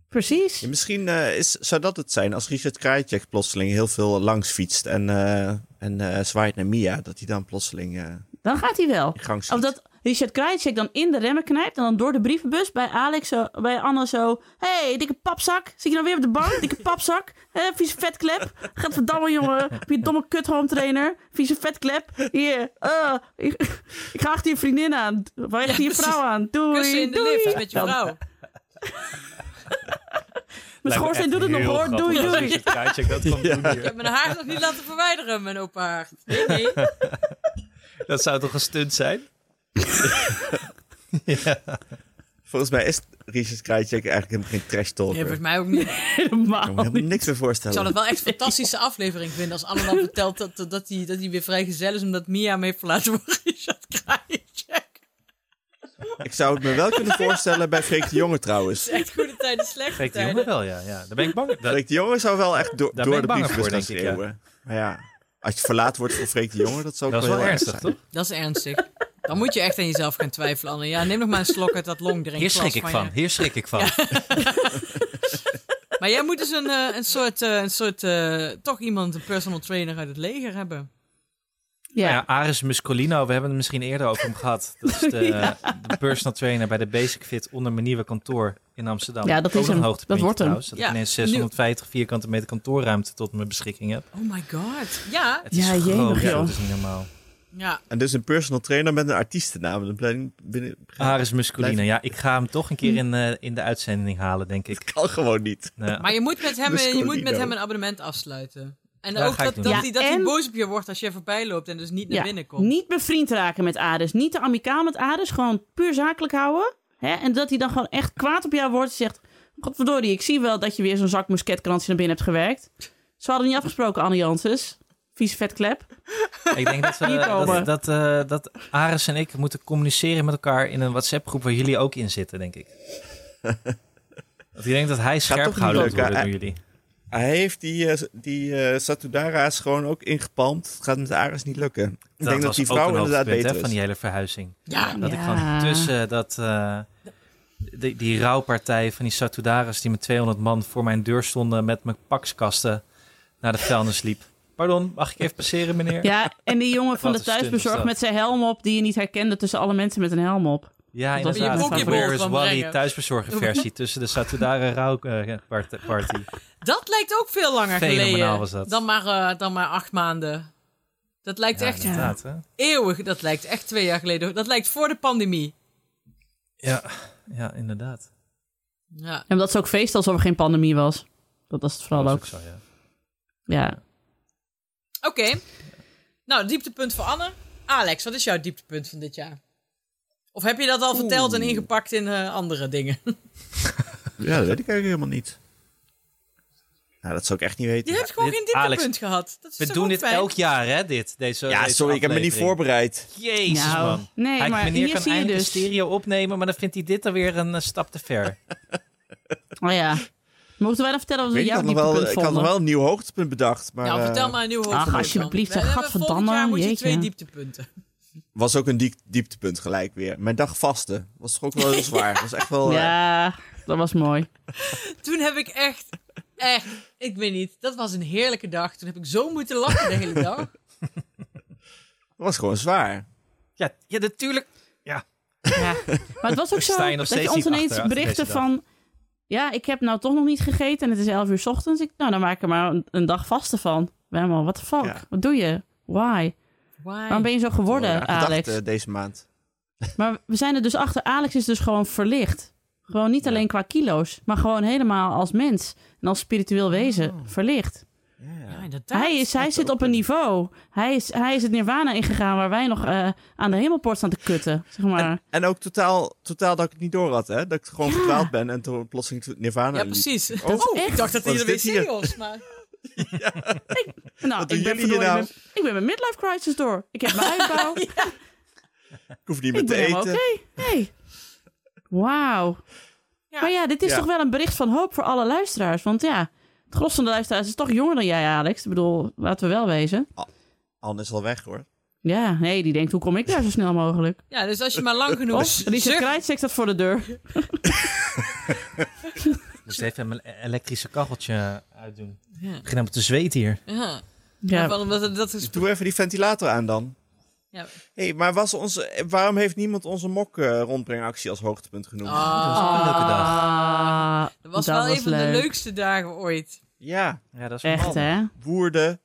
[SPEAKER 2] Precies.
[SPEAKER 4] Ja, misschien eh, is, zou dat het zijn als Richard Krajicek plotseling heel veel langs fietst en, eh, en eh, zwaait naar Mia, dat hij dan plotseling eh,
[SPEAKER 2] Dan gaat hij wel.
[SPEAKER 4] in gang schiet.
[SPEAKER 2] Of dat Richard Krajicek dan in de remmen knijpt en dan door de brievenbus bij Alex, zo, bij Anna zo... Hé, hey, dikke papzak. Zit je nou weer op de bank? Dikke papzak. [laughs] Hé, vieze vetklep. Gaat verdammen, jongen. Op je domme kut home trainer. Vieze vetklep. Hier. eh, ik, [laughs] ik ga achter je vriendin aan. Of achter je
[SPEAKER 3] precies.
[SPEAKER 2] vrouw aan. Doei,
[SPEAKER 3] Kussen in de
[SPEAKER 2] doei.
[SPEAKER 3] lift met je
[SPEAKER 2] Dan-
[SPEAKER 3] vrouw.
[SPEAKER 2] Mijn schoorsteen doet het nog hoor. Doei,
[SPEAKER 3] [laughs]
[SPEAKER 2] doei.
[SPEAKER 1] Dat, komt doen
[SPEAKER 3] Ik
[SPEAKER 1] hier.
[SPEAKER 3] heb mijn haar nog niet laten verwijderen, mijn opa haar. Nee,
[SPEAKER 1] [laughs]
[SPEAKER 3] nee.
[SPEAKER 1] dat zou toch een stunt zijn?
[SPEAKER 4] Volgens mij is Richard Krajicek eigenlijk helemaal geen trash
[SPEAKER 3] Nee,
[SPEAKER 4] talker.
[SPEAKER 3] volgens mij ook niet.
[SPEAKER 4] Ik kan me
[SPEAKER 2] Helemaal
[SPEAKER 4] helemaal niks meer
[SPEAKER 3] Ik
[SPEAKER 4] voorstellen.
[SPEAKER 3] zou dat wel
[SPEAKER 1] [laughs]
[SPEAKER 3] echt een fantastische aflevering vinden als Anne dan vertelt dat hij dat, die- dat die weer vrijgezel is omdat Mia hem heeft verlaten voor Richard Krajicek.
[SPEAKER 4] Ik zou het me wel
[SPEAKER 2] [laughs]
[SPEAKER 4] kunnen voorstellen bij Freek de Jonge trouwens.
[SPEAKER 3] Echt goede [laughs] tijden, slechte
[SPEAKER 1] Kijk, die jongen
[SPEAKER 3] tijden.
[SPEAKER 1] wel, ja. ja. Daar ben ik bang dat,
[SPEAKER 4] Freek de Jonge zou wel echt door
[SPEAKER 1] Daar ben
[SPEAKER 4] door
[SPEAKER 1] ik
[SPEAKER 4] de
[SPEAKER 1] bang
[SPEAKER 4] brievenbus
[SPEAKER 1] voor,
[SPEAKER 4] gaan
[SPEAKER 1] denk ik, ja.
[SPEAKER 4] schreeuwen. Maar ja, als je verlaat wordt voor Freek de Jonge, dat zou ook
[SPEAKER 1] dat is
[SPEAKER 4] wel
[SPEAKER 1] wel
[SPEAKER 4] heel
[SPEAKER 1] ernstig,
[SPEAKER 4] zijn.
[SPEAKER 1] toch?
[SPEAKER 3] Dat is ernstig. Dan moet je echt aan jezelf gaan twijfelen, Anne. Ja, neem nog maar een slok uit dat longdrinkglas
[SPEAKER 1] Hier schrik ik van.
[SPEAKER 3] je.
[SPEAKER 1] Hier schrik ik van.
[SPEAKER 3] Maar jij moet dus een, eh, een soort, eh, een soort eh, toch iemand, een personal trainer uit het leger hebben.
[SPEAKER 1] Nou Ja.
[SPEAKER 2] Ja,
[SPEAKER 1] Aris Muscolino, we hebben het misschien eerder over hem gehad. Dat is
[SPEAKER 2] [laughs]
[SPEAKER 1] de, de personal trainer bij de Basic Fit onder mijn nieuwe kantoor in Amsterdam.
[SPEAKER 2] Ja, dat
[SPEAKER 1] Ook nog
[SPEAKER 2] is hem.
[SPEAKER 1] een hoogtepuntje
[SPEAKER 2] Dat wordt hem.
[SPEAKER 1] trouwens, dat
[SPEAKER 3] Ja.
[SPEAKER 1] ik ineens 650 vierkante meter kantoorruimte tot mijn beschikking heb.
[SPEAKER 3] Oh my god. Ja.
[SPEAKER 1] Het is
[SPEAKER 2] Ja, jemig,
[SPEAKER 1] groot,
[SPEAKER 2] joh.
[SPEAKER 1] dat is niet normaal.
[SPEAKER 3] Ja.
[SPEAKER 4] En dus een personal trainer met een artiestennaam. Dan ben- ben-
[SPEAKER 1] Aris Muscolino, ja, ik ga hem toch een
[SPEAKER 2] Hm.
[SPEAKER 1] keer in, eh, in de uitzending halen, denk
[SPEAKER 4] [laughs]
[SPEAKER 1] ik.
[SPEAKER 4] kan gewoon niet.
[SPEAKER 1] Nou,
[SPEAKER 3] Maar je moet met hem, eh, je moet met
[SPEAKER 4] Muscolino.
[SPEAKER 3] hem een abonnement afsluiten. En
[SPEAKER 1] Ja,
[SPEAKER 3] ook
[SPEAKER 1] ga ik
[SPEAKER 3] dat,
[SPEAKER 1] doen.
[SPEAKER 3] dat,
[SPEAKER 2] Ja,
[SPEAKER 3] hij, dat hij
[SPEAKER 2] en-
[SPEAKER 3] boos op je wordt als je voorbij loopt en dus niet naar
[SPEAKER 2] Ja,
[SPEAKER 3] binnen komt.
[SPEAKER 2] niet bevriend raken met Ares. Niet te amicaal met Ares. Gewoon puur zakelijk houden. Hè? En dat hij dan gewoon echt kwaad op jou wordt. En zegt, godverdorie, ik zie wel dat je weer zo'n zak musketkrantje naar binnen hebt gewerkt. Ze hadden niet afgesproken, Anne Janssens. Vieze vetklep.
[SPEAKER 1] Ik denk dat, we,
[SPEAKER 2] Niet komen.
[SPEAKER 1] dat, dat, eh, dat Aris en ik moeten communiceren met elkaar in een WhatsApp-groep waar jullie ook in zitten, denk
[SPEAKER 4] [laughs]
[SPEAKER 1] ik. Want ik denk dat hij
[SPEAKER 4] toch
[SPEAKER 1] scherp
[SPEAKER 4] niet
[SPEAKER 1] gehouden moet
[SPEAKER 4] lukken,
[SPEAKER 1] worden door
[SPEAKER 4] hè?
[SPEAKER 1] jullie.
[SPEAKER 4] Hij heeft die, eh, die eh, Satudara's gewoon ook ingepalmd. Het gaat met Ares niet lukken. Ik denk dat
[SPEAKER 1] was
[SPEAKER 4] die
[SPEAKER 1] ook
[SPEAKER 4] vrouw
[SPEAKER 1] een
[SPEAKER 4] inderdaad
[SPEAKER 1] hoogtepunt,
[SPEAKER 4] beter
[SPEAKER 1] hè,
[SPEAKER 4] is.
[SPEAKER 1] van die hele verhuizing.
[SPEAKER 3] Ja.
[SPEAKER 1] Dat ik
[SPEAKER 2] Ja.
[SPEAKER 1] gewoon tussen dat, eh, die, die rouwpartij van die Satudaris die met 200 man voor mijn deur stonden met mijn pakskasten naar de vuilnis liep. Pardon, mag ik even passeren, meneer?
[SPEAKER 2] Ja, en die jongen van
[SPEAKER 1] Wat
[SPEAKER 2] de
[SPEAKER 1] een stunt was
[SPEAKER 2] thuisbezorg
[SPEAKER 1] dat.
[SPEAKER 2] met zijn helm op. Die je niet herkende tussen alle mensen met een helm op.
[SPEAKER 1] Ja,
[SPEAKER 2] Dat was
[SPEAKER 1] inderdaad.
[SPEAKER 2] je
[SPEAKER 1] Van
[SPEAKER 2] pokeball
[SPEAKER 1] Where is
[SPEAKER 3] kwam
[SPEAKER 1] Wally
[SPEAKER 3] brengen.
[SPEAKER 1] thuisbezorgen versie tussen de Satudara rouwparty.
[SPEAKER 3] Dat lijkt ook veel langer
[SPEAKER 1] Fenomenaal
[SPEAKER 3] geleden
[SPEAKER 1] was dat.
[SPEAKER 3] Dan, maar, eh, dan maar acht maanden. Dat lijkt
[SPEAKER 1] Ja,
[SPEAKER 3] echt
[SPEAKER 1] inderdaad. Hè?
[SPEAKER 3] eeuwig. Dat lijkt echt twee jaar geleden. Dat lijkt voor de pandemie.
[SPEAKER 1] Ja, ja, inderdaad.
[SPEAKER 3] Ja.
[SPEAKER 2] En omdat ze ook feesten alsof er geen pandemie was. Dat was het vooral
[SPEAKER 1] Dat is
[SPEAKER 2] ook.
[SPEAKER 1] ook zo, ja.
[SPEAKER 2] Ja.
[SPEAKER 3] Oké. Nou, dieptepunt voor Anne. Alex, wat is jouw dieptepunt van dit jaar? Of heb je dat al verteld en ingepakt in eh, andere dingen?
[SPEAKER 4] Ja, dat weet ik eigenlijk helemaal niet. Nou, dat zou ik echt niet weten.
[SPEAKER 3] Je hebt gewoon
[SPEAKER 1] dit-
[SPEAKER 3] geen dieptepunt
[SPEAKER 1] Alex,
[SPEAKER 3] gehad. Dat is
[SPEAKER 1] We
[SPEAKER 3] toch
[SPEAKER 1] doen
[SPEAKER 3] ook
[SPEAKER 1] dit
[SPEAKER 3] fijn?
[SPEAKER 1] elk jaar, hè, dit. Deze,
[SPEAKER 4] Ja,
[SPEAKER 1] deze
[SPEAKER 4] sorry, ik heb me niet
[SPEAKER 1] aflevering.
[SPEAKER 4] voorbereid.
[SPEAKER 1] Jezus,
[SPEAKER 2] Nou,
[SPEAKER 1] man.
[SPEAKER 2] nee,
[SPEAKER 1] Hij-
[SPEAKER 2] maar
[SPEAKER 1] meneer
[SPEAKER 2] hier
[SPEAKER 1] kan
[SPEAKER 2] zie je
[SPEAKER 1] eindelijk
[SPEAKER 2] dus-
[SPEAKER 1] een stereo opnemen, maar dan vindt hij dit dan weer een eh, stap te ver.
[SPEAKER 2] Oh ja. Mochten wij dan vertellen wat
[SPEAKER 4] Ik,
[SPEAKER 2] we
[SPEAKER 4] weet niet, ik
[SPEAKER 2] jouw dieptepunt
[SPEAKER 4] had nog wel,
[SPEAKER 2] vonden?
[SPEAKER 4] ik had nog wel een nieuw hoogtepunt bedacht. Maar
[SPEAKER 3] Nou,
[SPEAKER 4] eh,
[SPEAKER 3] vertel maar een nieuw hoofdpunt.
[SPEAKER 2] alsjeblieft,
[SPEAKER 3] dan. We hebben Volgend
[SPEAKER 2] gadverdamme,
[SPEAKER 3] jaar moet je
[SPEAKER 2] jeetje.
[SPEAKER 3] twee dieptepunten. [laughs]
[SPEAKER 4] was ook een diep, dieptepunt gelijk weer. Mijn dag vasten was toch ook wel heel zwaar. was echt
[SPEAKER 2] [laughs]
[SPEAKER 4] wel... eh,
[SPEAKER 2] Ja, dat was mooi.
[SPEAKER 3] Toen heb ik echt, echt, ik weet niet. Dat was een heerlijke dag. Toen heb ik zo moeten lachen de
[SPEAKER 2] [laughs]
[SPEAKER 3] hele dag.
[SPEAKER 4] was gewoon zwaar.
[SPEAKER 1] Ja, ja natuurlijk. Ja.
[SPEAKER 2] Maar het was ook zo
[SPEAKER 1] sta je nog
[SPEAKER 2] dat
[SPEAKER 1] steeds
[SPEAKER 2] je ons
[SPEAKER 1] niet
[SPEAKER 2] ineens
[SPEAKER 1] achter, achter
[SPEAKER 2] berichten
[SPEAKER 1] deze dag.
[SPEAKER 2] van... Ja, ik heb nou toch nog niet gegeten en het is 11 uur 's ochtends. Ik, nou, dan maak ik er maar een, een dag vasten van. Helemaal, what the fuck?
[SPEAKER 4] Ja.
[SPEAKER 2] Wat doe je? Why?
[SPEAKER 3] Why?
[SPEAKER 2] Waarom ben je zo geworden,
[SPEAKER 4] Worden
[SPEAKER 2] Alex?
[SPEAKER 4] deze maand.
[SPEAKER 2] Maar we zijn er dus achter. Alex is dus gewoon verlicht. Gewoon niet
[SPEAKER 4] Ja.
[SPEAKER 2] alleen qua kilo's, maar gewoon helemaal als mens en als spiritueel wezen
[SPEAKER 4] Oh.
[SPEAKER 2] verlicht.
[SPEAKER 3] Ja,
[SPEAKER 4] Ja.
[SPEAKER 3] inderdaad.
[SPEAKER 2] Hij, is, hij
[SPEAKER 4] dat
[SPEAKER 2] zit
[SPEAKER 4] ook
[SPEAKER 2] op een
[SPEAKER 4] een-
[SPEAKER 2] niveau. Hij is, hij is het nirvana ingegaan waar wij nog eh, aan de hemelpoort staan te kutten. Zeg maar.
[SPEAKER 4] En ook totaal, totaal dat ik het niet door had, hè? Dat ik gewoon
[SPEAKER 2] Ja.
[SPEAKER 4] verdwaald ben en toen plotseling to- Nirvana
[SPEAKER 3] Ja,
[SPEAKER 4] liep.
[SPEAKER 3] precies.
[SPEAKER 4] Oh,
[SPEAKER 3] Oh, ik dacht dat hij
[SPEAKER 4] wat
[SPEAKER 3] de
[SPEAKER 4] is dit
[SPEAKER 3] wc
[SPEAKER 4] hier?
[SPEAKER 3] was, maar...
[SPEAKER 2] nou,
[SPEAKER 4] wat doen
[SPEAKER 2] ik ben,
[SPEAKER 4] jullie hier
[SPEAKER 2] verdorie
[SPEAKER 4] nou?
[SPEAKER 2] mijn- ik ben mijn midlife crisis door. Ik heb mijn uitbouw.
[SPEAKER 4] ik hoef niet meer
[SPEAKER 2] ik
[SPEAKER 4] te
[SPEAKER 2] ben
[SPEAKER 4] eten.
[SPEAKER 2] helemaal oké. Hey. Wauw.
[SPEAKER 3] Ja.
[SPEAKER 2] Maar ja, dit is
[SPEAKER 4] Ja.
[SPEAKER 2] toch wel een bericht van hoop voor alle luisteraars. Want ja, het gros van de luisteraars is toch jonger dan jij, Alex. Ik bedoel, laten we wel wezen.
[SPEAKER 4] Anne is al weg, hoor.
[SPEAKER 2] Ja, nee, die denkt, hoe kom ik daar zo snel mogelijk?
[SPEAKER 3] [laughs] Ja, dus als je maar lang genoeg
[SPEAKER 2] Of, Richard
[SPEAKER 3] zucht-
[SPEAKER 2] Krijt staat voor de deur.
[SPEAKER 1] Dus even mijn e- elektrische kacheltje uitdoen.
[SPEAKER 3] Ja.
[SPEAKER 1] Ik begin helemaal te zweten hier.
[SPEAKER 3] Ja.
[SPEAKER 2] Ja,
[SPEAKER 3] Wel omdat het- dat is...
[SPEAKER 4] Dus Doe even die ventilator aan dan.
[SPEAKER 3] Ja.
[SPEAKER 2] Oh,
[SPEAKER 4] hey, maar was onze, waarom heeft niemand onze mok eh, rondbrengactie als hoogtepunt genoemd?
[SPEAKER 1] Dat was
[SPEAKER 3] Ah,
[SPEAKER 1] ook een leuke dag.
[SPEAKER 2] Ah,
[SPEAKER 3] dat was
[SPEAKER 2] dat
[SPEAKER 3] wel
[SPEAKER 2] was
[SPEAKER 3] een van de
[SPEAKER 2] leuk.
[SPEAKER 3] leukste dagen ooit.
[SPEAKER 4] Ja,
[SPEAKER 1] Ja, dat is
[SPEAKER 2] echt
[SPEAKER 1] man.
[SPEAKER 2] hè?
[SPEAKER 4] Woerden,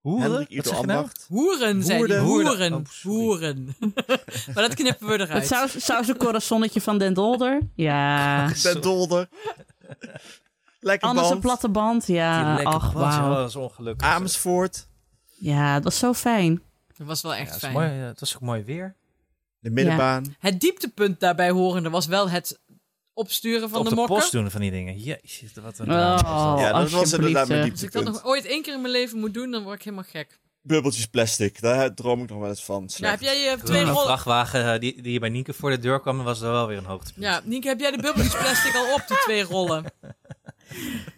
[SPEAKER 1] Hoeren?
[SPEAKER 4] Hendrik
[SPEAKER 1] Wat
[SPEAKER 4] Ido
[SPEAKER 1] zeg je nou?
[SPEAKER 4] Ambacht.
[SPEAKER 3] Hoeren, zei hij.
[SPEAKER 4] Hoeren.
[SPEAKER 3] Hoeren.
[SPEAKER 1] Oh, sorry.
[SPEAKER 3] Hoeren. [laughs] maar dat knippen we
[SPEAKER 2] Het
[SPEAKER 3] eruit.
[SPEAKER 2] saus, sausencorrespondentje van Den Dolder. Ja.
[SPEAKER 4] Den
[SPEAKER 2] [laughs]
[SPEAKER 4] Dolder. Lekker
[SPEAKER 2] Anders een
[SPEAKER 4] band.
[SPEAKER 2] platte band. Ja, Ah, ach, wauw.
[SPEAKER 1] Dat is ongelukkig.
[SPEAKER 4] Ah, Amersfoort.
[SPEAKER 2] Ja, dat was zo fijn.
[SPEAKER 3] Dat was wel
[SPEAKER 1] Ja,
[SPEAKER 3] echt
[SPEAKER 1] het, is
[SPEAKER 3] fijn.
[SPEAKER 1] mooi, eh, het was ook mooi weer.
[SPEAKER 4] De middenbaan.
[SPEAKER 3] Het dieptepunt daarbij horende was wel het opsturen van
[SPEAKER 1] Op
[SPEAKER 3] de,
[SPEAKER 1] de,
[SPEAKER 3] mokken.
[SPEAKER 1] post doen van die dingen. Jezus, wat een... drama
[SPEAKER 2] Oh.
[SPEAKER 1] is dat.
[SPEAKER 4] Ja, dat was
[SPEAKER 2] alsjeblieft, eh.
[SPEAKER 4] inderdaad
[SPEAKER 2] zeg.
[SPEAKER 4] mijn
[SPEAKER 3] Als ik dat
[SPEAKER 4] dieptepunt.
[SPEAKER 3] nog ooit één keer in mijn leven moet doen, dan word ik helemaal gek.
[SPEAKER 4] Bubbeltjes plastic, daar droom ik nog wel eens van.
[SPEAKER 3] Ja,
[SPEAKER 4] Slecht.
[SPEAKER 3] heb jij je
[SPEAKER 1] Toen
[SPEAKER 3] twee
[SPEAKER 1] een
[SPEAKER 3] rollen...
[SPEAKER 1] vrachtwagen eh, die, die bij Nienke voor de deur kwam, was er wel weer een hoogtepunt.
[SPEAKER 3] Ja, Nienke, heb jij de bubbeltjes plastic al op, die twee rollen?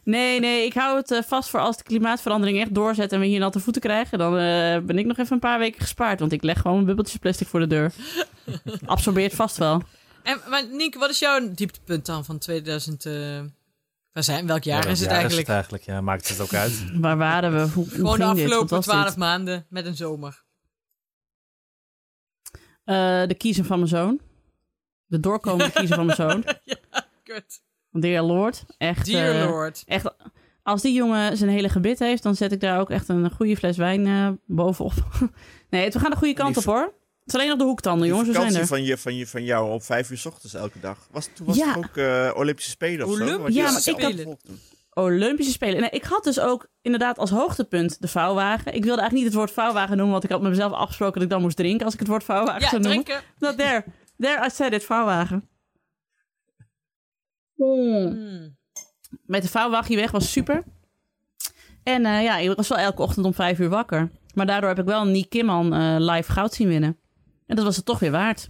[SPEAKER 2] Nee, nee, ik hou het eh, vast voor als de klimaatverandering echt doorzet en we hier natte voeten krijgen, dan eh, ben ik nog even een paar weken gespaard, want ik leg gewoon mijn bubbeltjes plastic voor de
[SPEAKER 3] [laughs]
[SPEAKER 2] deur. Absorbeert vast wel.
[SPEAKER 3] En, maar Nienke, wat is jouw dieptepunt dan van 2000... eh, waar zijn, welk jaar is het eigenlijk?
[SPEAKER 1] eigenlijk? Ja, maakt het ook uit. [laughs]
[SPEAKER 2] Waar waren we? Hoe, hoe
[SPEAKER 3] Gewoon de
[SPEAKER 2] ging dit? Wat
[SPEAKER 3] afgelopen
[SPEAKER 2] was dit?
[SPEAKER 3] twaalf maanden met een zomer.
[SPEAKER 2] Eh, de kiezen van mijn zoon. De doorkomende kiezen van mijn
[SPEAKER 3] [laughs]
[SPEAKER 2] zoon.
[SPEAKER 3] Kut.
[SPEAKER 2] Dear Lord. Echt,
[SPEAKER 3] Dear
[SPEAKER 2] eh,
[SPEAKER 3] Lord.
[SPEAKER 2] Echt, als die jongen zijn hele gebit heeft, dan zet ik daar ook echt een goede fles wijn eh, bovenop. [laughs] nee, het- we gaan de goede kant op
[SPEAKER 4] Die
[SPEAKER 2] hoor. Het is alleen nog de hoektanden,
[SPEAKER 4] Die
[SPEAKER 2] jongens. We zijn
[SPEAKER 4] vakantie
[SPEAKER 2] er.
[SPEAKER 4] van, je, van, je, van jou om vijf uur 's ochtends elke dag. Was, toen was
[SPEAKER 2] Ja.
[SPEAKER 4] het ook eh, Olympische Spelen of zo?
[SPEAKER 3] Olympische
[SPEAKER 4] Want je was
[SPEAKER 2] Ja, maar
[SPEAKER 4] zelf
[SPEAKER 3] ik had-
[SPEAKER 4] op toen.
[SPEAKER 2] Olympische Spelen. Nou, ik had dus ook inderdaad als hoogtepunt de vouwwagen. Ik wilde eigenlijk niet het woord vouwwagen noemen, want ik had met mezelf afgesproken dat ik dan moest drinken als ik het woord vouwwagen
[SPEAKER 3] Ja,
[SPEAKER 2] zou noemen.
[SPEAKER 3] drinken.
[SPEAKER 2] Nou, there. There I said it, vouwwagen. Hmm.
[SPEAKER 3] Hmm.
[SPEAKER 2] met de vouwwachtje weg was super. En eh, ja, ik was wel elke ochtend om vijf uur wakker. Maar daardoor heb ik wel Nick Kimman eh, live goud zien winnen. En dat was het toch weer waard.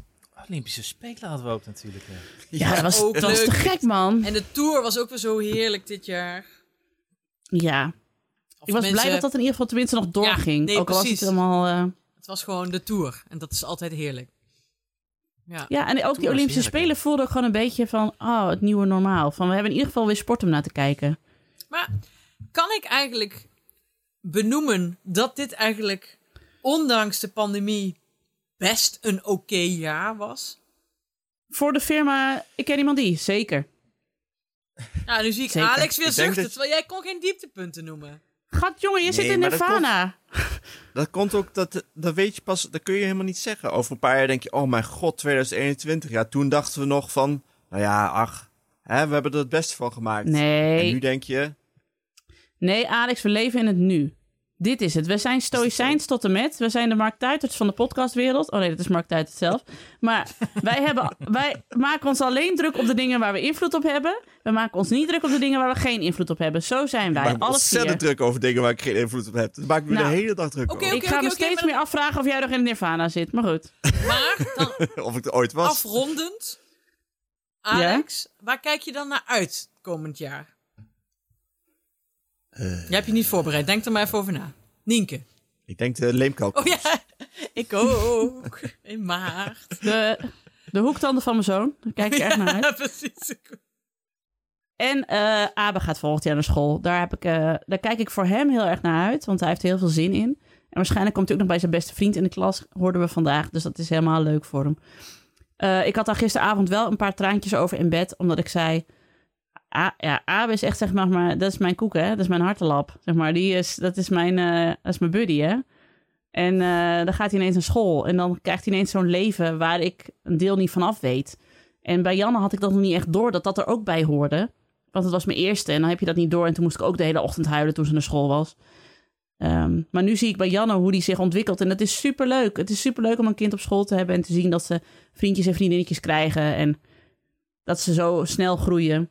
[SPEAKER 1] Olympische Spelen hadden we ook natuurlijk. ja.
[SPEAKER 2] Ja, dat was,
[SPEAKER 3] ook
[SPEAKER 2] dat was
[SPEAKER 3] leuk.
[SPEAKER 2] te gek, man.
[SPEAKER 3] En de tour was ook weer zo heerlijk dit jaar.
[SPEAKER 2] Ja,
[SPEAKER 3] Of
[SPEAKER 2] ik was blij
[SPEAKER 3] tenminste,
[SPEAKER 2] dat dat in ieder geval tenminste nog doorging.
[SPEAKER 3] nee,
[SPEAKER 2] ook al was het
[SPEAKER 3] precies.
[SPEAKER 2] allemaal... eh,
[SPEAKER 3] Het was gewoon de tour. En dat is altijd heerlijk. Ja.
[SPEAKER 2] Ja, en ook die
[SPEAKER 1] was
[SPEAKER 2] Olympische
[SPEAKER 1] heerlijk,
[SPEAKER 2] Spelen voelde ook gewoon een beetje van... Oh, het nieuwe normaal. Van, we hebben in ieder geval weer sport om naar te kijken.
[SPEAKER 3] Maar kan ik eigenlijk benoemen dat dit eigenlijk, ondanks de pandemie, best een oké jaar was?
[SPEAKER 2] Voor de firma, ik ken iemand die, zeker.
[SPEAKER 3] Nou, nu zie ik
[SPEAKER 2] Zeker.
[SPEAKER 3] Alex weer
[SPEAKER 4] Ik denk
[SPEAKER 3] zuchten,
[SPEAKER 4] dat-
[SPEAKER 3] terwijl jij kon geen dieptepunten noemen.
[SPEAKER 2] Gat, jongen, je
[SPEAKER 4] Nee,
[SPEAKER 2] zit in
[SPEAKER 4] maar dat
[SPEAKER 2] Nirvana.
[SPEAKER 4] Dat komt ook, dat, dat weet je pas, dat kun je helemaal niet zeggen. Over een paar jaar denk je, oh mijn god, 2021. Ja, toen dachten we nog van, nou ja, ach, hè, we hebben er het beste van gemaakt. En nu
[SPEAKER 2] Nee,
[SPEAKER 4] denk je,
[SPEAKER 2] nee, Alex, we leven in het nu. Dit is het. We zijn stoïcijns tot en met. We zijn de Mark Tuiters van de podcastwereld. Oh nee, dat is Mark Tuitert zelf.
[SPEAKER 4] [laughs]
[SPEAKER 2] Maar wij, hebben, wij maken ons alleen druk op de dingen waar we invloed op hebben. We maken ons niet druk op de dingen waar we geen invloed op hebben. Zo zijn
[SPEAKER 4] ik
[SPEAKER 2] wij.
[SPEAKER 4] maak me
[SPEAKER 2] Alle vier.
[SPEAKER 4] ontzettend druk over dingen waar ik geen invloed op heb. Dat maak ik me
[SPEAKER 2] Nou.
[SPEAKER 4] de hele dag druk
[SPEAKER 3] Oké,
[SPEAKER 4] over.
[SPEAKER 2] ik ga me
[SPEAKER 3] oké,
[SPEAKER 2] steeds
[SPEAKER 3] maar-
[SPEAKER 2] meer afvragen of jij nog in het Nirvana zit. Maar goed.
[SPEAKER 3] Maar dan
[SPEAKER 4] [laughs] Of ik er ooit was.
[SPEAKER 3] afrondend, Alex, waar kijk je dan naar uit komend jaar? Je hebt je niet voorbereid, denk er maar even over na. Nienke.
[SPEAKER 4] Ik denk de leemkalk.
[SPEAKER 3] Oh ja, ik ook. In maart.
[SPEAKER 2] De, de hoektanden van mijn zoon. Daar kijk ik erg naar uit.
[SPEAKER 3] Ja, precies.
[SPEAKER 2] En eh Abe gaat volgend jaar naar school. Daar, heb ik, eh, daar kijk ik voor hem heel erg naar uit. Want hij heeft er heel veel zin in. En waarschijnlijk komt hij ook nog bij zijn beste vriend in de klas. Hoorden we vandaag. Dus dat is helemaal leuk voor hem. Eh, ik had daar gisteravond wel een paar traantjes over in bed. Omdat ik zei... A- ja, Abe is echt zeg maar, maar, dat is mijn koek hè, dat is mijn hartelap. Zeg maar, die is, dat is mijn, eh, dat is mijn buddy hè. En eh, dan gaat hij ineens naar school en dan krijgt hij ineens zo'n leven waar ik een deel niet van af weet. En bij Janne had ik dat nog niet echt door dat dat er ook bij hoorde. Want het was mijn eerste en dan heb je dat niet door. En toen moest ik ook de hele ochtend huilen toen ze naar school was. Ehm, maar nu zie ik bij Janne hoe die zich ontwikkelt. En dat is superleuk. Het is superleuk om een kind op school te hebben en te zien dat ze vriendjes en vriendinnetjes krijgen. En dat ze zo snel groeien.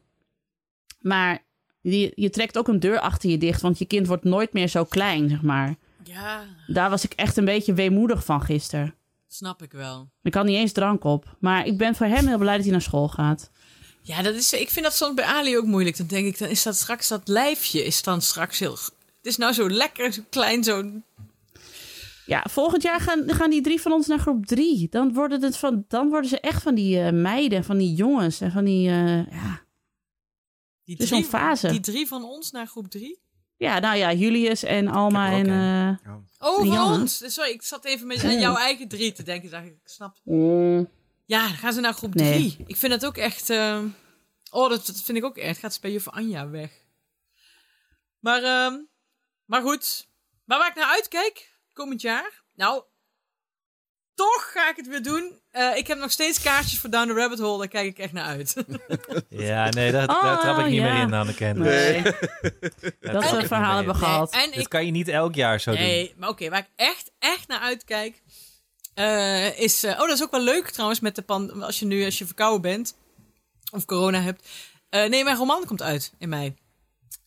[SPEAKER 2] Maar je, je trekt ook een deur achter je dicht, want je kind wordt nooit meer zo klein, zeg maar.
[SPEAKER 3] Ja,
[SPEAKER 2] Daar was ik echt een beetje weemoedig van gisteren.
[SPEAKER 3] snap ik wel.
[SPEAKER 2] Ik had niet eens drank op. Maar ik ben voor hem heel blij dat hij naar school gaat.
[SPEAKER 3] Ja, dat is, ik vind dat soms bij Ali ook moeilijk. Dan denk ik, dan is dat straks dat lijfje, is dan straks heel... g- Het is nou zo lekker, zo klein, zo...
[SPEAKER 2] Ja, volgend jaar gaan, gaan die drie van ons naar groep drie. Dan worden, het van, dan worden ze echt van die eh, meiden, van die jongens en van die... eh, ja.
[SPEAKER 3] Die
[SPEAKER 2] is zo'n fase.
[SPEAKER 3] Die drie van ons naar groep drie.
[SPEAKER 2] ja, nou ja, Julius en Alma
[SPEAKER 4] Ik heb
[SPEAKER 2] en...
[SPEAKER 4] er ook
[SPEAKER 2] eh,
[SPEAKER 3] Oh,
[SPEAKER 2] En
[SPEAKER 3] van
[SPEAKER 2] Janne?
[SPEAKER 3] ons. Sorry, ik zat even met aan jouw eigen drie te denken. Dacht, ik ik snap.
[SPEAKER 2] mm,
[SPEAKER 3] Ja, dan gaan ze naar groep
[SPEAKER 2] Nee.
[SPEAKER 3] drie. Ik vind dat ook echt... eh, Oh, dat, dat vind ik ook echt. Gaat ze bij juf Anja weg. Maar, ehm, maar goed. Maar waar ik naar uitkijk, komend jaar... Nou, toch ga ik het weer doen. Eh, ik heb nog steeds kaartjes voor Down the Rabbit Hole. Daar kijk ik echt naar uit.
[SPEAKER 1] Ja, nee, daar,
[SPEAKER 2] Oh,
[SPEAKER 1] daar trap ik niet
[SPEAKER 2] ja.
[SPEAKER 1] meer in, Hanneke.
[SPEAKER 2] nee.
[SPEAKER 1] Daar
[SPEAKER 2] Dat
[SPEAKER 1] trap ik
[SPEAKER 2] soort
[SPEAKER 1] niet
[SPEAKER 2] verhalen
[SPEAKER 1] meer
[SPEAKER 2] hebben
[SPEAKER 1] in.
[SPEAKER 2] we gehad.
[SPEAKER 3] En
[SPEAKER 1] Dit
[SPEAKER 3] ik
[SPEAKER 1] kan je niet elk jaar zo doen.
[SPEAKER 3] Nee, maar oké, waar ik echt, echt naar uitkijk. eh, is, eh, oh, dat is ook wel leuk trouwens met de pan. Als je nu als je verkouden bent of corona hebt. Eh, nee, mijn roman komt uit in mei.
[SPEAKER 2] [laughs]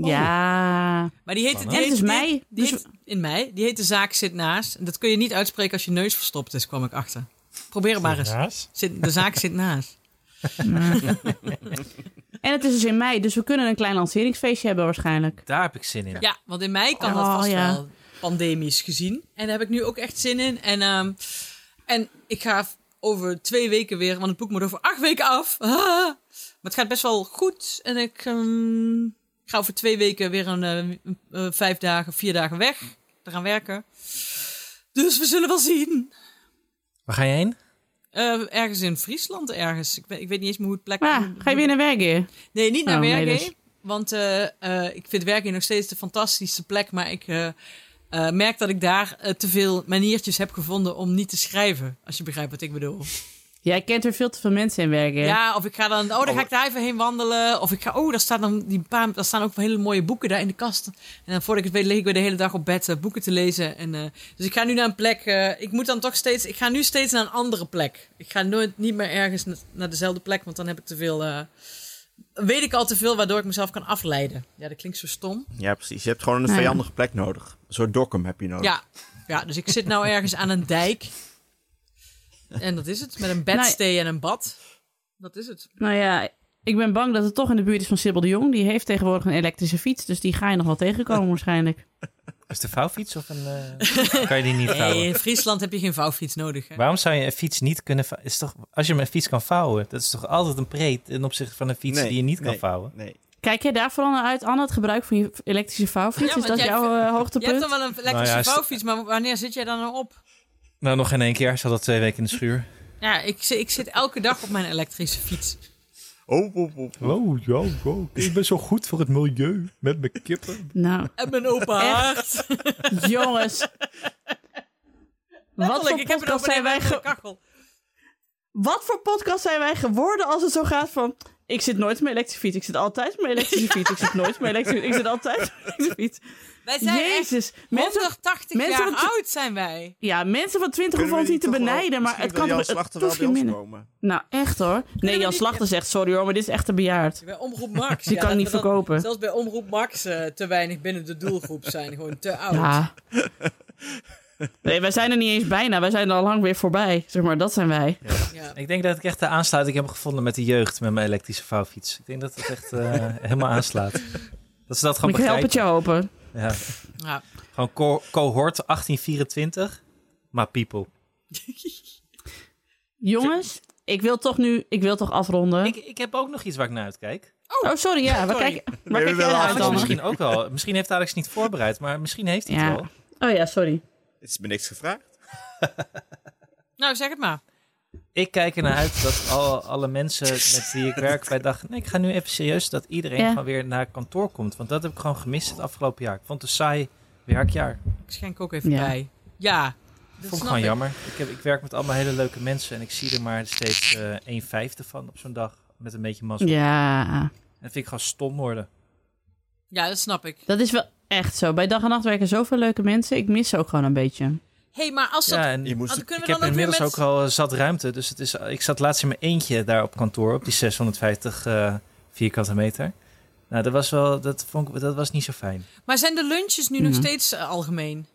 [SPEAKER 2] Ja.
[SPEAKER 3] Maar die heet, die
[SPEAKER 1] Spannend.
[SPEAKER 2] En het is
[SPEAKER 3] heet-
[SPEAKER 2] mei,
[SPEAKER 3] die- die
[SPEAKER 2] dus-
[SPEAKER 3] heet- in mei. Die heet De Zaak Zit Naast. En dat kun je niet uitspreken als je neus verstopt is, kwam ik achter. Probeer het maar eens. Zit, de zaak zit naast.
[SPEAKER 2] En het is dus in mei, dus we kunnen een klein lanceringsfeestje hebben waarschijnlijk.
[SPEAKER 1] Daar heb ik zin in.
[SPEAKER 3] Ja, want in mei kan dat
[SPEAKER 2] Oh,
[SPEAKER 3] vast
[SPEAKER 2] ja.
[SPEAKER 3] wel pandemisch gezien. En daar heb ik nu ook echt zin in. En, ehm, en ik ga v- over twee weken weer, want het boek moet over acht weken af. [laughs] Ah. maar het gaat best wel goed. En ik ehm, ga over twee weken weer een, eh, eh, vijf dagen, vier dagen weg. Te gaan werken. Dus we zullen wel zien.
[SPEAKER 1] Waar ga je heen?
[SPEAKER 3] Eh, ergens in Friesland ergens. Ik, ben, ik weet niet eens meer hoe het plek...
[SPEAKER 2] Maar ga je weer naar Wergeer?
[SPEAKER 3] Nee, niet naar
[SPEAKER 2] Oh, nee,
[SPEAKER 3] Werken.
[SPEAKER 2] dus-
[SPEAKER 3] Want eh, eh, ik vind Werken nog steeds de fantastische plek. Maar ik eh, eh, merk dat ik daar eh, te veel maniertjes heb gevonden om niet te schrijven. Als je begrijpt wat ik bedoel.
[SPEAKER 2] Jij kent er veel te veel mensen in Wergeer.
[SPEAKER 3] Ja, of ik ga dan, oh, dan ga ik daar even heen wandelen. Of ik ga, oh, daar staan, dan die paar, daar staan ook hele mooie boeken daar in de kast. En dan voordat ik het weet, lig ik weer de hele dag op bed eh, boeken te lezen. En, eh, dus ik ga nu naar een plek, eh, ik moet dan toch steeds, ik ga nu steeds naar een andere plek. Ik ga nooit, niet meer ergens na- naar dezelfde plek, want dan heb ik te veel, eh, weet ik al te veel waardoor ik mezelf kan afleiden. Ja, dat klinkt zo stom.
[SPEAKER 4] Ja, precies. Je hebt gewoon een
[SPEAKER 2] Nou ja.
[SPEAKER 4] vijandige plek nodig. Een soort dokkum heb je nodig.
[SPEAKER 3] Ja, ja, dus ik zit nou ergens aan een dijk. En dat is het, met een bedstee en een bad. Dat is het.
[SPEAKER 2] Nou ja, ik ben bang dat het toch in de buurt is van Sibyl de Jong. Die heeft tegenwoordig een elektrische fiets, dus die ga je nog wel
[SPEAKER 4] [laughs]
[SPEAKER 2] tegenkomen waarschijnlijk.
[SPEAKER 1] Is het een vouwfiets of een...
[SPEAKER 3] [laughs]
[SPEAKER 1] eh, kan je die niet vouwen?
[SPEAKER 3] Nee, in Friesland heb je geen vouwfiets nodig. Hè?
[SPEAKER 1] Waarom zou je een fiets niet kunnen vou- Is toch, als je een fiets kan vouwen, dat is toch altijd een preet ten opzichte van een fiets
[SPEAKER 4] Nee,
[SPEAKER 1] die je niet
[SPEAKER 4] nee,
[SPEAKER 1] kan vouwen?
[SPEAKER 4] Nee.
[SPEAKER 2] Kijk jij daar vooral naar uit, Anne, het gebruik van je elektrische vouwfiets?
[SPEAKER 3] Ja,
[SPEAKER 2] is
[SPEAKER 3] want
[SPEAKER 2] dat
[SPEAKER 3] [laughs] jij-
[SPEAKER 2] jouw eh,
[SPEAKER 3] Je hebt dan
[SPEAKER 2] hoogtepunt?
[SPEAKER 3] wel een elektrische
[SPEAKER 1] Nou ja, st-
[SPEAKER 3] vouwfiets, maar wanneer zit jij dan nou op?
[SPEAKER 1] Nou, nog in één keer. Zat dat twee weken in de schuur.
[SPEAKER 3] Ja, ik, zi- ik zit elke dag op mijn elektrische fiets.
[SPEAKER 4] Oh, oh, oh.
[SPEAKER 1] Oh, ja, Ik ben zo goed voor het milieu met mijn kippen.
[SPEAKER 2] Nou,
[SPEAKER 3] En mijn open
[SPEAKER 2] Echt?
[SPEAKER 3] hart. [laughs]
[SPEAKER 2] jongens. Wat
[SPEAKER 3] Letterlijk,
[SPEAKER 2] voor,
[SPEAKER 3] ik heb een
[SPEAKER 2] podcast
[SPEAKER 3] open
[SPEAKER 2] zijn wij
[SPEAKER 3] hart en een
[SPEAKER 2] ge-
[SPEAKER 3] kachel.
[SPEAKER 2] wat voor podcast zijn wij geworden als het zo gaat van... Ik zit nooit op mijn elektrische fiets. Ik zit altijd op mijn elektrische fiets. Ik zit nooit op mijn elektrische fiets. Ik zit altijd op mijn elektrische fiets.
[SPEAKER 3] Wij zijn echt
[SPEAKER 2] Jezus. Mensen,
[SPEAKER 3] 180
[SPEAKER 2] mensen
[SPEAKER 3] jaar
[SPEAKER 2] van-
[SPEAKER 3] oud zijn wij.
[SPEAKER 2] ja, mensen van 20
[SPEAKER 4] Kunnen
[SPEAKER 2] hoeven
[SPEAKER 4] we
[SPEAKER 2] ons niet te
[SPEAKER 4] toch wel-
[SPEAKER 2] benijden, maar
[SPEAKER 4] misschien
[SPEAKER 2] het
[SPEAKER 4] wil
[SPEAKER 2] kan
[SPEAKER 4] Jan
[SPEAKER 2] toch- het
[SPEAKER 4] Slachter
[SPEAKER 2] hoeft
[SPEAKER 4] wel bij
[SPEAKER 2] geen
[SPEAKER 4] ons
[SPEAKER 2] minder.
[SPEAKER 4] komen.
[SPEAKER 2] Nou, echt hoor. Nee,
[SPEAKER 3] we
[SPEAKER 2] Jan
[SPEAKER 3] niet-
[SPEAKER 2] Slachter zegt, sorry hoor, maar dit is echt een bejaard.
[SPEAKER 3] Bij Omroep Max.
[SPEAKER 2] Die kan ik
[SPEAKER 3] dat
[SPEAKER 2] niet
[SPEAKER 3] we dat-
[SPEAKER 2] verkopen.
[SPEAKER 3] Zelfs bij Omroep Max eh, te weinig binnen de doelgroep zijn. Gewoon te oud.
[SPEAKER 2] Ja. [laughs] Nee, wij zijn er niet eens bijna. Wij zijn er al lang weer voorbij. Zeg maar, dat zijn wij.
[SPEAKER 3] Ja.
[SPEAKER 1] Ik denk dat ik echt de aansluiting heb gevonden met de jeugd met mijn elektrische vouwfiets. Ik denk dat het echt eh, helemaal aanslaat. Dat ze dat gewoon
[SPEAKER 2] Ik help het
[SPEAKER 1] begrijpen.
[SPEAKER 2] je hopen.
[SPEAKER 1] Ja.
[SPEAKER 3] Ja.
[SPEAKER 1] Gewoon co- cohort 1824, maar people.
[SPEAKER 2] Jongens, ik wil toch nu, ik wil toch afronden.
[SPEAKER 1] Ik, ik heb ook nog iets waar ik naar uitkijk.
[SPEAKER 2] Oh, sorry, ja. Waar
[SPEAKER 3] sorry.
[SPEAKER 2] kijk, waar
[SPEAKER 4] we
[SPEAKER 2] kijk jij
[SPEAKER 4] willen
[SPEAKER 2] naar uit
[SPEAKER 1] Alex
[SPEAKER 2] dan?
[SPEAKER 1] misschien ook wel. Misschien heeft Alex niet voorbereid, maar misschien heeft hij
[SPEAKER 2] Ja.
[SPEAKER 1] het wel.
[SPEAKER 2] Oh ja, sorry.
[SPEAKER 4] Het is me niks gevraagd.
[SPEAKER 3] Nou, zeg het maar.
[SPEAKER 1] Ik kijk ernaar uit dat al, alle mensen met wie ik werk bij dachten... Nee, ik ga nu even serieus dat iedereen
[SPEAKER 2] Ja.
[SPEAKER 1] gewoon weer naar kantoor komt. Want dat heb ik gewoon gemist het afgelopen jaar. Ik vond het een saai werkjaar.
[SPEAKER 3] Ik schenk ook even
[SPEAKER 2] Ja.
[SPEAKER 3] bij. Ja. dat
[SPEAKER 1] vond ik
[SPEAKER 3] snap
[SPEAKER 1] gewoon
[SPEAKER 3] ik.
[SPEAKER 1] jammer. Ik, heb, ik werk met allemaal hele leuke mensen en ik zie er maar steeds eh een vijfde van op zo'n dag. Met een beetje masker.
[SPEAKER 2] Ja,
[SPEAKER 1] En dat vind ik gewoon stom worden.
[SPEAKER 3] Ja, dat snap ik.
[SPEAKER 2] dat is wel echt zo. Bij dag en nacht werken zoveel leuke mensen. Ik mis ze ook gewoon een beetje.
[SPEAKER 3] hey, maar als dat...
[SPEAKER 1] Ja, en
[SPEAKER 4] Je moest
[SPEAKER 3] als-
[SPEAKER 4] het-
[SPEAKER 3] kunnen
[SPEAKER 1] ik
[SPEAKER 3] we dan
[SPEAKER 1] heb
[SPEAKER 3] ook weer
[SPEAKER 1] inmiddels
[SPEAKER 3] met...
[SPEAKER 1] ook al eh, zat ruimte. Dus het is, ik zat laatst in mijn eentje daar op kantoor op die 650 eh, vierkante meter. Nou, dat was wel, dat vond ik, dat was niet zo fijn.
[SPEAKER 3] Maar zijn de lunches nu nog
[SPEAKER 2] Mhm.
[SPEAKER 3] steeds eh, algemeen?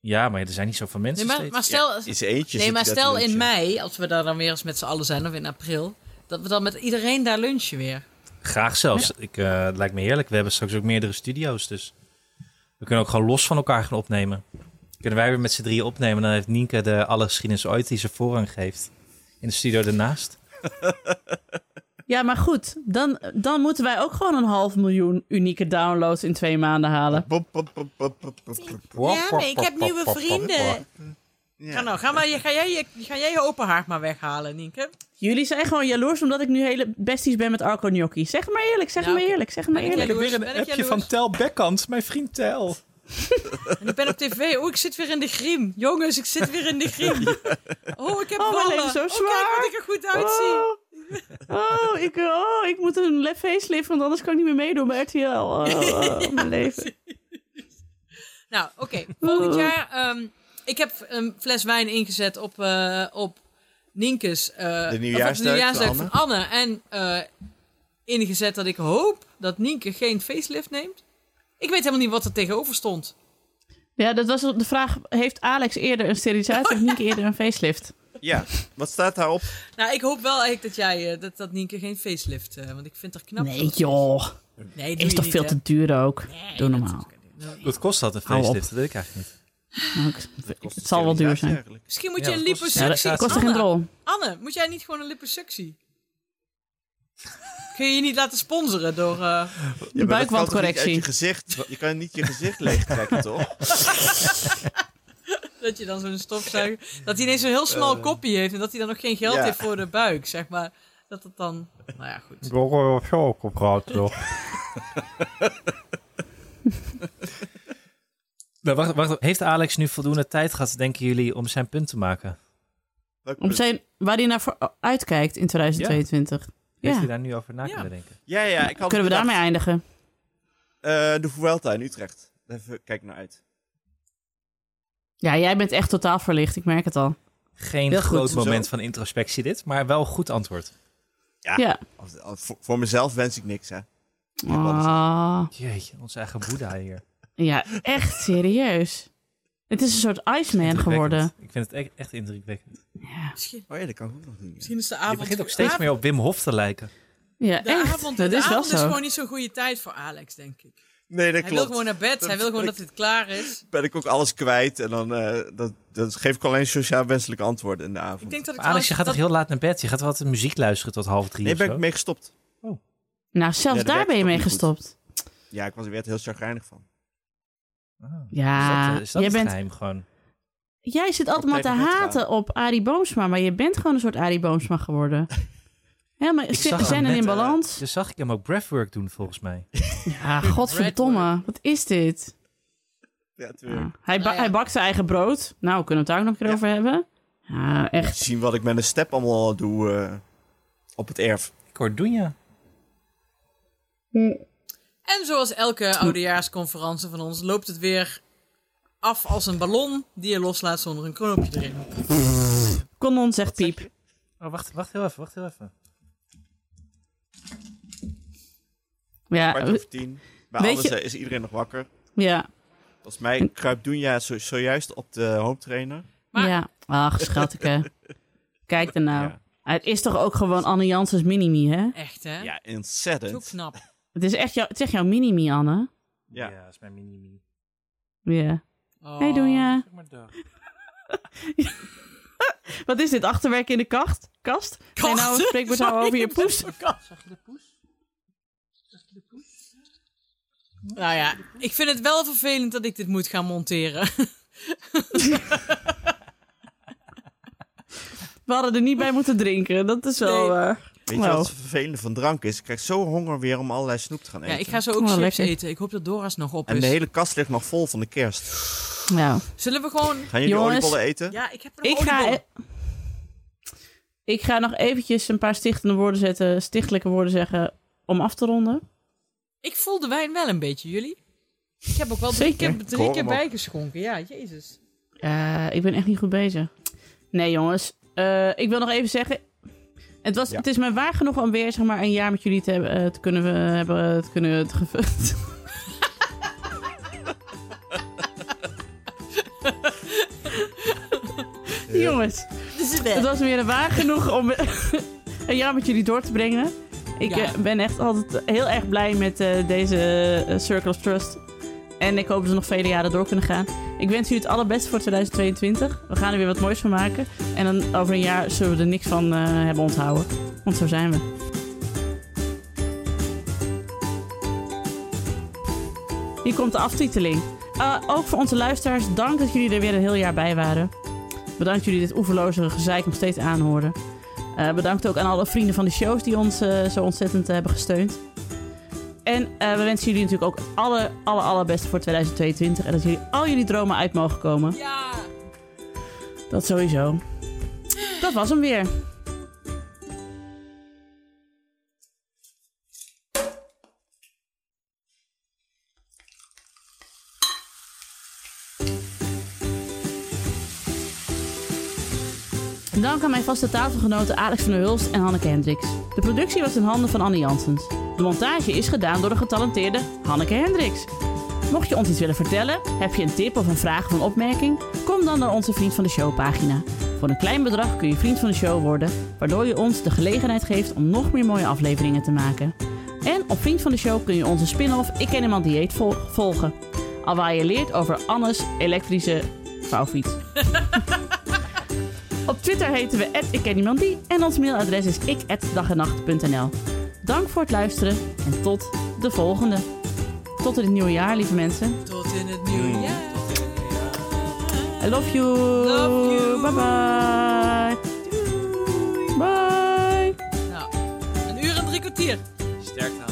[SPEAKER 1] Ja, maar er zijn niet zoveel mensen
[SPEAKER 3] Nee, maar,
[SPEAKER 1] steeds.
[SPEAKER 3] maar stel,
[SPEAKER 4] Is eentje
[SPEAKER 3] nee,
[SPEAKER 4] zit
[SPEAKER 3] maar
[SPEAKER 4] hij dat
[SPEAKER 3] stel
[SPEAKER 4] te
[SPEAKER 3] in
[SPEAKER 4] lunchen.
[SPEAKER 3] mei, als we daar dan weer eens met z'n allen zijn, of in april, dat we dan met iedereen daar lunchen weer.
[SPEAKER 1] Graag zelfs. Ik, eh, het lijkt me heerlijk. We hebben straks ook meerdere studio's, dus we kunnen ook gewoon los van elkaar gaan opnemen. Kunnen wij weer met z'n drieën opnemen. Dan heeft Nienke de alle geschiedenis ooit die ze voorrang geeft in de studio ernaast.
[SPEAKER 2] Ja, maar goed, dan, dan moeten wij ook gewoon een half miljoen unieke downloads in twee maanden halen.
[SPEAKER 4] Pop, pop, pop, pop, pop, pop, pop.
[SPEAKER 3] Ja, maar ik heb nieuwe vrienden. Ga nou, ga, maar, ga, jij, je- ga jij je open haard maar weghalen, Nienke.
[SPEAKER 2] Jullie zijn gewoon jaloers omdat ik nu hele besties ben met Arco Gnocchi. Zeg het maar eerlijk, zeg het
[SPEAKER 3] Nou,
[SPEAKER 2] maar eerlijk, zeg het maar
[SPEAKER 3] Ben ik
[SPEAKER 2] eerlijk.
[SPEAKER 3] jaloers? Ben ik jaloers?
[SPEAKER 1] Tel Bekkant, mijn vriend Tel.
[SPEAKER 3] En ik ben op tv. Oh, ik zit weer in de griem. Jongens, ik zit weer in de
[SPEAKER 4] [laughs]
[SPEAKER 3] griem. Oh, ik heb
[SPEAKER 2] Oh, mijn
[SPEAKER 3] ballen.
[SPEAKER 2] leven is zo
[SPEAKER 3] Oh,
[SPEAKER 2] zwaar.
[SPEAKER 3] kijk wat ik er goed uitzie.
[SPEAKER 2] Oh, oh, ik, oh, ik moet een lef facelift, want anders kan ik niet meer meedoen bij RTL. Oh,
[SPEAKER 3] [laughs]
[SPEAKER 2] oh, mijn leven. Oh.
[SPEAKER 3] Nou, oké. Volgend jaar...
[SPEAKER 1] Eh.
[SPEAKER 3] ehm, ik heb een fles wijn ingezet op, eh, op Nienke's... eh, of op
[SPEAKER 4] nieuwjaarsduik
[SPEAKER 3] nieuwjaarsduik
[SPEAKER 4] van
[SPEAKER 3] van Anne. En eh, ingezet dat ik hoop dat Nienke geen facelift neemt. Ik weet helemaal niet wat er tegenover stond.
[SPEAKER 2] Ja, dat was de vraag, heeft Alex eerder een sterilisatie of Nienke eerder een
[SPEAKER 3] [laughs]
[SPEAKER 2] facelift?
[SPEAKER 4] Ja, wat staat daarop?
[SPEAKER 3] Nou, ik hoop wel eigenlijk dat jij... eh, dat, dat Nienke geen facelift... eh, want ik vind haar knap.
[SPEAKER 2] Nee joh,
[SPEAKER 3] Nee, doe
[SPEAKER 2] is
[SPEAKER 3] je
[SPEAKER 2] toch
[SPEAKER 3] niet,
[SPEAKER 2] veel
[SPEAKER 3] hè?
[SPEAKER 2] te duur ook? Doe normaal.
[SPEAKER 1] Wat kost dat, een
[SPEAKER 2] Hou op.
[SPEAKER 1] facelift? Dat weet ik eigenlijk niet.
[SPEAKER 2] Nou, ik- het zal wel duur zijn.
[SPEAKER 3] Misschien moet
[SPEAKER 1] Ja,
[SPEAKER 3] je een
[SPEAKER 1] dat kost-
[SPEAKER 2] Ja,
[SPEAKER 3] liposuctie.
[SPEAKER 2] dat kost er geen
[SPEAKER 3] Anne,
[SPEAKER 2] drol.
[SPEAKER 3] Anne, moet jij niet gewoon een liposuctie? Kun je je niet laten sponsoren door... eh,
[SPEAKER 4] De
[SPEAKER 2] buikwandcorrectie.
[SPEAKER 4] Je gezicht. Je kan niet je gezicht leegtrekken, toch? dat
[SPEAKER 3] dat je dan zo'n
[SPEAKER 4] [laughs]
[SPEAKER 3] stofzuiger... Dat hij ineens zo'n heel smal kopje heeft... en dat hij dan nog geen geld
[SPEAKER 4] Eh. ja.
[SPEAKER 3] heeft voor de buik, zeg maar. Dat het dan... Nou ja, goed.
[SPEAKER 1] Borrel zo gepraat, toch? Nou, wacht, wacht. Heeft Alex nu voldoende tijd gehad, denken jullie, om zijn punt te maken?
[SPEAKER 2] Om
[SPEAKER 4] punt?
[SPEAKER 2] zijn, waar hij naar voor uitkijkt in 2022. Ja.
[SPEAKER 1] Heeft hij daar nu over na
[SPEAKER 3] Ja.
[SPEAKER 1] kunnen denken?
[SPEAKER 4] Ja, ja, ik had
[SPEAKER 2] Kunnen we daarmee
[SPEAKER 4] bedacht.
[SPEAKER 2] eindigen?
[SPEAKER 4] Eh, de Vuelta in Utrecht. Even kijk naar uit.
[SPEAKER 2] Ja, jij bent echt totaal verlicht, ik merk het al.
[SPEAKER 1] Geen
[SPEAKER 2] Heel goed.
[SPEAKER 1] groot moment
[SPEAKER 4] Zo.
[SPEAKER 1] van introspectie dit, maar wel goed antwoord.
[SPEAKER 4] Ja.
[SPEAKER 1] Ah.
[SPEAKER 2] Ja.
[SPEAKER 4] Als- als- voor, voor mezelf wens ik niks, hè. Oh
[SPEAKER 2] Ah.
[SPEAKER 1] Jeetje, onze eigen boeddha hier.
[SPEAKER 2] Ja, echt serieus. Het is een soort Iceman geworden.
[SPEAKER 1] Ik vind het echt, echt indrukwekkend.
[SPEAKER 3] Misschien,
[SPEAKER 4] Oh ja, dat kan ik ook nog niet.
[SPEAKER 3] misschien is de
[SPEAKER 1] Je
[SPEAKER 3] avond...
[SPEAKER 1] begint ook steeds meer op Wim Hof te lijken.
[SPEAKER 2] Ja,
[SPEAKER 3] De
[SPEAKER 2] echt.
[SPEAKER 3] avond,
[SPEAKER 2] dat
[SPEAKER 3] de
[SPEAKER 2] is wel
[SPEAKER 3] avond is
[SPEAKER 2] zo.
[SPEAKER 3] gewoon niet zo'n goede tijd voor Alex, denk ik.
[SPEAKER 4] Nee, dat
[SPEAKER 3] Hij wil
[SPEAKER 4] klopt.
[SPEAKER 3] gewoon naar bed. Hij wil gewoon dat het klaar is.
[SPEAKER 4] ben ik ook alles kwijt. En dan eh, dat, dat geef ik alleen sociaal wenselijke antwoorden in de avond.
[SPEAKER 3] Ik denk dat ik
[SPEAKER 1] Maar Alex,
[SPEAKER 3] trouwens-
[SPEAKER 1] je gaat
[SPEAKER 3] dat-
[SPEAKER 1] toch heel laat naar bed? Je gaat wel wat muziek luisteren tot half drie
[SPEAKER 4] nee,
[SPEAKER 1] of
[SPEAKER 4] ben
[SPEAKER 1] zo?
[SPEAKER 4] ik mee gestopt.
[SPEAKER 2] Nou, zelfs
[SPEAKER 4] Ja, dat
[SPEAKER 2] daar
[SPEAKER 4] werkt
[SPEAKER 2] ben je
[SPEAKER 4] toch
[SPEAKER 2] mee
[SPEAKER 4] niet goed.
[SPEAKER 2] gestopt.
[SPEAKER 4] Ja, ik was er weer heel chagrijnig van.
[SPEAKER 1] Is
[SPEAKER 2] Ja,
[SPEAKER 1] dat, eh, is dat
[SPEAKER 2] Ah, jij,
[SPEAKER 1] het
[SPEAKER 2] bent,
[SPEAKER 1] geheim gewoon?
[SPEAKER 2] jij zit altijd
[SPEAKER 4] Op
[SPEAKER 2] maar te
[SPEAKER 4] tegen bed gaan.
[SPEAKER 2] haten op Arie Boomsma, maar je bent gewoon een soort Arie Boomsma geworden. Helemaal
[SPEAKER 1] zag
[SPEAKER 2] zi-
[SPEAKER 1] hem
[SPEAKER 2] zijn en
[SPEAKER 1] net,
[SPEAKER 2] in
[SPEAKER 1] eh,
[SPEAKER 2] balans.
[SPEAKER 1] Dus zag ik hem ook breathwork doen, volgens mij.
[SPEAKER 2] Ja, godverdomme. Wat is dit?
[SPEAKER 4] Ja, tuurlijk.
[SPEAKER 2] Ja. Hij, ba-
[SPEAKER 3] Nou ja.
[SPEAKER 2] hij bakt zijn eigen brood. Nou, kunnen we het daar ook nog een keer
[SPEAKER 4] Ja.
[SPEAKER 2] over hebben? Ja, echt.
[SPEAKER 4] Zien wat ik met een step allemaal doe eh, op het erf.
[SPEAKER 1] Ik hoor Doenja.
[SPEAKER 3] En zoals elke oudejaarsconferentie van ons loopt het weer af als een ballon die je loslaat zonder een knoopje erin.
[SPEAKER 2] Conon zegt piep.
[SPEAKER 1] Oh, wacht, wacht heel even, wacht heel even.
[SPEAKER 2] Ja,
[SPEAKER 4] Kwart over tien. Bij
[SPEAKER 2] weet
[SPEAKER 4] alles
[SPEAKER 2] je-
[SPEAKER 4] eh, is iedereen nog wakker.
[SPEAKER 2] ja,
[SPEAKER 4] Volgens mij kruipt Doenja zo, zojuist op de home trainer.
[SPEAKER 3] Maar-
[SPEAKER 2] ja. Ach, schatteke. Kijk er nou.
[SPEAKER 4] Ja.
[SPEAKER 2] Het is toch ook gewoon Anne Janssens minimi, hè?
[SPEAKER 3] Echt, hè?
[SPEAKER 4] Ja,
[SPEAKER 3] Zo
[SPEAKER 4] ontzettend.
[SPEAKER 3] knap.
[SPEAKER 2] Het is echt, jou, het is echt jouw minimi, Anne.
[SPEAKER 4] Ja.
[SPEAKER 1] dat is mijn mini-me.
[SPEAKER 2] Ja.
[SPEAKER 3] Oh.
[SPEAKER 2] Hey, Doenja.
[SPEAKER 1] Zeg maar dag.
[SPEAKER 2] Wat is dit, achterwerk in de kacht? Kast? Ga je nou een
[SPEAKER 3] Kacht? [laughs]
[SPEAKER 2] spreekwoord houden
[SPEAKER 3] Sorry,
[SPEAKER 2] over je
[SPEAKER 3] ik ben
[SPEAKER 2] poes?
[SPEAKER 3] Nou ja, ik vind het wel vervelend dat ik dit moet gaan monteren.
[SPEAKER 2] We hadden er niet bij moeten drinken. Dat is wel... eh,
[SPEAKER 4] Weet je
[SPEAKER 2] Nou.
[SPEAKER 4] wat het vervelende van drank is? Ik krijg zo honger weer om allerlei snoep te gaan
[SPEAKER 3] Ja,
[SPEAKER 4] eten.
[SPEAKER 3] ik ga dus- zo ook
[SPEAKER 2] Oh,
[SPEAKER 3] chips
[SPEAKER 2] lekker.
[SPEAKER 3] eten. Ik hoop dat Dora's nog op
[SPEAKER 4] En
[SPEAKER 3] is.
[SPEAKER 4] de hele kast ligt nog vol van de kerst.
[SPEAKER 2] nou,
[SPEAKER 3] Zullen we gewoon...
[SPEAKER 4] Gaan jullie
[SPEAKER 2] Jongens.
[SPEAKER 4] oliebollen eten?
[SPEAKER 3] Ja, ik heb nog
[SPEAKER 2] ik ga... e-
[SPEAKER 3] oliebollen.
[SPEAKER 2] Ik ga nog eventjes een paar stichtende woorden zetten, stichtelijke woorden zeggen, om af te ronden.
[SPEAKER 3] Ik voel de wijn wel een beetje, jullie. Ik heb ook wel drie
[SPEAKER 2] Zeker.
[SPEAKER 3] keer,
[SPEAKER 4] Ik
[SPEAKER 3] drie
[SPEAKER 4] hoor
[SPEAKER 3] keer
[SPEAKER 4] hem ook.
[SPEAKER 3] bijgeschonken. Ja, jezus.
[SPEAKER 2] Eh, ik ben echt niet goed bezig. Nee, jongens. Eh, ik wil nog even zeggen. Het, was,
[SPEAKER 4] Ja.
[SPEAKER 2] het is me waar genoeg om weer zeg maar, een jaar met jullie te, hebben, eh, te kunnen we, hebben. eh, Te kunnen te ge- [laughs]
[SPEAKER 4] Eh,
[SPEAKER 2] Jongens, het was weer waar genoeg om [laughs] een jaar met jullie door te brengen. Ik
[SPEAKER 3] Ja.
[SPEAKER 2] eh, ben echt altijd heel erg blij met eh, deze eh, Circle of Trust. En ik hoop dat we nog vele jaren door kunnen gaan. Ik wens jullie het allerbeste voor 2022. We gaan er weer wat moois van maken. En dan over een jaar zullen we er niks van eh, hebben onthouden. Want zo zijn we. Hier komt de aftiteling. Eh, ook voor onze luisteraars, dank dat jullie er weer een heel jaar bij waren. Bedankt jullie dit oeverloze gezeik nog steeds aanhoorden. Eh, bedankt ook aan alle vrienden van de shows die ons eh, zo ontzettend hebben gesteund. En eh, we wensen jullie natuurlijk ook alle, alle, allerbeste voor 2022. En dat jullie al jullie dromen uit mogen komen.
[SPEAKER 3] Ja.
[SPEAKER 2] Dat sowieso. Dat was hem weer. Dank aan mijn vaste tafelgenoten Alex van der Hulst en Hanneke Hendricks. De productie was in handen van Annie Jansens. De montage is gedaan door de getalenteerde Hanneke Hendricks. Mocht je ons iets willen vertellen, heb je een tip of een vraag of een opmerking, kom dan naar onze Vriend van de Show pagina. Voor een klein bedrag kun je Vriend van de Show worden, waardoor je ons de gelegenheid geeft om nog meer mooie afleveringen te maken. En op Vriend van de Show kun je onze spin-off Ik Ken Iemand Dieet vol- volgen. Alwaar je leert over Anne's elektrische vouwfiets. [laughs] op Twitter heten we Ik Ken Iemand Die en ons mailadres is ik@dagennacht.nl. Dank voor het luisteren en tot de volgende. Tot in het nieuwe jaar, lieve mensen.
[SPEAKER 3] Tot in het nieuwe jaar.
[SPEAKER 2] I love you.
[SPEAKER 3] Love you.
[SPEAKER 2] Bye bye. Bye.
[SPEAKER 3] Nou, een uur en drie kwartier.
[SPEAKER 1] Sterk nou.